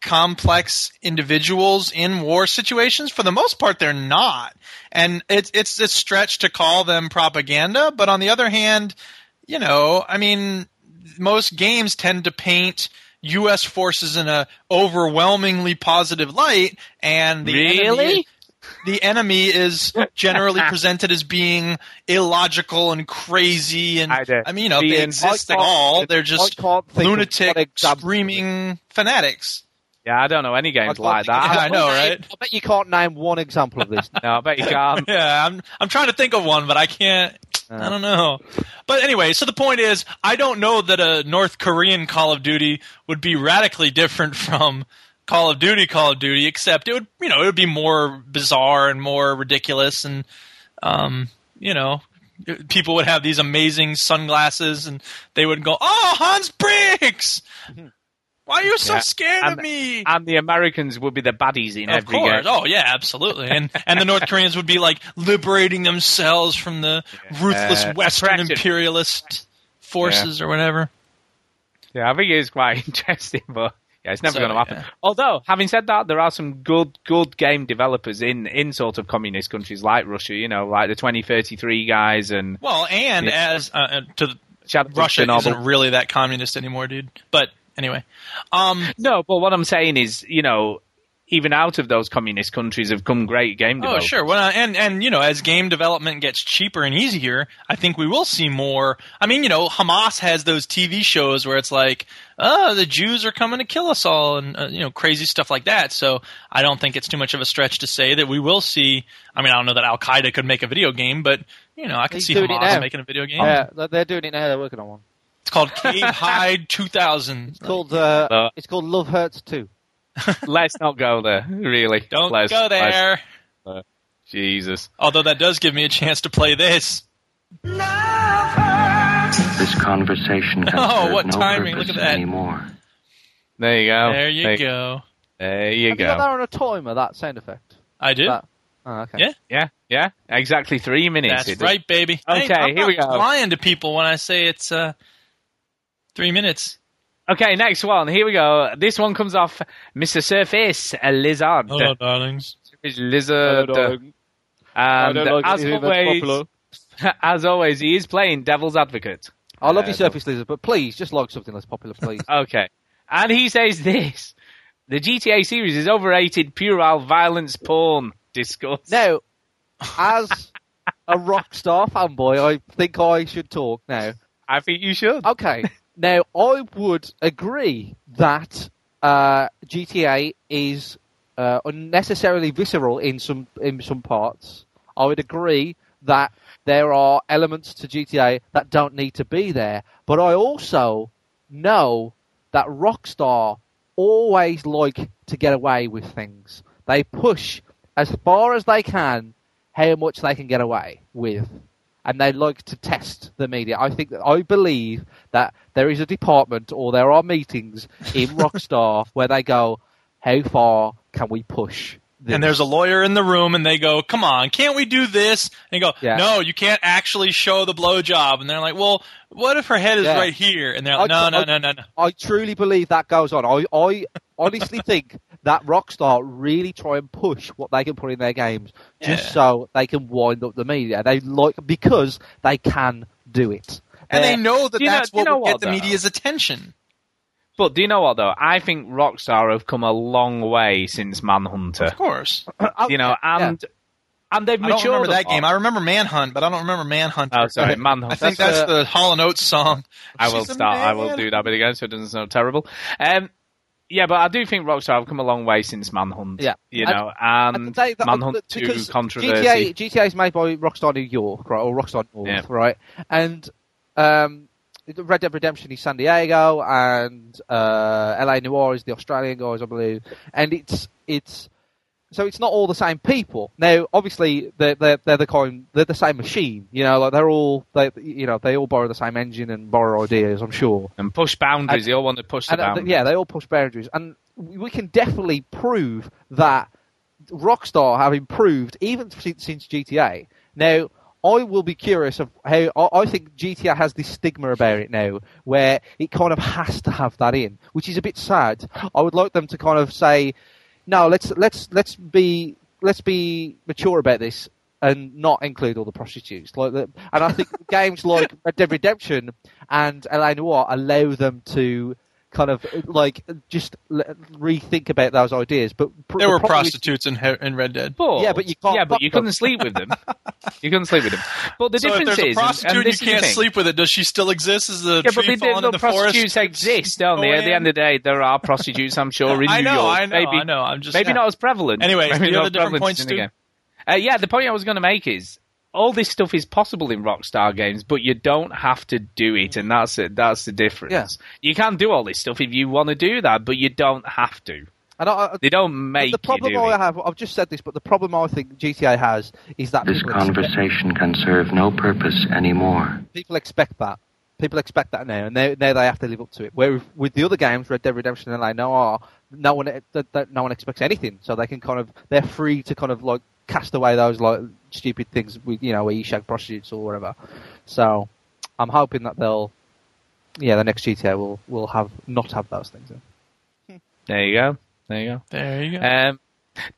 complex individuals in war situations, for the most part, they're not. And it's it's a stretch to call them propaganda, but on the other hand, you know, I mean, most games tend to paint U.S. forces in a overwhelmingly positive light, and the enemy- Really? the enemy is generally presented as being illogical and crazy, and I, mean, you know, if they Being- exist I at can't- all. They're I just can't think of lunatic, one example. screaming fanatics. Yeah, I don't know any games like that. Yeah, I know, right? I bet you can't name one example of this. no, I bet you can't. yeah, I'm I'm trying to think of one, but I can't. I don't know. But anyway, so the point is, I don't know that a North Korean Call of Duty would be radically different from Call of Duty Call of Duty, except it would you know it would be more bizarre and more ridiculous, and um, you know. People would have these amazing sunglasses, and they would go, "Oh, Hans Briggs, why are you so Yeah. scared of And- me?" And the Americans would be the baddies in Of every game. course. Oh yeah, absolutely. And and the North Koreans would be like liberating themselves from the ruthless Uh, Western imperialist forces Yeah. or whatever. Yeah, I think it is quite interesting, but yeah, it's never So, going to happen. Although, having said that, there are some good good game developers in in sort of communist countries like Russia. You know, like the twenty thirty three guys and Well, and as uh, uh, to the, Shadow of Russia Chernobyl. isn't really that communist anymore, dude. But anyway, um, no. But what I'm saying is, you know, even out of those communist countries have come great game oh developers. sure. Well, uh, and and you know, as game development gets cheaper and easier, I think we will see more. I mean, you know, Hamas has those TV shows where it's like, oh, the Jews are coming to kill us all, and uh, you know, crazy stuff like that. So I don't think it's too much of a stretch to say that we will see. I mean, I don't know that Al Qaeda could make a video game, but you know, I can He's see doing it Hamas now. making a video game. Yeah, they're- they're doing it now. They're working on one. It's called Cave Hide 2000. It's called uh, Uh, it's called Love Hurts Two. Let's not go there. Really, Don't Let's- go let's- there. uh, Jesus. Although that does give me a chance to play this. This conversation can Oh, serve what no timing. purpose Look at that. anymore. There you go. There you go. There you Have go. you got that on a timer? That sound effect. I do. That- Oh, okay. Yeah. Yeah, yeah, exactly three minutes. It- That's right, baby. I ain't- Okay, I'm here we not go. Lying to people when I say it's uh, three minutes. Okay, next one. Here we go. This one comes off Mr. Surface, a lizard. Hello, darlings. Surface lizard. uh, And I don't like as anything that's always, popular. as always, he is playing devil's advocate. I love your Uh, Surface Lizard, but please just log something less popular, please. Okay, and he says this: the GTA series is overrated, puerile violence porn. Discuss. now, as a rock star fanboy, I think I should talk now. I think you should. Okay. Now, I would agree that uh, GTA is uh, unnecessarily visceral in some in some parts. I would agree that there are elements to GTA that don't need to be there, but I also know that Rockstar always like to get away with things. They push as far as they can how much they can get away with. And they like to test the media. I think that I believe that there is a department or there are meetings in Rockstar where they go, How far can we push? This? And there's a lawyer in the room, and they go, "Come on, can't we do this?" And they go, Yeah. "No, you can't actually show the blowjob." And they're like, "Well, what if her head is Yeah. right here?" And they're I- like, "No, no, I- no, no, no." I truly believe that goes on. I, I honestly think that Rockstar really try and push what they can put in their games just Yeah. so they can wind up the media. They like because they can do it. And they They're- know that Do you know- that's do you what know will get what, the though? media's attention. But do you know what though? I think Rockstar have come a long way since Manhunter. Of course, oh, You know, and and they've I don't matured. remember a that lot. game. I remember Manhunt, but I don't remember Manhunt. Oh, sorry, Manhunt. I think that's, That's, uh, the Hall and Oates song. I will She's a start. I will man. do that bit again, so it doesn't sound terrible. Um, yeah, but I do think Rockstar have come a long way since Manhunt. Yeah. you And- know, and, And they- that- uh, Manhunt that- Two because controversy. GTA, GTA is made by Rockstar New York, right, or Rockstar North, Yeah. right? And um, Red Dead Redemption is San Diego, and uh, LA Noir is the Australian guys, I believe. And it's it's so it's not all the same people. Now, obviously, they're they're, they're the kind they're the same machine, you know, like they're all they you know they all borrow the same engine and borrow ideas. I'm sure. and push boundaries. And- they all want to push the And, uh, th- boundaries. yeah, they all push boundaries, and we we can definitely prove that Rockstar have improved even since, since GTA. Now, I will be curious of how I, I think GTA has this stigma about it now, where it kind of has to have that in, which is a bit sad. I would like them to kind of say, no, let's let's let's be let's be mature about this and not include all the prostitutes. Like, the, and I think games like Red Dead Redemption and LA Noir allow them to kind of like just le- rethink about those ideas. But pr- There the were problem is- prostitutes in, He- in Red Dead. yeah, but you can't. yeah, but fuck you them. couldn't sleep with them. You couldn't sleep with them. But the so if difference there's a is, and- prostitute, and this you is the can't thing. sleep with it. Does she still exist? Is the Yeah, but tree they, falling the in the forest? prostitutes exist, don't they? At the end of the day, there are prostitutes, I'm sure, in I know, New York. I know, maybe, I know, I'm just- maybe yeah. not as prevalent. Anyway, Maybe do you not have as the different prevalent points, in the Stu? game. Uh, yeah, the point I was going to make is all this stuff is possible in Rockstar games, but you don't have to do it, and that's it. That's the difference. You can do all this stuff if you want to do that, but you don't have to. And I, I- They don't make the problem you do I it. have, I've just said this, but the problem I think GTA has is that This people expect- conversation can serve no purpose anymore. people expect that. People expect that now, and now, now they have to live up to it. Where with- with the other games, Red Dead Redemption and I know are no one that- that- no one expects anything, so they can kind of they're free to kind of like cast away those like stupid things with you know where you shag prostitutes or whatever. So I'm hoping that they'll yeah the next GTA will will have not have those things. In. There you go. There you go. There you go. Um,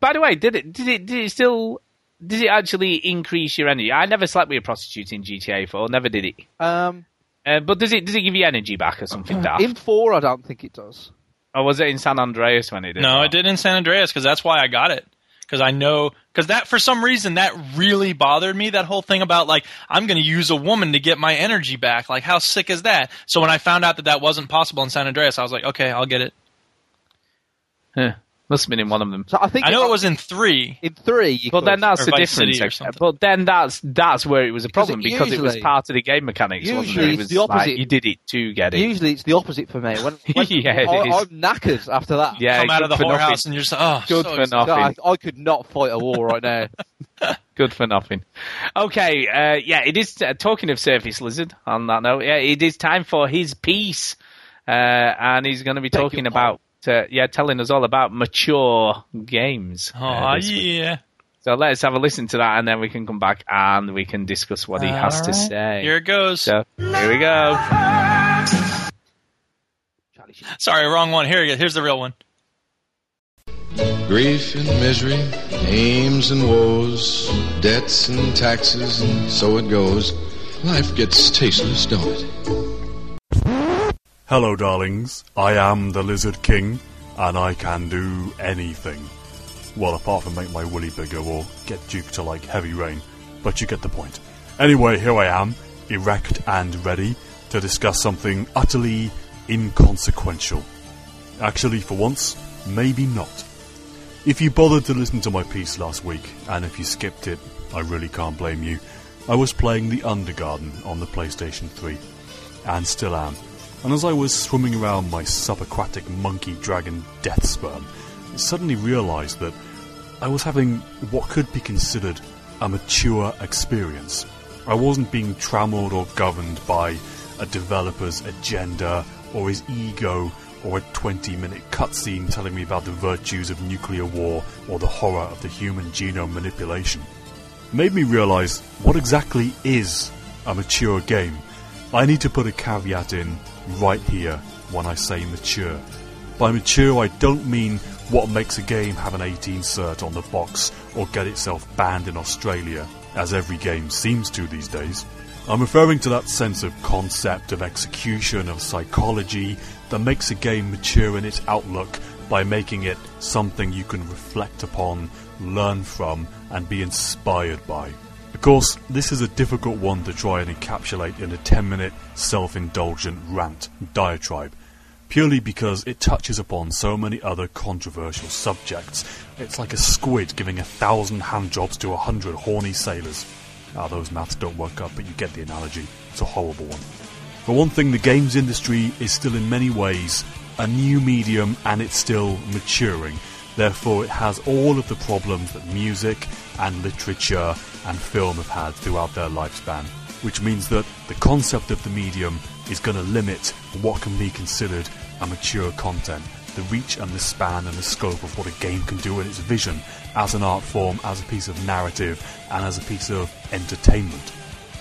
by the way, did it did it did it still did it actually increase your energy? I never slept with a prostitute in GTA Four. Never did it. Um, Uh, but does it does it give you energy back or something? Ah. Daft? in four, I don't think it does. or was it in San Andreas when it did? No, that? I did in San Andreas because that's why I got it. Because I know, because that for some reason that really bothered me. That whole thing about like I'm going to use a woman to get my energy back. Like how sick is that? So when I found out that that wasn't possible in San Andreas, I was like, okay, I'll get it. Huh. Must have been in one of them. So I think I know it was in three. in three. You But could. then that's Or the Vice City difference. or actually. something. But then that's that's where it was a Because problem it because it was usually- part of the game mechanics. wasn't usually it? it it's was the like opposite. you did it to get it. Usually it's the opposite for me. When, when Yeah, it I, is. I'm knackered after that. yeah, Come out of the good for nothing. whorehouse and you're just oh, Good so for excited. nothing. God, I, I could not fight a war right now. Good for nothing. Okay, uh, yeah, it is. Uh, talking of Surface Lizard, on that note, yeah, it is time for his piece, uh, and he's going to be talking about, uh, yeah, telling us all about mature games. uh, Oh this week. yeah, So let's have a listen to that, and then we can come back and we can discuss what he has to Alright. say. here it goes. so here we go. Sorry, wrong one. Here you go. Here's the real one. Grief and misery, aims and woes, debts and taxes, and so it goes. Life gets tasteless, don't it? Hello, darlings. I am the Lizard King, and I can do anything. Well, apart from make my woolly bigger or get Duke to like heavy rain, but you get the point. Anyway, here I am, erect and ready to discuss something utterly inconsequential. Actually, for once, maybe not. If you bothered to listen to my piece last week, and if you skipped it, I really can't blame you. I was playing The Undergarden on the PlayStation 3, and still am. And as I was swimming around my subaquatic monkey dragon death sperm, I suddenly realised that I was having what could be considered a mature experience. I wasn't being trammelled or governed by a developer's agenda or his ego or a 20 minute cutscene telling me about the virtues of nuclear war or the horror of the human genome manipulation. Made me realise what exactly is a mature game. I need to put a caveat in right here when I say mature. By mature, I don't mean what makes a game have an 18 cert on the box or get itself banned in Australia, as every game seems to these days. I'm referring to that sense of concept, of execution, of psychology that makes a game mature in its outlook by making it something you can reflect upon, learn from, and be inspired by. Of course, this is a difficult one to try and encapsulate in a 10 minute self indulgent rant diatribe, purely because it touches upon so many other controversial subjects. It's like a squid giving a thousand hand jobs to a hundred horny sailors. Ah, those maths don't work up, but you get the analogy. It's a horrible one. For one thing, the games industry is still in many ways a new medium and it's still maturing. Therefore, it has all of the problems that music and literature and film have had throughout their lifespan, which means that the concept of the medium is going to limit what can be considered a mature content, the reach and the span and the scope of what a game can do in its vision as an art form, as a piece of narrative, and as a piece of entertainment.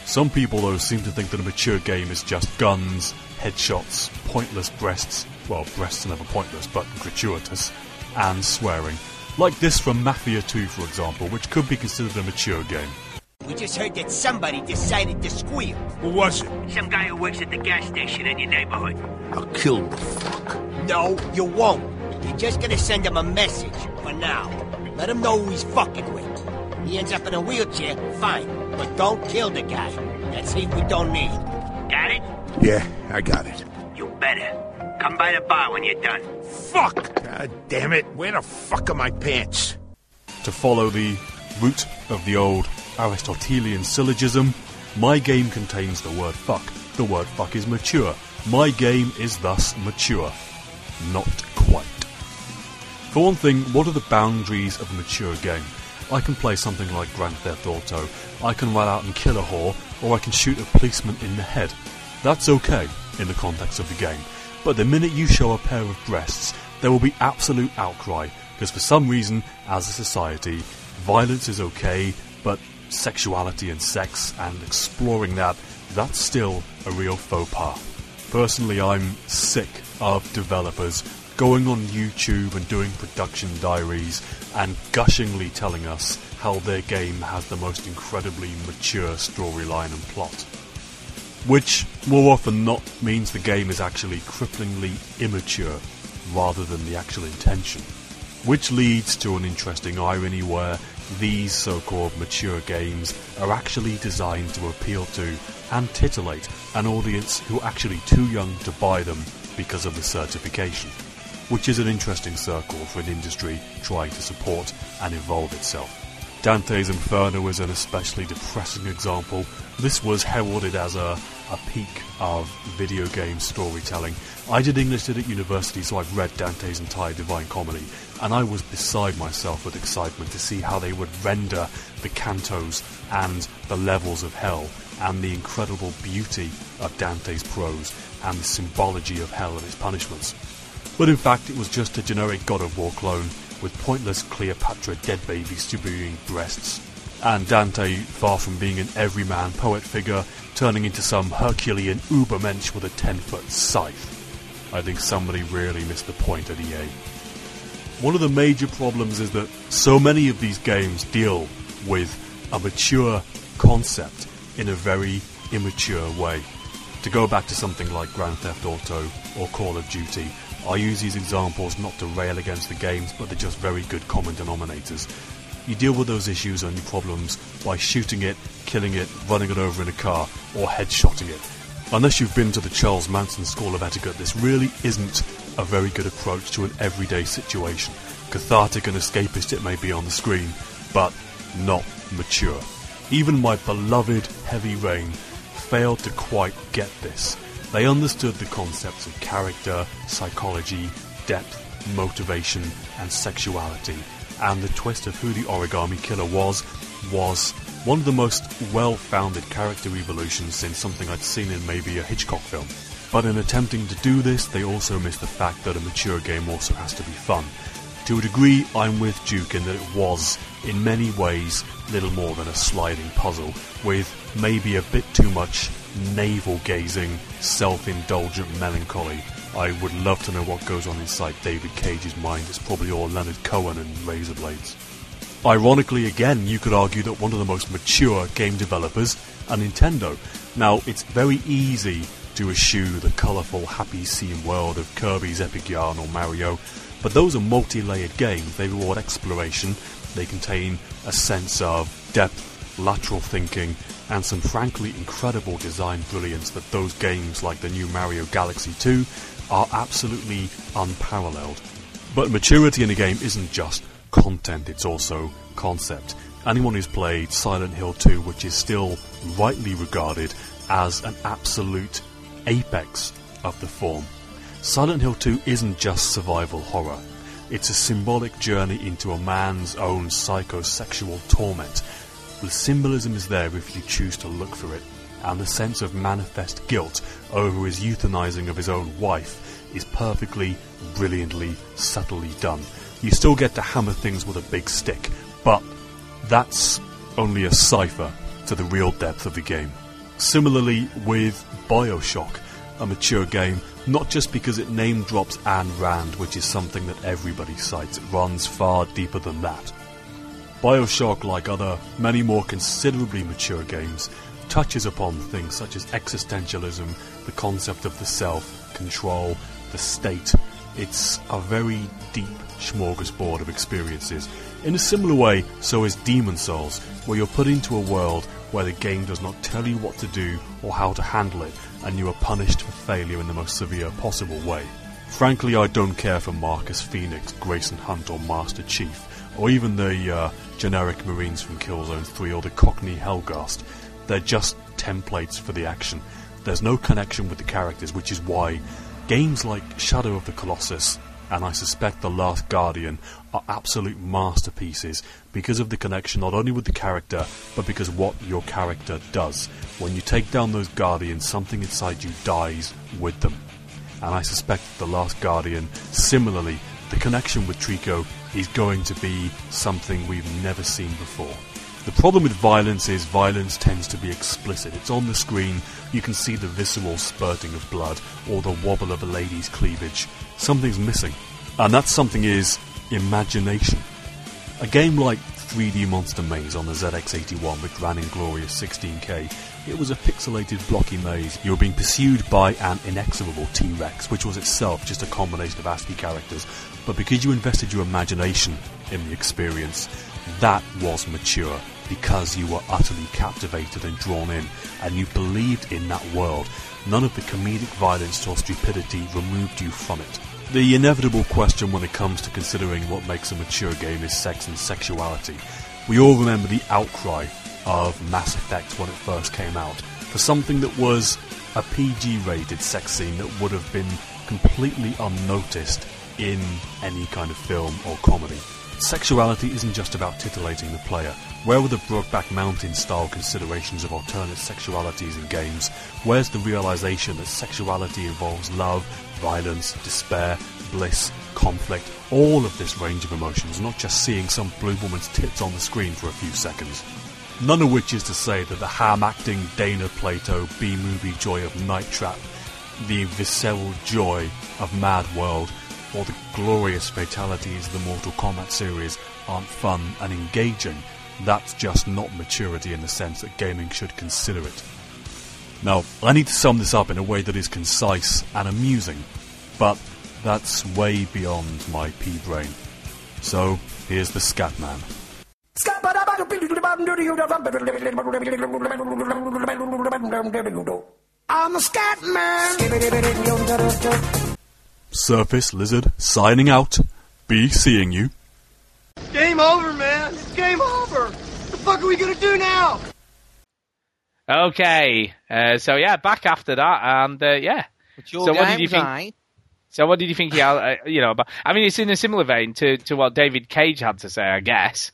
Some people, though, seem to think that a mature game is just guns, headshots, pointless breasts well, breasts are never pointless, but gratuitous and swearing. Like this from Mafia 2, for example, which could be considered a mature game. We just heard that somebody decided to squeal. Who was it? Some guy who works at the gas station in your neighborhood. I'll kill the fuck. No, you won't. You're just gonna send him a message for now. Let him know who he's fucking with. He ends up in a wheelchair, fine, but don't kill the guy. That's he we don't need. Got it? Yeah, I got it. You better. Come by the bar when you're done. Fuck! God damn it, where the fuck are my pants? To follow the root of the old Aristotelian syllogism, my game contains the word fuck. The word fuck is mature. My game is thus mature. Not quite. For one thing, what are the boundaries of a mature game? I can play something like Grand Theft Auto, I can run out and kill a whore, or I can shoot a policeman in the head. That's okay in the context of the game, but the minute you show a pair of breasts, there will be absolute outcry, because for some reason, as a society, violence is okay, but sexuality and sex and exploring that, that's still a real faux pas. Personally, I'm sick of developers going on YouTube and doing production diaries and gushingly telling us how their game has the most incredibly mature storyline and plot. Which, more often not, means the game is actually cripplingly immature rather than the actual intention. Which leads to an interesting irony where these so called mature games are actually designed to appeal to and titillate an audience who are actually too young to buy them because of the certification, which is an interesting circle for an industry trying to support and evolve itself. Dante's Inferno is an especially depressing example. This was heralded as a, a peak of video game storytelling. I did English lit at university, so I've read Dante's entire Divine Comedy, and I was beside myself with excitement to see how they would render the cantos and the levels of hell and the incredible beauty of Dante's prose and the symbology of hell and its punishments. But in fact, it was just a generic God of War clone with pointless Cleopatra dead babies spewing breasts. And Dante, far from being an everyman poet figure, turning into some Herculean ubermensch with a 10 foot scythe. I think somebody really missed the point at EA. One of the major problems is that so many of these games deal with a mature concept in a very immature way. To go back to something like Grand Theft Auto or Call of Duty, I use these examples not to rail against the games, but they're just very good common denominators. You deal with those issues and your problems by shooting it, killing it, running it over in a car, or headshotting it. Unless you've been to the Charles Manson School of Etiquette, this really isn't a very good approach to an everyday situation. Cathartic and escapist it may be on the screen, but not mature. Even my beloved Heavy Rain failed to quite get this. They understood the concepts of character, psychology, depth, motivation, and sexuality. And the twist of who the origami killer was was one of the most well founded character evolutions since something I'd seen in maybe a Hitchcock film. But in attempting to do this, they also missed the fact that a mature game also has to be fun. To a degree, I'm with Duke in that it was, in many ways, little more than a sliding puzzle, with maybe a bit too much navel gazing, self indulgent melancholy. I would love to know what goes on inside David Cage's mind. It's probably all Leonard Cohen and razor blades. Ironically, again, you could argue that one of the most mature game developers are Nintendo. Now, it's very easy to eschew the colourful, happy scene world of Kirby's Epic Yarn or Mario, but those are multi layered games. They reward exploration, they contain a sense of depth, lateral thinking, and some frankly incredible design brilliance that those games like the new Mario Galaxy 2 are absolutely unparalleled. But maturity in a game isn't just content, it's also concept. Anyone who's played Silent Hill 2, which is still rightly regarded as an absolute apex of the form, Silent Hill 2 isn't just survival horror. It's a symbolic journey into a man's own psychosexual torment the symbolism is there if you choose to look for it, and the sense of manifest guilt over his euthanizing of his own wife is perfectly, brilliantly, subtly done. You still get to hammer things with a big stick, but that's only a cipher to the real depth of the game. Similarly, with Bioshock, a mature game, not just because it name drops Anne Rand, which is something that everybody cites, it runs far deeper than that. Bioshock, like other many more considerably mature games, touches upon things such as existentialism, the concept of the self, control, the state. It's a very deep smorgasbord of experiences. In a similar way, so is Demon Souls, where you're put into a world where the game does not tell you what to do or how to handle it, and you are punished for failure in the most severe possible way. Frankly, I don't care for Marcus Phoenix, Grayson Hunt, or Master Chief, or even the uh, generic Marines from Killzone 3 or the Cockney Hellgast. They're just templates for the action. There's no connection with the characters, which is why games like Shadow of the Colossus and I suspect The Last Guardian are absolute masterpieces because of the connection not only with the character, but because what your character does. When you take down those Guardians, something inside you dies with them. And I suspect The Last Guardian, similarly, the connection with Trico is going to be something we've never seen before. The problem with violence is violence tends to be explicit. It's on the screen, you can see the visceral spurting of blood or the wobble of a lady's cleavage. Something's missing, and that something is imagination. A game like 3D Monster Maze on the ZX81, which ran in glorious 16K, it was a pixelated blocky maze. You were being pursued by an inexorable T Rex, which was itself just a combination of ASCII characters, but because you invested your imagination in the experience, that was mature because you were utterly captivated and drawn in, and you believed in that world. None of the comedic violence or stupidity removed you from it. The inevitable question when it comes to considering what makes a mature game is sex and sexuality. We all remember the outcry of Mass Effect when it first came out for something that was a PG rated sex scene that would have been completely unnoticed in any kind of film or comedy. Sexuality isn't just about titillating the player. Where were the Brokeback Mountain style considerations of alternate sexualities in games? Where's the realization that sexuality involves love, violence, despair, bliss, conflict, all of this range of emotions, not just seeing some blue woman's tits on the screen for a few seconds? None of which is to say that the ham acting Dana Plato B movie joy of Night Trap, the visceral joy of Mad World, or the glorious fatalities of the Mortal Kombat series aren't fun and engaging. That's just not maturity in the sense that gaming should consider it. Now, I need to sum this up in a way that is concise and amusing, but that's way beyond my pea brain. So, here's the Scatman. I'm a scat man. Surface Lizard signing out. Be seeing you. Game over, man. It's game over. What the fuck are we gonna do now? Okay, uh, so yeah, back after that, and uh, yeah. your so what did game, you think? guy. So what did you think? He, uh, you know, but I mean, it's in a similar vein to, to what David Cage had to say, I guess.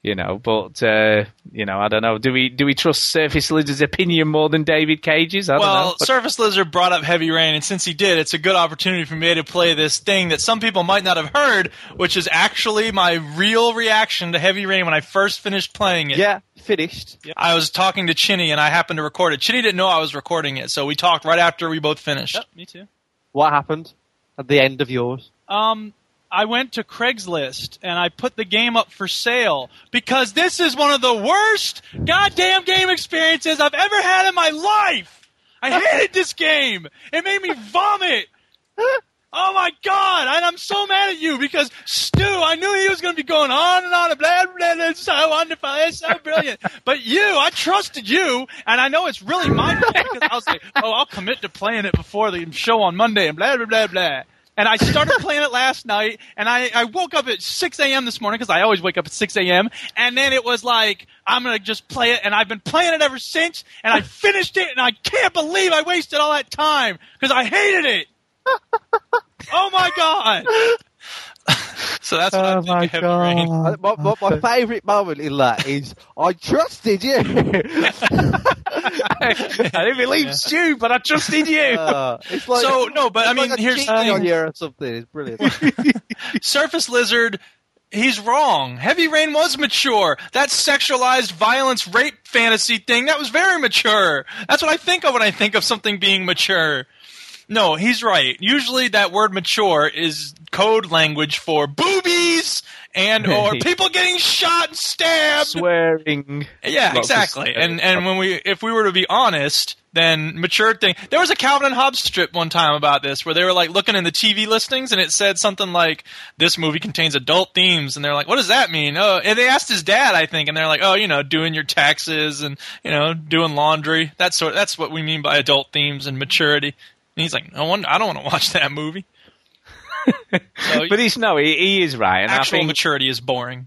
You know, but uh, you know, I don't know. Do we do we trust Surface Lizard's opinion more than David Cage's? I don't well, know. But- Surface Lizard brought up Heavy Rain, and since he did, it's a good opportunity for me to play this thing that some people might not have heard, which is actually my real reaction to Heavy Rain when I first finished playing it. Yeah, finished. I was talking to Chinny, and I happened to record it. Chinny didn't know I was recording it, so we talked right after we both finished. Me too. What happened at the end of yours? Um, I went to Craigslist and I put the game up for sale because this is one of the worst goddamn game experiences I've ever had in my life. I hated this game. It made me vomit. Oh my god! And I'm so mad at you because Stu, I knew he was going to be going on and on and blah blah. blah it's so wonderful, it's so brilliant. But you, I trusted you, and I know it's really my fault because I was like, oh, I'll commit to playing it before the show on Monday and blah blah blah blah. And I started playing it last night, and I, I woke up at 6 a.m. this morning because I always wake up at 6 a.m. And then it was like, I'm going to just play it, and I've been playing it ever since, and I finished it, and I can't believe I wasted all that time because I hated it. oh my god! So that's what I'm thinking. Heavy Rain. Uh, My, my, my favourite moment in that is I trusted you. I didn't believe Stu, but I trusted you. Uh, it's like, So, no, but it's I mean, like I'm here's the cheating on thing. you or something. It's brilliant. Surface Lizard, he's wrong. Heavy Rain was mature. That sexualized violence rape fantasy thing, that was very mature. That's what I think of when I think of something being mature. No, he's right. Usually that word mature is code language for boobies and or people getting shot and stabbed, swearing. Yeah, Lots of exactly. swearing. And and when we if we were to be honest, then mature thing. There was a Calvin and Hobbes strip one time about this where they were like looking in the TV listings and it said something like this movie contains adult themes and they're like, what does that mean? Oh, and they asked his dad, I think, and they're like, oh, you know, doing your taxes and you know, doing laundry. That's sort. That's what we mean by adult themes and maturity. And he's like, no wonder I don't want to watch that movie. but he's no, he, he is right. And Actual I think, maturity is boring.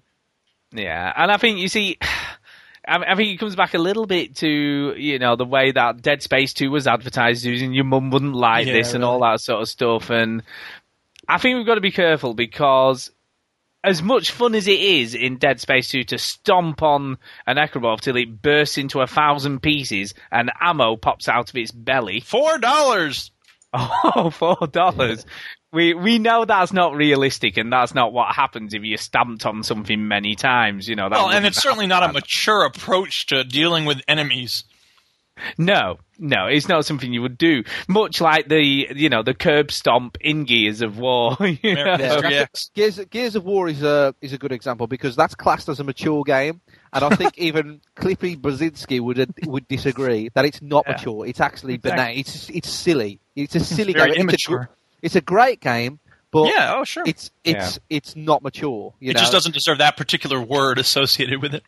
Yeah, and I think you see, I, I think it comes back a little bit to you know the way that Dead Space Two was advertised, using your mum wouldn't like Yeah, this and all that sort of stuff. And I think we've got to be careful because. As much fun as it is in Dead Space 2 to stomp on an Necrobov till it bursts into a thousand pieces and ammo pops out of its belly. Four dollars! Oh, four dollars. We we know that's not realistic, and that's not what happens if you're stamped on something many times. You know that. Well, and wouldn't it's certainly not a mature approach to dealing with enemies. No, no, it's not something you would do. Much like the you know the curb stomp in Gears of War. you know? Oh, Gears, Gears of War is a is a good example because that's classed as a mature game, and I think even Clippy Brzezinski would would disagree that it's not mature. It's actually banana. It's it's silly. It's a silly very game. It's a, gr- immature. it's a great game, but Yeah, oh, sure. it's it's it's not mature. You it know? just doesn't deserve that particular word associated with it.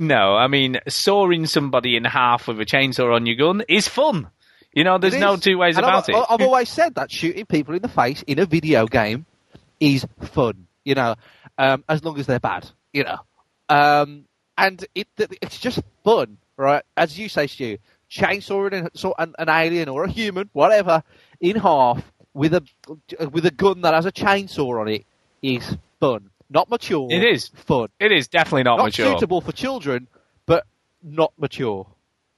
No, I mean sawing somebody in half with a chainsaw on your gun is fun. You know, there's It no is. two ways And about I've, it. I've always said that shooting people in the face in a video game is fun, you know, um, as long as they're bad, you know. Um, and it, th- it's just fun, right? As you say, Stu, chainsawing an, so an, an alien or a human, whatever, in half with a with a gun that has a chainsaw on it is fun. Not mature. It is fun. It is definitely not, Not mature. suitable for children, but not mature.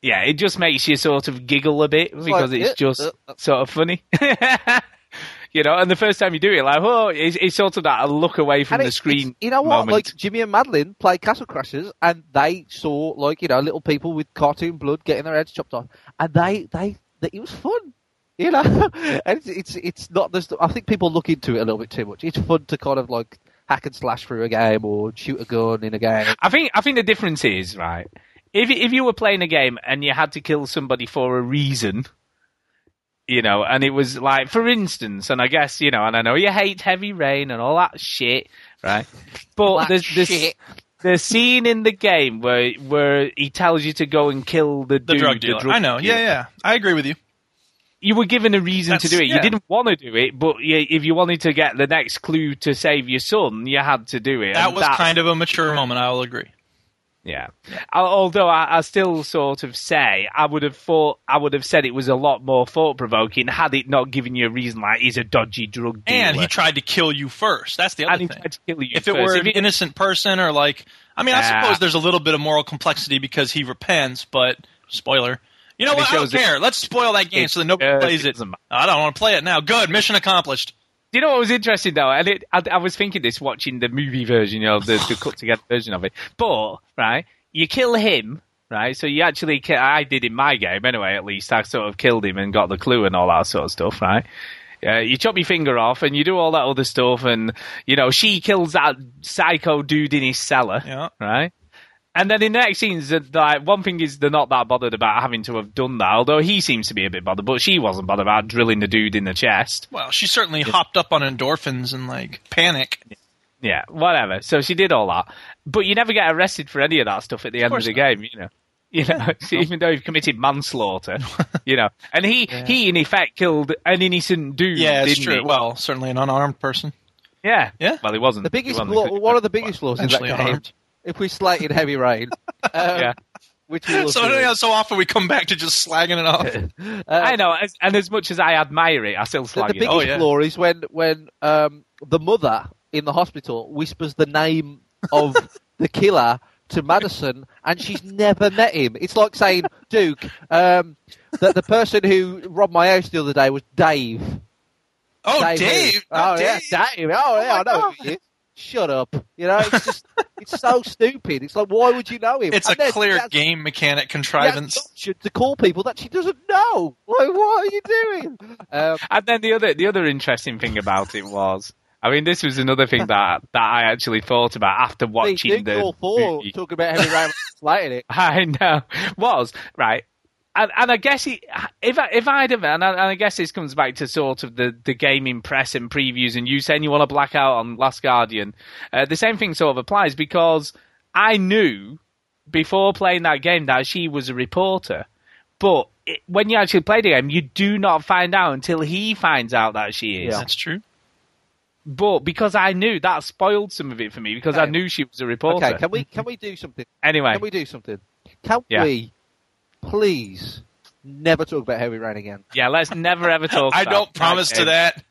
Yeah, it just makes you sort of giggle a bit because like, it's "Yeah, just uh, sort of funny. you know, and the first time you do it, like, oh, it's, it's sort of that a look away from And the it's- screen. You know what? moment. Like Jimmy and Madeline played Castle Crashers, and they saw like you know little people with cartoon blood getting their heads chopped off, and they they, they it was fun. You know, and it's, it's it's not. There's, I think people look into it a little bit too much. It's fun to kind of like hack and slash through a game or shoot a gun in a game. I think I think the difference is right. If if you were playing a game and you had to kill somebody for a reason, you know, and it was like, for instance, and I guess you know, and I know you hate heavy rain and all that shit, right? But That there's this shit. the scene in the game where where he tells you to go and kill the, The dude, drug dealer. I know. Yeah, yeah. I agree with you. You were given a reason to do That's- it. yeah. You didn't want to do it, but you, if you wanted to get the next clue to save your son, you had to do it. That and was that's- kind of a mature moment. I will agree. Yeah. Al- Although I, I still sort of say I would have thought I would have said it was a lot more thought provoking had it not given you a reason like he's a dodgy drug dealer. And he tried to kill you first. That's the other And he thing. tried to kill you if it first. were If an it- innocent person or like, I mean, I Ah. suppose there's a little bit of moral complexity because he repents. But spoiler. You know And it what? I don't shows it- care. Let's spoil that game It so that nobody does- plays it it. I don't want to play it now. Good. Mission accomplished. Do you know what was interesting though? And it, I, I was thinking this watching the movie version, you know, the, the cut together version of it. But right, you kill him, right? So you actually, ki- I did in my game anyway. At least I sort of killed him and got the clue and all that sort of stuff, right? Uh, you chop your finger off and you do all that other stuff, and you know she kills that psycho dude in his cellar, right? And then in the next scenes, uh, like one thing is they're not that bothered about having to have done that. Although he seems to be a bit bothered, but she wasn't bothered about drilling the dude in the chest. Well, she certainly hopped up on endorphins and like panic. Yeah, whatever. So she did all that, but you never get arrested for any of that stuff at the end of course the game, you know. You know, even though you've committed manslaughter, you know, and he he in effect killed an innocent dude. Yeah, it's didn't he? true. Well, certainly an unarmed person. yeah, yeah. Well, he wasn't The biggest he wasn't. law, one of the biggest laws in that Actually game. unarmed. If we slated heavy rain, um, Yeah. which we will So, soon. yeah, so often we come back to just slagging it off. uh, I know, as, and as much as I admire it, I still The, slag the it. Oh, biggest Oh, flaw is when when um, the mother in the hospital whispers the name of the killer to Madison, and she's never met him. It's like saying, Duke, um, that the person who robbed my house the other day was Dave. Oh, who? Dave. Oh, Not yeah, Dave. Dave. Oh, yeah, I know. who he is. Shut up. You know, it's just it's so stupid. It's like, why would you know him? It's a And then clear she has- game mechanic she has contrivance. the option to call people that she doesn't know. Like, what are you doing? Um, and then the other the other interesting thing about it was I mean, this was another thing that that I actually thought about after watching They- the. all four movie. talking about Heavy Rain lighting it. I know was right, and and I guess he, if I, if I'd have, and I, and I guess this comes back to sort of the the gaming press and previews, and you saying you want to black out on Last Guardian, uh, the same thing sort of applies because I knew before playing that game that she was a reporter, but. It, when you actually play the game, you do not find out until he finds out that she is. Yeah. That's true. But because I knew, that spoiled some of it for me because I Okay. knew she was a reporter. Okay, can we can we do something? Anyway. can we do something? Can Yeah. we please never talk about Heavy Rain again? Yeah, let's never ever talk. I about don't that promise to game. that.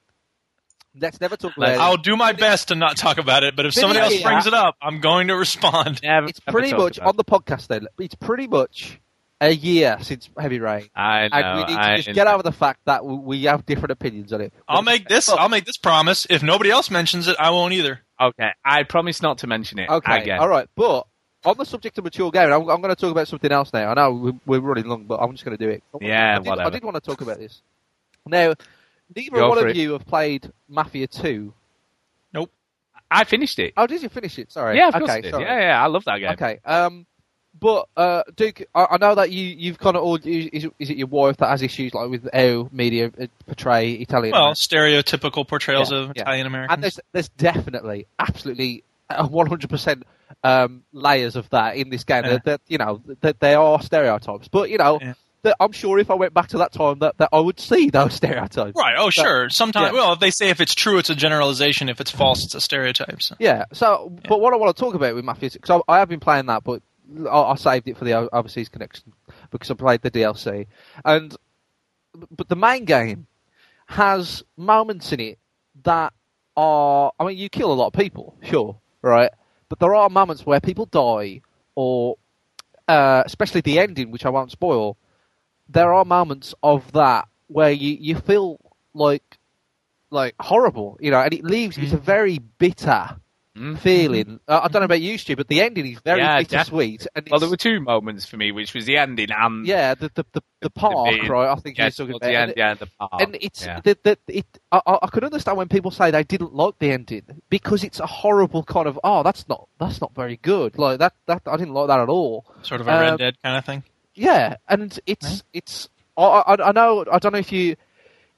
Let's never talk about it. I'll do my best to not talk about it, but if Video somebody else game. brings it up, I'm going to respond. it's pretty much on the podcast though. It's pretty much a year since Heavy Rain. I and we know, need to I- just get over the fact that we- we have different opinions on it. I'll make this. I'll make this promise. If nobody else mentions it, I won't either. Okay, I promise not to mention it. Okay, again. all right. But on the subject of mature gaming, I'm, I'm going to talk about something else now. I know we- we're running long, but I'm just going to do it. I- Yeah, I did, whatever. I did want to talk about this. Now, neither Go one for of it. you have played Mafia Two. Nope. I finished it. Oh, did you finish it? Sorry. Yeah, of course okay, I did. sorry. Yeah, yeah, I love that game. Okay. Um, but uh, Duke, I, I know that you you've kind of all is, is it your wife that has issues like with how media uh, portray Italian? Well, stereotypical portrayals Yeah, of yeah. Italian And Americans. there's there's definitely, absolutely, uh, one hundred percent um, layers of that in this game. Yeah. That, that you know that they are stereotypes, but you know. That I'm sure if I went back to that time that, that I would see those stereotypes. Right. Oh, But- sure. Sometimes, yeah. well, if they say if it's true, it's a generalization. If it's false, it's a stereotype. So. Yeah. So, but what I want to talk about with Mafia, because I, I have been playing that, but I, I saved it for the o- overseas connection because I played the DLC, and but the main game has moments in it that are. I mean, you kill a lot of people, sure, right? But there are moments where people die, or uh, especially the ending, which I won't spoil. There are moments of that where you, you feel like like horrible, you know, and it leaves. It's a Mm-hmm. very bitter feeling. Uh, I don't know about you, Stu, but the ending is very yeah, bittersweet. definitely. well, there were two moments for me, which was the ending and Yeah, the the the, the park, bit- right? I think yeah, you're talking towards about. the and end, yeah, the park. and it's yeah. that that it. I, I I could understand when people say they didn't like the ending because it's a horrible kind of. Oh, that's not that's not very good. Like that that I didn't like that at all. Sort of a Um, Red Dead kind of thing. Yeah, and it's it's. I, I I know I don't know if you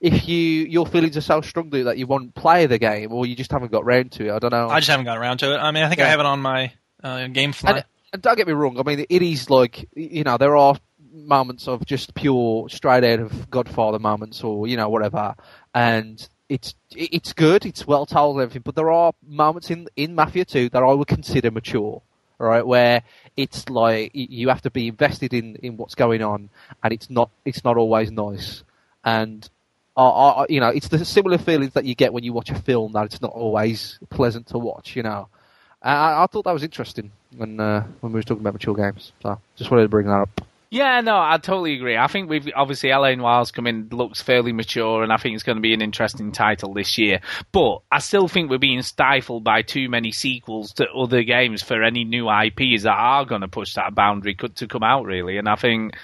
if you your feelings are so strong Luke, that you won't play the game or you just haven't got round to it. I don't know. I just haven't got around to it. I mean, I think I Yeah. have it on my uh, game and, fly. and don't get me wrong. I mean, it is like you know there are moments of just pure straight out of Godfather moments, or you know whatever, and it's it- it's good, it's well told, and everything. But there are moments in in Mafia Two that I would consider mature, right? Where it's like y- you have to be invested in in what's going on, and it's not it's not always nice, and. I I I- you know, it's the similar feelings that you get when you watch a film that it's not always pleasant to watch. You know, I- I, I thought that was interesting when uh, when we were talking about mature games. So just wanted to bring that up. Yeah, no, I totally agree. I think we've obviously Elaine Wiles come in looks fairly mature, and I think it's going to be an interesting title this year. But I still think we're being stifled by too many sequels to other games for any new IPs that are going to push that boundary co- to come out really. And I think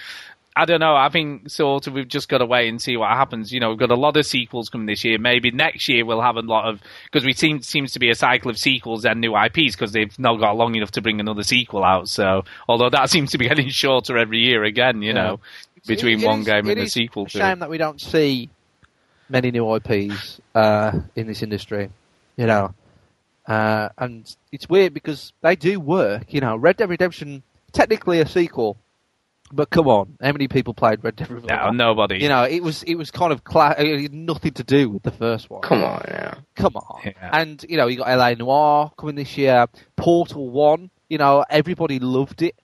I don't know. I think sort of we've just got to wait and see what happens. You know, we've got a lot of sequels coming this year. Maybe next year we'll have a lot of because we seem seems to be a cycle of sequels and new IPs because they've not got long enough to bring another sequel out. So, although that seems to be getting shorter every year again, you know, between It- it one is- game it and a is sequel. a to shame it. that we don't see many new IPs uh, in this industry. You know, uh, and it's weird because they do work. You know, Red Dead Redemption technically a sequel, but come on, how many people played Red Dead Redemption? No, nobody. You know, it was it was kind of cla- it had nothing to do with the first one. Come on now. Come on. And you know, you got LA Noir coming this year, Portal One. You know, everybody loved it,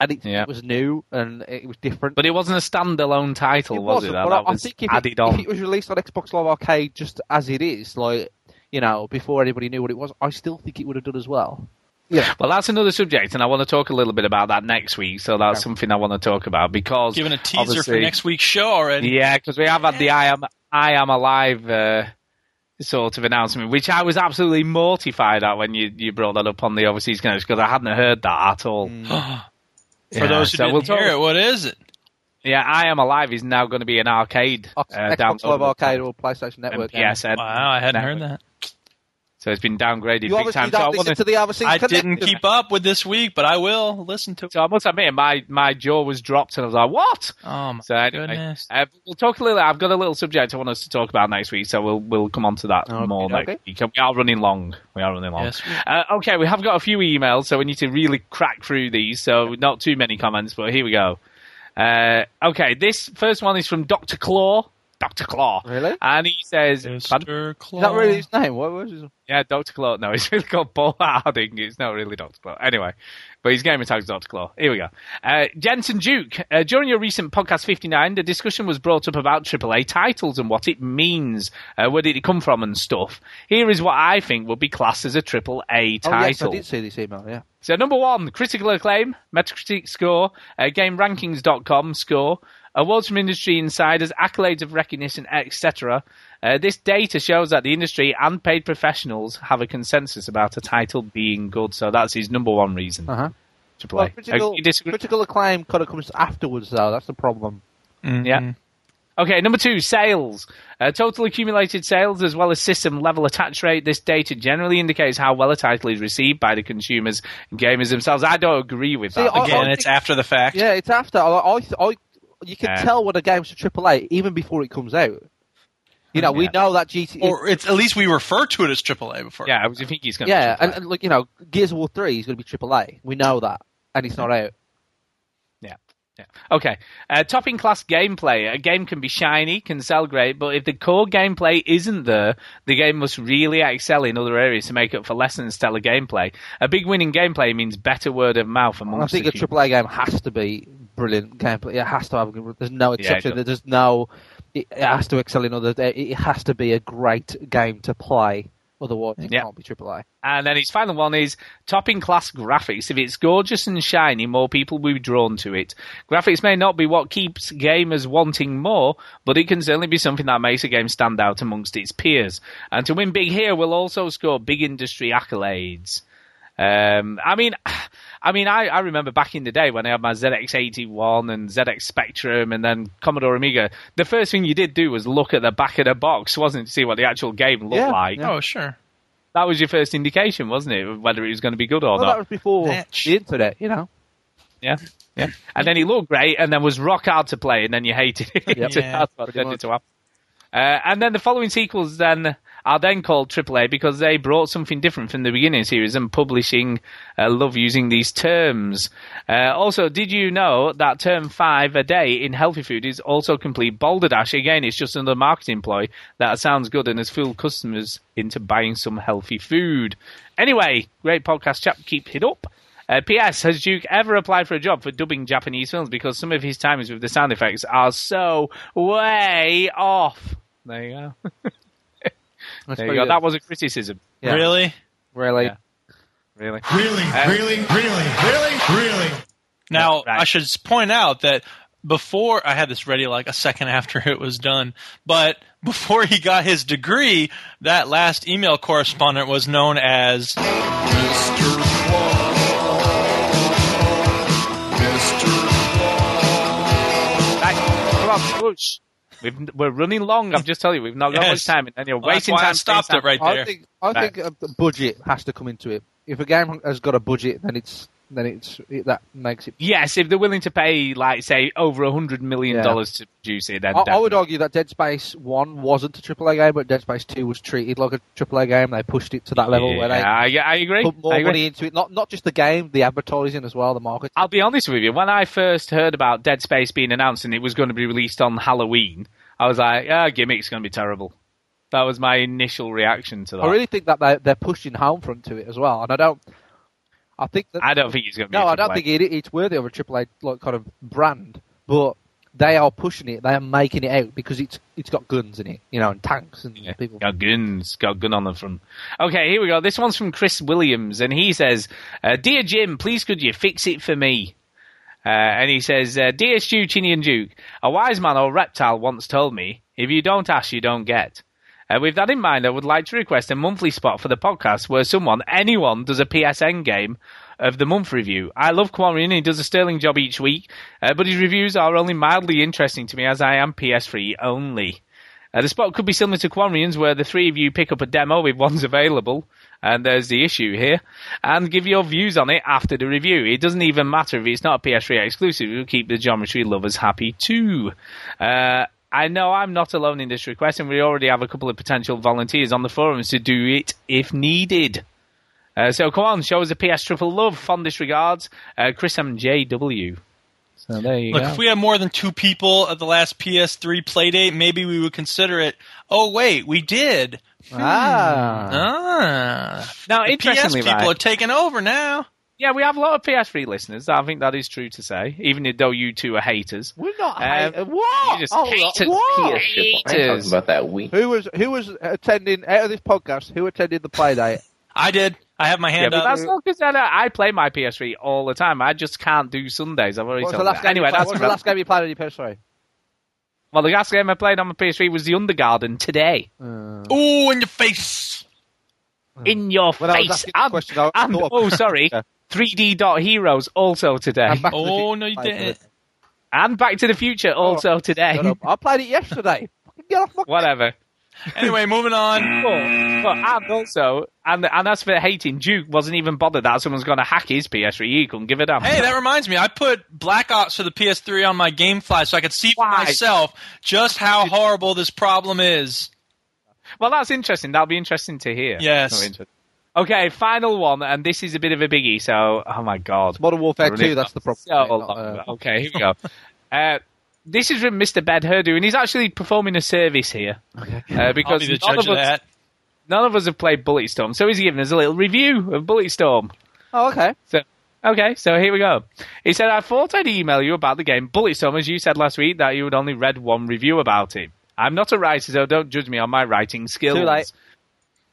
and it, Yeah. it was new and it was different. But it wasn't a standalone title, was it? wasn't, That, but I- that I was think if added it, on. if it was released on Xbox Live Arcade just as it is, like you know, before anybody knew what it was, I still think it would have done as well. Yeah. Well, that's another subject, and I want to talk a little bit about that next week. So that's something I want to talk about because Given a teaser for obviously- next week's show already. Yeah, because we have had the I am I am alive uh, sort of announcement, which I was absolutely mortified at when you, you brought that up on the overseas connection because I hadn't heard that at all. Mm. For Yeah, those who so didn't we'll talk- hear it, what is it? Yeah, I am alive is now going to be an arcade uh, Oh, Xbox Live downloadable. Arcade or PlayStation Network. Yes, game. and- Wow, I hadn't heard that. So it's been downgraded You big obviously time. don't so I listen wanna- to the overseas I Connection. didn't keep up with this week, but I will listen to. So I must admit, my my jaw was dropped, and I was like, "What?" Oh my so anyway, goodness. Uh, we'll talk a little. I've got a little subject I want us to talk about next week, so we'll we'll come on to that more okay. next week. We are running long. We are running long. Yes, we uh, okay, we have got a few emails, so we need to really crack through these. So not too many comments, but here we go. Uh, okay, this first one is from Doctor Claw. Doctor Claw, really? And he says, "Doctor Claw." Is that really his name? What was his Yeah, Doctor Claw. No, it's really called Paul Harding. It's not really Doctor Claw. Anyway, but his game tag's Doctor Claw. Here we go. Uh, Jensen Duke. Uh, during your recent podcast 59, the discussion was brought up about AAA titles and what it means, uh, where did it come from, and stuff. Here is what I think would be classed as a AAA title. Oh, yes, I did see this email, yeah. So number one, critical acclaim, Metacritic score, uh, GameRankings.com score, awards from industry insiders, accolades of recognition, etc. Uh, this data shows that the industry and paid professionals have a consensus about a title being good. So that's his number one reason Uh-huh. to Well, play. critical, Uh, you disagree? critical acclaim kind of comes afterwards, though. That's the problem. Yeah. Okay, number two, sales. Uh, total accumulated sales as well as system level attach rate. This data generally indicates how well a title is received by the consumers and gamers themselves. I don't agree with that. Again, it's after the fact. Yeah, it's after. I, I, I you can Yeah. tell when a game's a AAA even before it comes out. You know, we know that GT. Or it's at least we refer to it as AAA before. Yeah, I was thinking he's yeah, and, and look, you know, Gears of War Three is going to be AAA. We know that, and it's not out. Yeah. Yeah. Okay. Uh, top in class gameplay. A game can be shiny, can sell great, but if the core gameplay isn't there, the game must really excel in other areas to make up for less than stellar gameplay. A big win in gameplay means better word of mouth I amongst think the a few. AAA game has to be brilliant gameplay. It has to have. There's no it exception. does. there's no. It it has to excel in other. It has to be a great game to play. Otherwise, it Yeah. can't be AAA. And then his final one is top in class graphics. If it's gorgeous and shiny, more people will be drawn to it. Graphics may not be what keeps gamers wanting more, but it can certainly be something that makes a game stand out amongst its peers. And to win big here will also score big industry accolades. Um, I mean, I mean, I, I remember back in the day when I had my ZX81 and ZX Spectrum and then Commodore Amiga. The first thing you did do was look at the back of the box, wasn't it, to see what the actual game looked like. Oh, sure. That was your first indication, wasn't it, of whether it was going to be good or Well, that not? was before the internet. You know. Yeah, yeah. And then it looked great, and then was rock hard to play, and then you hated it. Yep. Yeah, That's what tended to happen. Uh, and then the following sequels then are then called AAA because they brought something different from the beginning series and publishing uh, love using these terms. Uh, also, did you know that term five a day in healthy food is also complete balderdash? Again, it's just another marketing ploy that sounds good and has fooled customers into buying some healthy food. Anyway, great podcast, chap. Keep it up. Uh, P.S. Has Duke ever applied for a job for dubbing Japanese films? Because some of his timings with the sound effects are so way off. There you go. there you pretty go. good. That was a criticism. Yeah. Really? Really? Really? Really, Uh, really, really, really, really. Now, I should s- point out that before I had this ready like a second after it was done, but before he got his degree, that last email correspondent was known as Mr. Right. Come on, push. We've, we're running long. I've just told you we've not got Yes. much time, and you're Well, that's wasting why I time. stopped wasting it right time. I think I think uh, the budget has to come into it. If a game has got a budget, then it's then it's it, that makes it. yes, if they're willing to pay, like say, over a hundred million dollars to produce it, then I, I would argue that Dead Space One wasn't a AAA game, but Dead Space Two was treated like a AAA game. They pushed it to that level where they Yeah, I, I agree. put more I agree. money into it. Not not just the game, the advertising as well, the market. I'll be honest with you. When I first heard about Dead Space being announced and it was going to be released on Halloween, I was like, "Ah, gimmick's going to be terrible." That was my initial reaction to that. I Oh, really think that they they're pushing Homefront to it as well, and I don't. I think that I don't think it's going to be. no, I I don't think it, it's worthy of a AAA like kind of brand, but they are pushing it. They are making it out because it's it's got guns in it, you know, and tanks and people. Got guns, got gun on the front. Okay, here we go. This one's from Chris Williams, and he says, uh, "Dear Jim, please could you fix it for me?" Uh, and he says, uh, "Dear Stu, Chinny, and Duke, a wise man or reptile once told me, if you don't ask, you don't get." Uh, with that in mind, I would like to request a monthly spot for the podcast where someone, anyone, does a PSN game of the month review. I love Quarry and he does a sterling job each week, uh, but his reviews are only mildly interesting to me as I am PS3 only. Uh, the spot could be similar to Quarians, where the three of you pick up a demo if one's available, and there's the issue here, and give your views on it after the review. It doesn't even matter if it's not a PS3 exclusive, it'll keep the geometry lovers happy too. Uh, I know I'm not alone in this request, and we already have a couple of potential volunteers on the forums to do it if needed. Uh, so come on, show us a PS triple love. Fondest regards, uh, Chris MJW. So there you Look, go. if we had more than two people at the last PS3 playdate, maybe we would consider it. Oh wait, we did. Hmm. Ah. Now, The interestingly, PS people right- are taking over now. yeah, we have a lot of PS3 listeners. I think that is true to say, even though you two are haters. We're not. Um, hate- what? you just Hold on, hated Oh, what? PS people. I ain't talking about that, we. Who was who was attending out of this podcast? Who attended the playdate? I did. I have my Yeah, hand but up. um, that's not because I, don't- I play my PS3 all the time. I just can't do Sundays. I've already What was told the you that. last game? Anyway, you played- that's what was the last game you played on your PS3? Well, the last game I played on my PS3 was The Undergarden today. Ooh, in your face! In your Hmm. I was face! asking And, and- thought- oh, sorry, 3D Dot Heroes also today. Oh no, you didn't. And Back to the Future Oh, also today. I played it yesterday. Whatever. Anyway, moving on. But, and also, and and as for hating, Duke wasn't even bothered that someone's going to hack his PS3. He couldn't give a damn. Hey, that reminds me. I put Black Ops for the PS3 on my GameFly so I could see for myself just how horrible this problem is. Well, that's interesting. That'll be interesting to hear. Yes. That'll be interesting. Okay, final one, and this is a bit of a biggie. So, oh my god, Modern Warfare Really? 2, that's the problem. uh, So long. Okay, here we go. uh, this is from Mr. Bed Herdu, and he's actually performing a service here okay. uh, because I'll be the none judge of of us, that. none of us have played Bulletstorm, so he's giving us a little review of Bulletstorm. Oh, okay. So okay, so here we go. He said, "I thought I'd email you about the game Bulletstorm, as you said last week that you had only read one review about it. I'm not a writer, so don't judge me on my writing skills." Too late.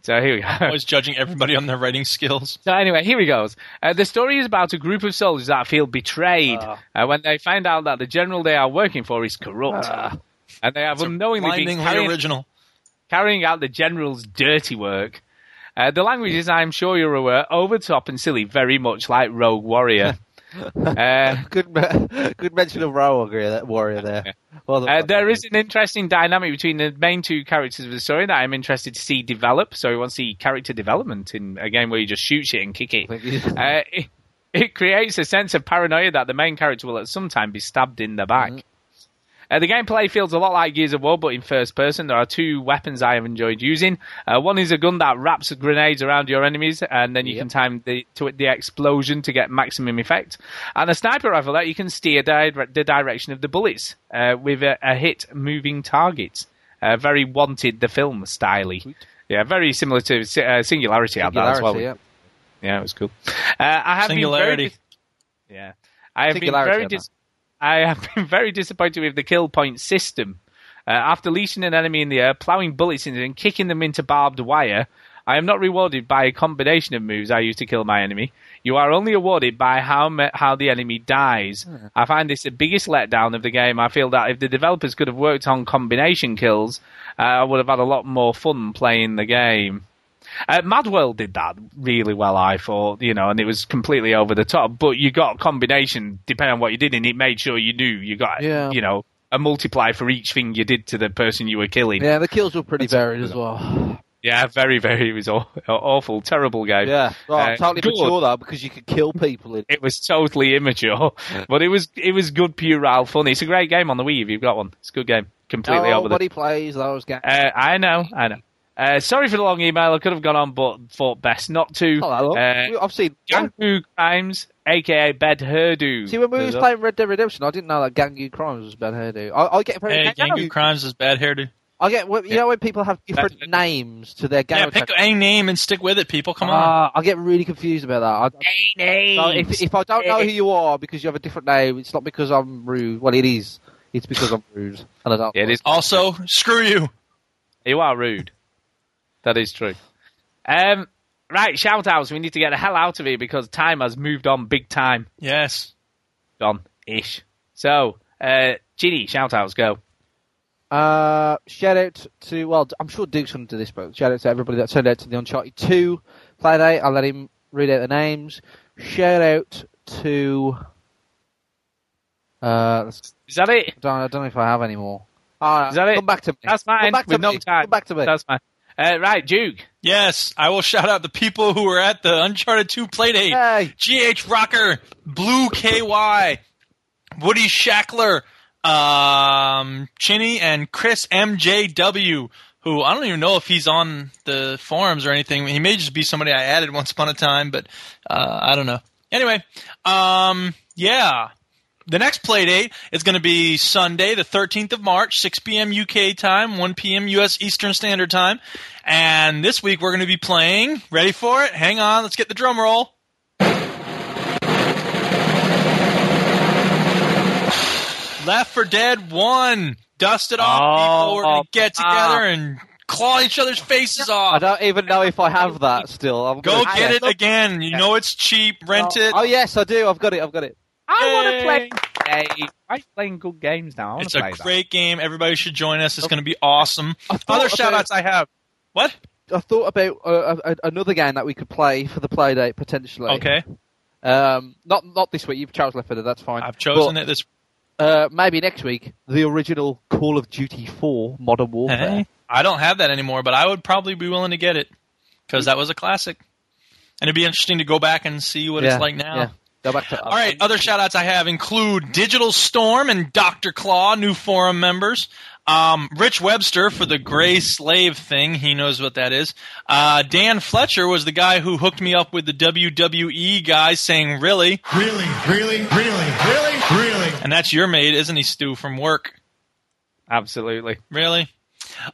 So here we go. Always judging everybody on their writing skills. So anyway, here he goes. Uh, the story is about a group of soldiers that feel betrayed uh, when they find out that the general they are working for is corrupt, and they have unknowingly been blindingly carrying, original. carrying out the general's dirty work. Uh, the language is, I'm sure you're aware, over top and silly, very much like Rogue Warrior. uh, good, good mention of Row Warrior there. Well, Uh, there is an interesting dynamic between the main two characters of the story that I'm interested to see develop. So we want to see character development in a game where you just shoot shit and kick it. uh, it, it creates a sense of paranoia that the main character will at some time be stabbed in the back. Uh, the gameplay feels a lot like Gears of War, but in first person. There are two weapons I have enjoyed using. Uh, one is a gun that wraps grenades around your enemies, and then you can time the to, the explosion to get maximum effect. And a sniper rifle that you can steer di- the direction of the bullets uh, with a, a hit moving target. Uh, very wanted the film styly. Yeah, very similar to Si- uh, Singularity, had that as well. Singularity, Yeah, it was cool. Uh, I have been very Singularity. dis- yeah, I have been Singularity very on dis- I have been very disappointed with the kill point system. Uh, after leashing an enemy in the air, plowing bullets into them, and kicking them into barbed wire, I am not rewarded by a combination of moves I use to kill my enemy. You are only awarded by how me- how the enemy dies. I find this the biggest letdown of the game. I feel that if the developers could have worked on combination kills, uh, I would have had a lot more fun playing the game. Uh, Mad World did that really well, I thought, you know, and it was completely over the top. But you got a combination depending on what you did, and it made sure you knew you got, Yeah. you know, a multiply for each thing you did to the person you were killing. Yeah, the kills were pretty varied as well. Yeah, very, very. It was aw- awful, terrible game. Yeah, right, Uh, totally good. mature though because you could kill people. In- It was totally immature, but it was it was good puerile fun. It's a great game on the Wii if you've got one. It's a good game. Completely over the Nobody Oh, plays those games. Uh, I know, I know. Uh, sorry for the long email. I could have gone on, but thought best not to. oh, Hello, Uh, I've seen. Gangu Crimes, aka Bed Herdu. See, when we was There's a- playing Red Dead Redemption, I didn't know that Gangu Crimes was bad hairdo. I, I get very. Uh, Hey, Gangu Crimes is bad hairdo. I get. You know when people have different names to their game. Yeah, pick a name and stick with it, people. Come on. Ah, I get really confused about that. I, So if, if I don't Eh. know who you are because you have a different name, it's not because I'm rude. Well, it is. It's because I'm rude. And I don't. It is also screw you. You are rude. That is true. Um, right, shout outs. We need to get the hell out of here because time has moved on big time. Yes. Gone ish. So, uh, Ginny, shout outs, go. Uh, shout out to well, I'm sure Duke's going to do this, but shout out to everybody that turned out to the Uncharted Two playdate. I'll let him read out the names. Shout out to. Uh, Is that it? I don't, I don't know if I have any more. All right. Is that it? Come back to me. That's mine. Come back to We've me. knocked out. Come back to me. That's mine. Uh, right, Duke. Yes, I will shout out the people who were at the Uncharted 2 playdate. Uh, GH Rocker, Blue KY, Woody Shackler, um, Chinny, and Chris MJW, who I don't even know if he's on the forums or anything. He may just be somebody I added once upon a time, but uh, I don't know. Anyway, um, yeah. The next play date is going to be Sunday, the 13th of March, 6 p.m. UK time, 1 p.m. U.S. Eastern Standard Time. And this week we're going to be playing. Ready for it? Hang on, let's get the drum roll. Left for Dead 1. Dust it off, Oh, people. We're going to get together and claw each other's faces off. ah. I don't even know if I have that still. I'm Go gonna get check. it again. You know it's cheap. Rent it. Oh yes, I do. I've got it. I've got it. I want to play. Hey, I'm playing good games now. I wanna It's a play that. great game. Everybody should join us. It's going to be awesome. Other shout outs I have. What? I thought about uh, a, a- another game that we could play for the play date potentially. Okay. Um, not not this week. You've chosen Left 4 Dead. That's fine. I've chosen it this. Uh, maybe next week. The original Call of Duty 4 Modern Warfare. Hey, I don't have that anymore, but I would probably be willing to get it because that was a classic. And it'd be interesting to go back and see what Yeah, it's like now. yeah. Go back to. All right, other shout outs I have include Digital Storm and Dr. Claw, new forum members. Um, Rich Webster for the gray slave thing. He knows what that is. Uh, Dan Fletcher was the guy who hooked me up with the WWE guy saying, Really? Really, really, really, really, really. And that's your mate, isn't he, Stu, from work? Absolutely. Really?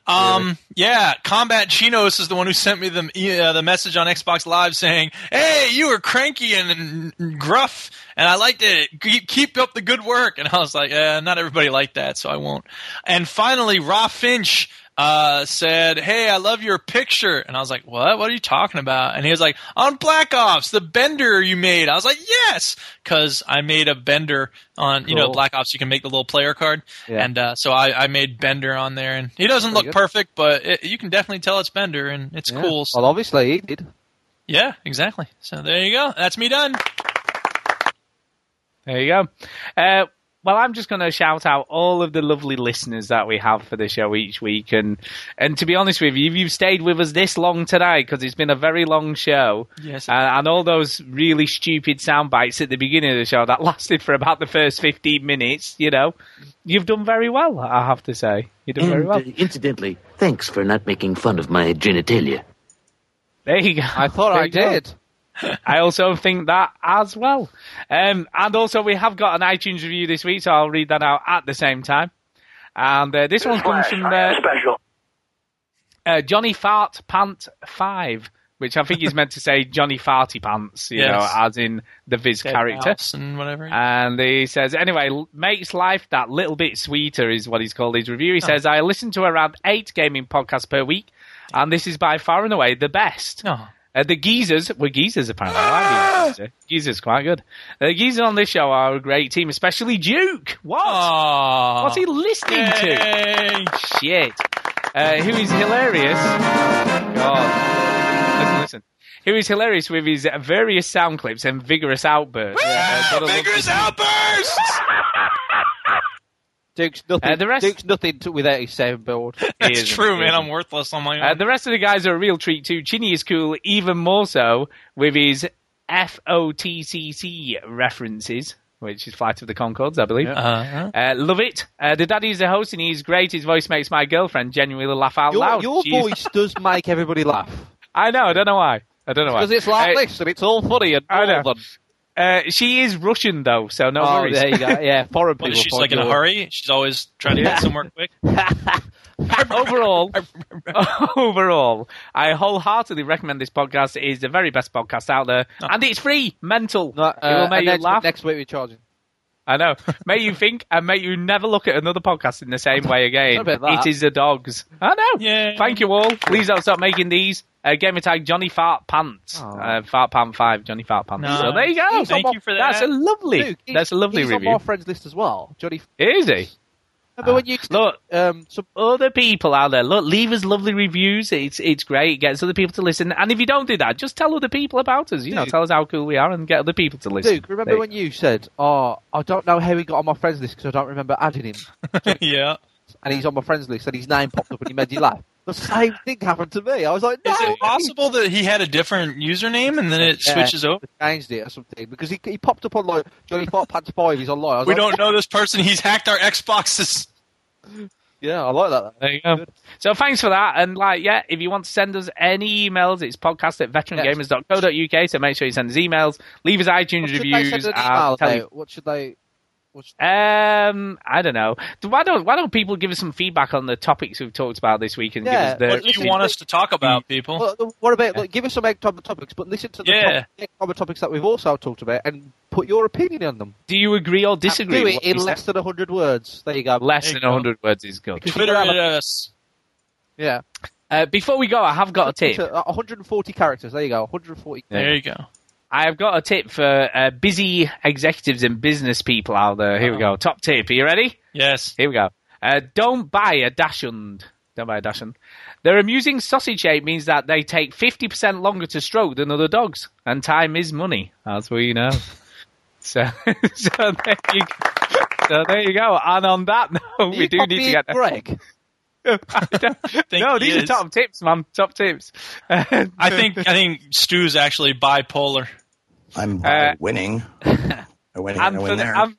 Um, Yeah, Combat Chinos is the one who sent me the e- uh, the message on Xbox Live saying, "Hey, you were cranky and, and gruff, and I liked it. Keep, keep up the good work." And I was like, eh, "Not everybody liked that, so I won't." And finally, Ra Finch uh, said, "Hey, I love your picture," and I was like, "What? What are you talking about?" And he was like, "On Black Ops, the bender you made." I was like, "Yes," because I made a bender on you know Cool. Black Ops. You can make the little player card, Yeah. and uh, so I, I made Bender on there, and he doesn't look Pretty good. perfect, but it, you can definitely tell it's Bender, and it's Yeah. cool. So- Well, obviously he did. yeah, exactly. So there you go. That's me done. There you go. Uh, well, I'm just going to shout out all of the lovely listeners that we have for the show each week, and and to be honest with you, if you've stayed with us this long tonight because it's been a very long show. Yes. Uh, and all those really stupid sound bites at the beginning of the show that lasted for about the first 15 minutes. You know, you've done very well. I have to say, you've done very And, well. uh, incidentally, thanks for not making fun of my genitalia. There you go. I thought I did. I also think that as well. Um, and also, we have got an iTunes review this week, so I'll read that out at the same time. And uh, this one comes from uh, uh, Johnny Fart Pant 5, which I think is meant to say Johnny Farty Pants, you Yes. know, as in the Viz character. Mouse and whatever. And he says, anyway, l- makes life that little bit sweeter is what he's called his review. Oh. He says, I listen to around eight gaming podcasts per week, and this is by far and away the best. Oh. Uh, the geezers were geezers apparently. I like geezers. Geezers quite good. The geezers on this show are a great team, especially Duke. What? Ah! What's he listening to? Shit. Uh, who is hilarious? God. Listen, listen. Who is hilarious with his various sound clips and vigorous outbursts. Uh, gotta love Vigorous outbursts. Duke's nothing. Uh, the rest- Duke's nothing to, without his soundboard. That's isn't, true, he man. isn't. I'm worthless on my own. Uh, the rest of the guys are a real treat too. Chinny is cool, even more so with his FOTCC references, which is Flight of the Concords, I believe. Uh-huh. Uh, love it. Uh, the daddy's the host, and he's great. His voice makes my girlfriend genuinely laugh out Your, loud. your She's- voice does make everybody laugh I know. I don't know why. I don't know why. because it's like Uh, this and it's all funny and I know. northern. Uh, she is Russian though, so no Oh, worries. there you go. Yeah, foreign Well, people she's find like in a your- hurry. She's always trying to Yeah. get somewhere quick. overall, overall, I wholeheartedly recommend this podcast. It is the very best podcast out there, and it's free. Mental. it Oh. Uh, will make and you next, laugh. next week we're charging. I know. Make you think and make you never look at another podcast in the same way again. Sorry about It that. is the dogs. I know. Thank you all. Please don't stop making these. Uh, gamer tag Johnny Fart Pants. Oh. Uh, Fart Pant 5, Johnny Fart Pants. Nice. So there you go. He's on my- That's a lovely, Duke, he's- that's a lovely he's review. on my friends list as well, Johnny. Is he? Ah. Remember when you um, look some other people out there. Look, leave us lovely reviews. It's it's great. It gets other people to listen. And if you don't do that, just tell other people about us. You know, Dude. tell us how cool we are and get other people to listen. Duke, remember when you said, "Oh, I don't know how he got on my friends list because I don't remember adding him." yeah. and he's on my friends list, and his name popped up, and he made you laugh. The same thing happened to me. I was like, no. Is it possible that he had a different username and then it Yeah, switches over? Changed it or something because he, he popped up on like Johnny Fart Pants Five. He's online. I was We like, don't know this person. He's hacked our Xboxes. Yeah, I like that. There you go. So thanks for that. And like, yeah, if you want to send us any emails, it's podcast at veterangamers.co.uk. So make sure you send us emails. Leave us iTunes Should reviews. they send an I'll email, tell though? you- What should they? Um, I don't know. Why don't Why don't people give us some feedback on the topics we've talked about this week and give Yeah, us the What do you want us to talk about, people? Well, the- what about like, give us some egg topic topics, but listen to the Yeah. top- egg topic topics that we've also talked about and put your opinion on them. Do you agree or disagree? Do with it what in we less said? than hundred words. There you go. less than hundred words is good. Twitter at us. Yeah. uh, Uh, before we go, I have got a tip. 140 characters. There you go. 140. go. I have got a tip for uh, busy executives and business people out there. Here we go. Top tip. Are you ready? Yes. Here we go. Uh, don't buy a dashund. Don't buy a dashund. Their amusing sausage shape means that they take 50% longer to stroke than other dogs, and time is money. That's what you know. so, so, there you, so there you go. And on that note, we you do need to copying get Greg. no, these he are is. top tips, man. Top tips. I think I think Stu's actually bipolar. I'm Uh, winning. I win here, I and, win for the- there. and-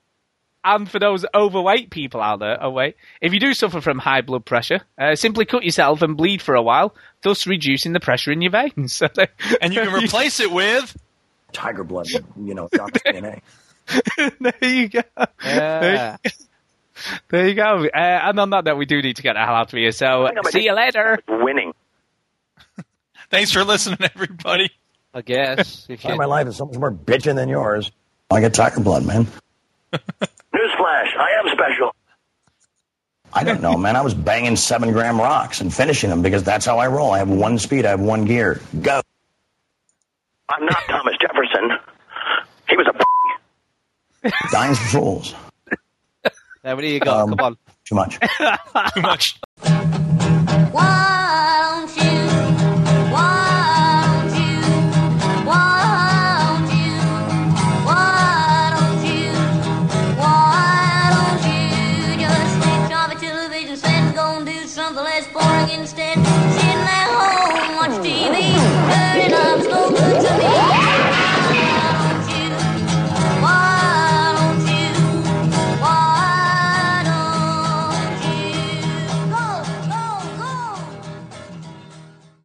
and for those overweight people out there, oh wait, if you do suffer from high blood pressure, uh, simply cut yourself and bleed for a while, thus reducing the pressure in your veins. So there- And you can replace it with tiger blood. You know, Dr. DNA. there you go. Yeah. There you go. Uh, and on that note, we do need to get the hell out of here. So see you later. Winning. Thanks for listening, everybody. I guess. Why My life is so much more bitching than yours. I got tiger blood, man. Newsflash, I am special. I don't know, man. I was banging seven gram rocks and finishing them because that's how I roll. I have one speed. I have one gear. Go. I'm not Thomas Jefferson. He was a. Dines for fools. Now, what do you um, got? Come on. Too much. Too much. Won't you? Won't you? Won't you? Why don't you? Why don't you just switch off the television set and go and do something less boring instead? Sitting at home, watch TV, turning up, so good to me. Oh,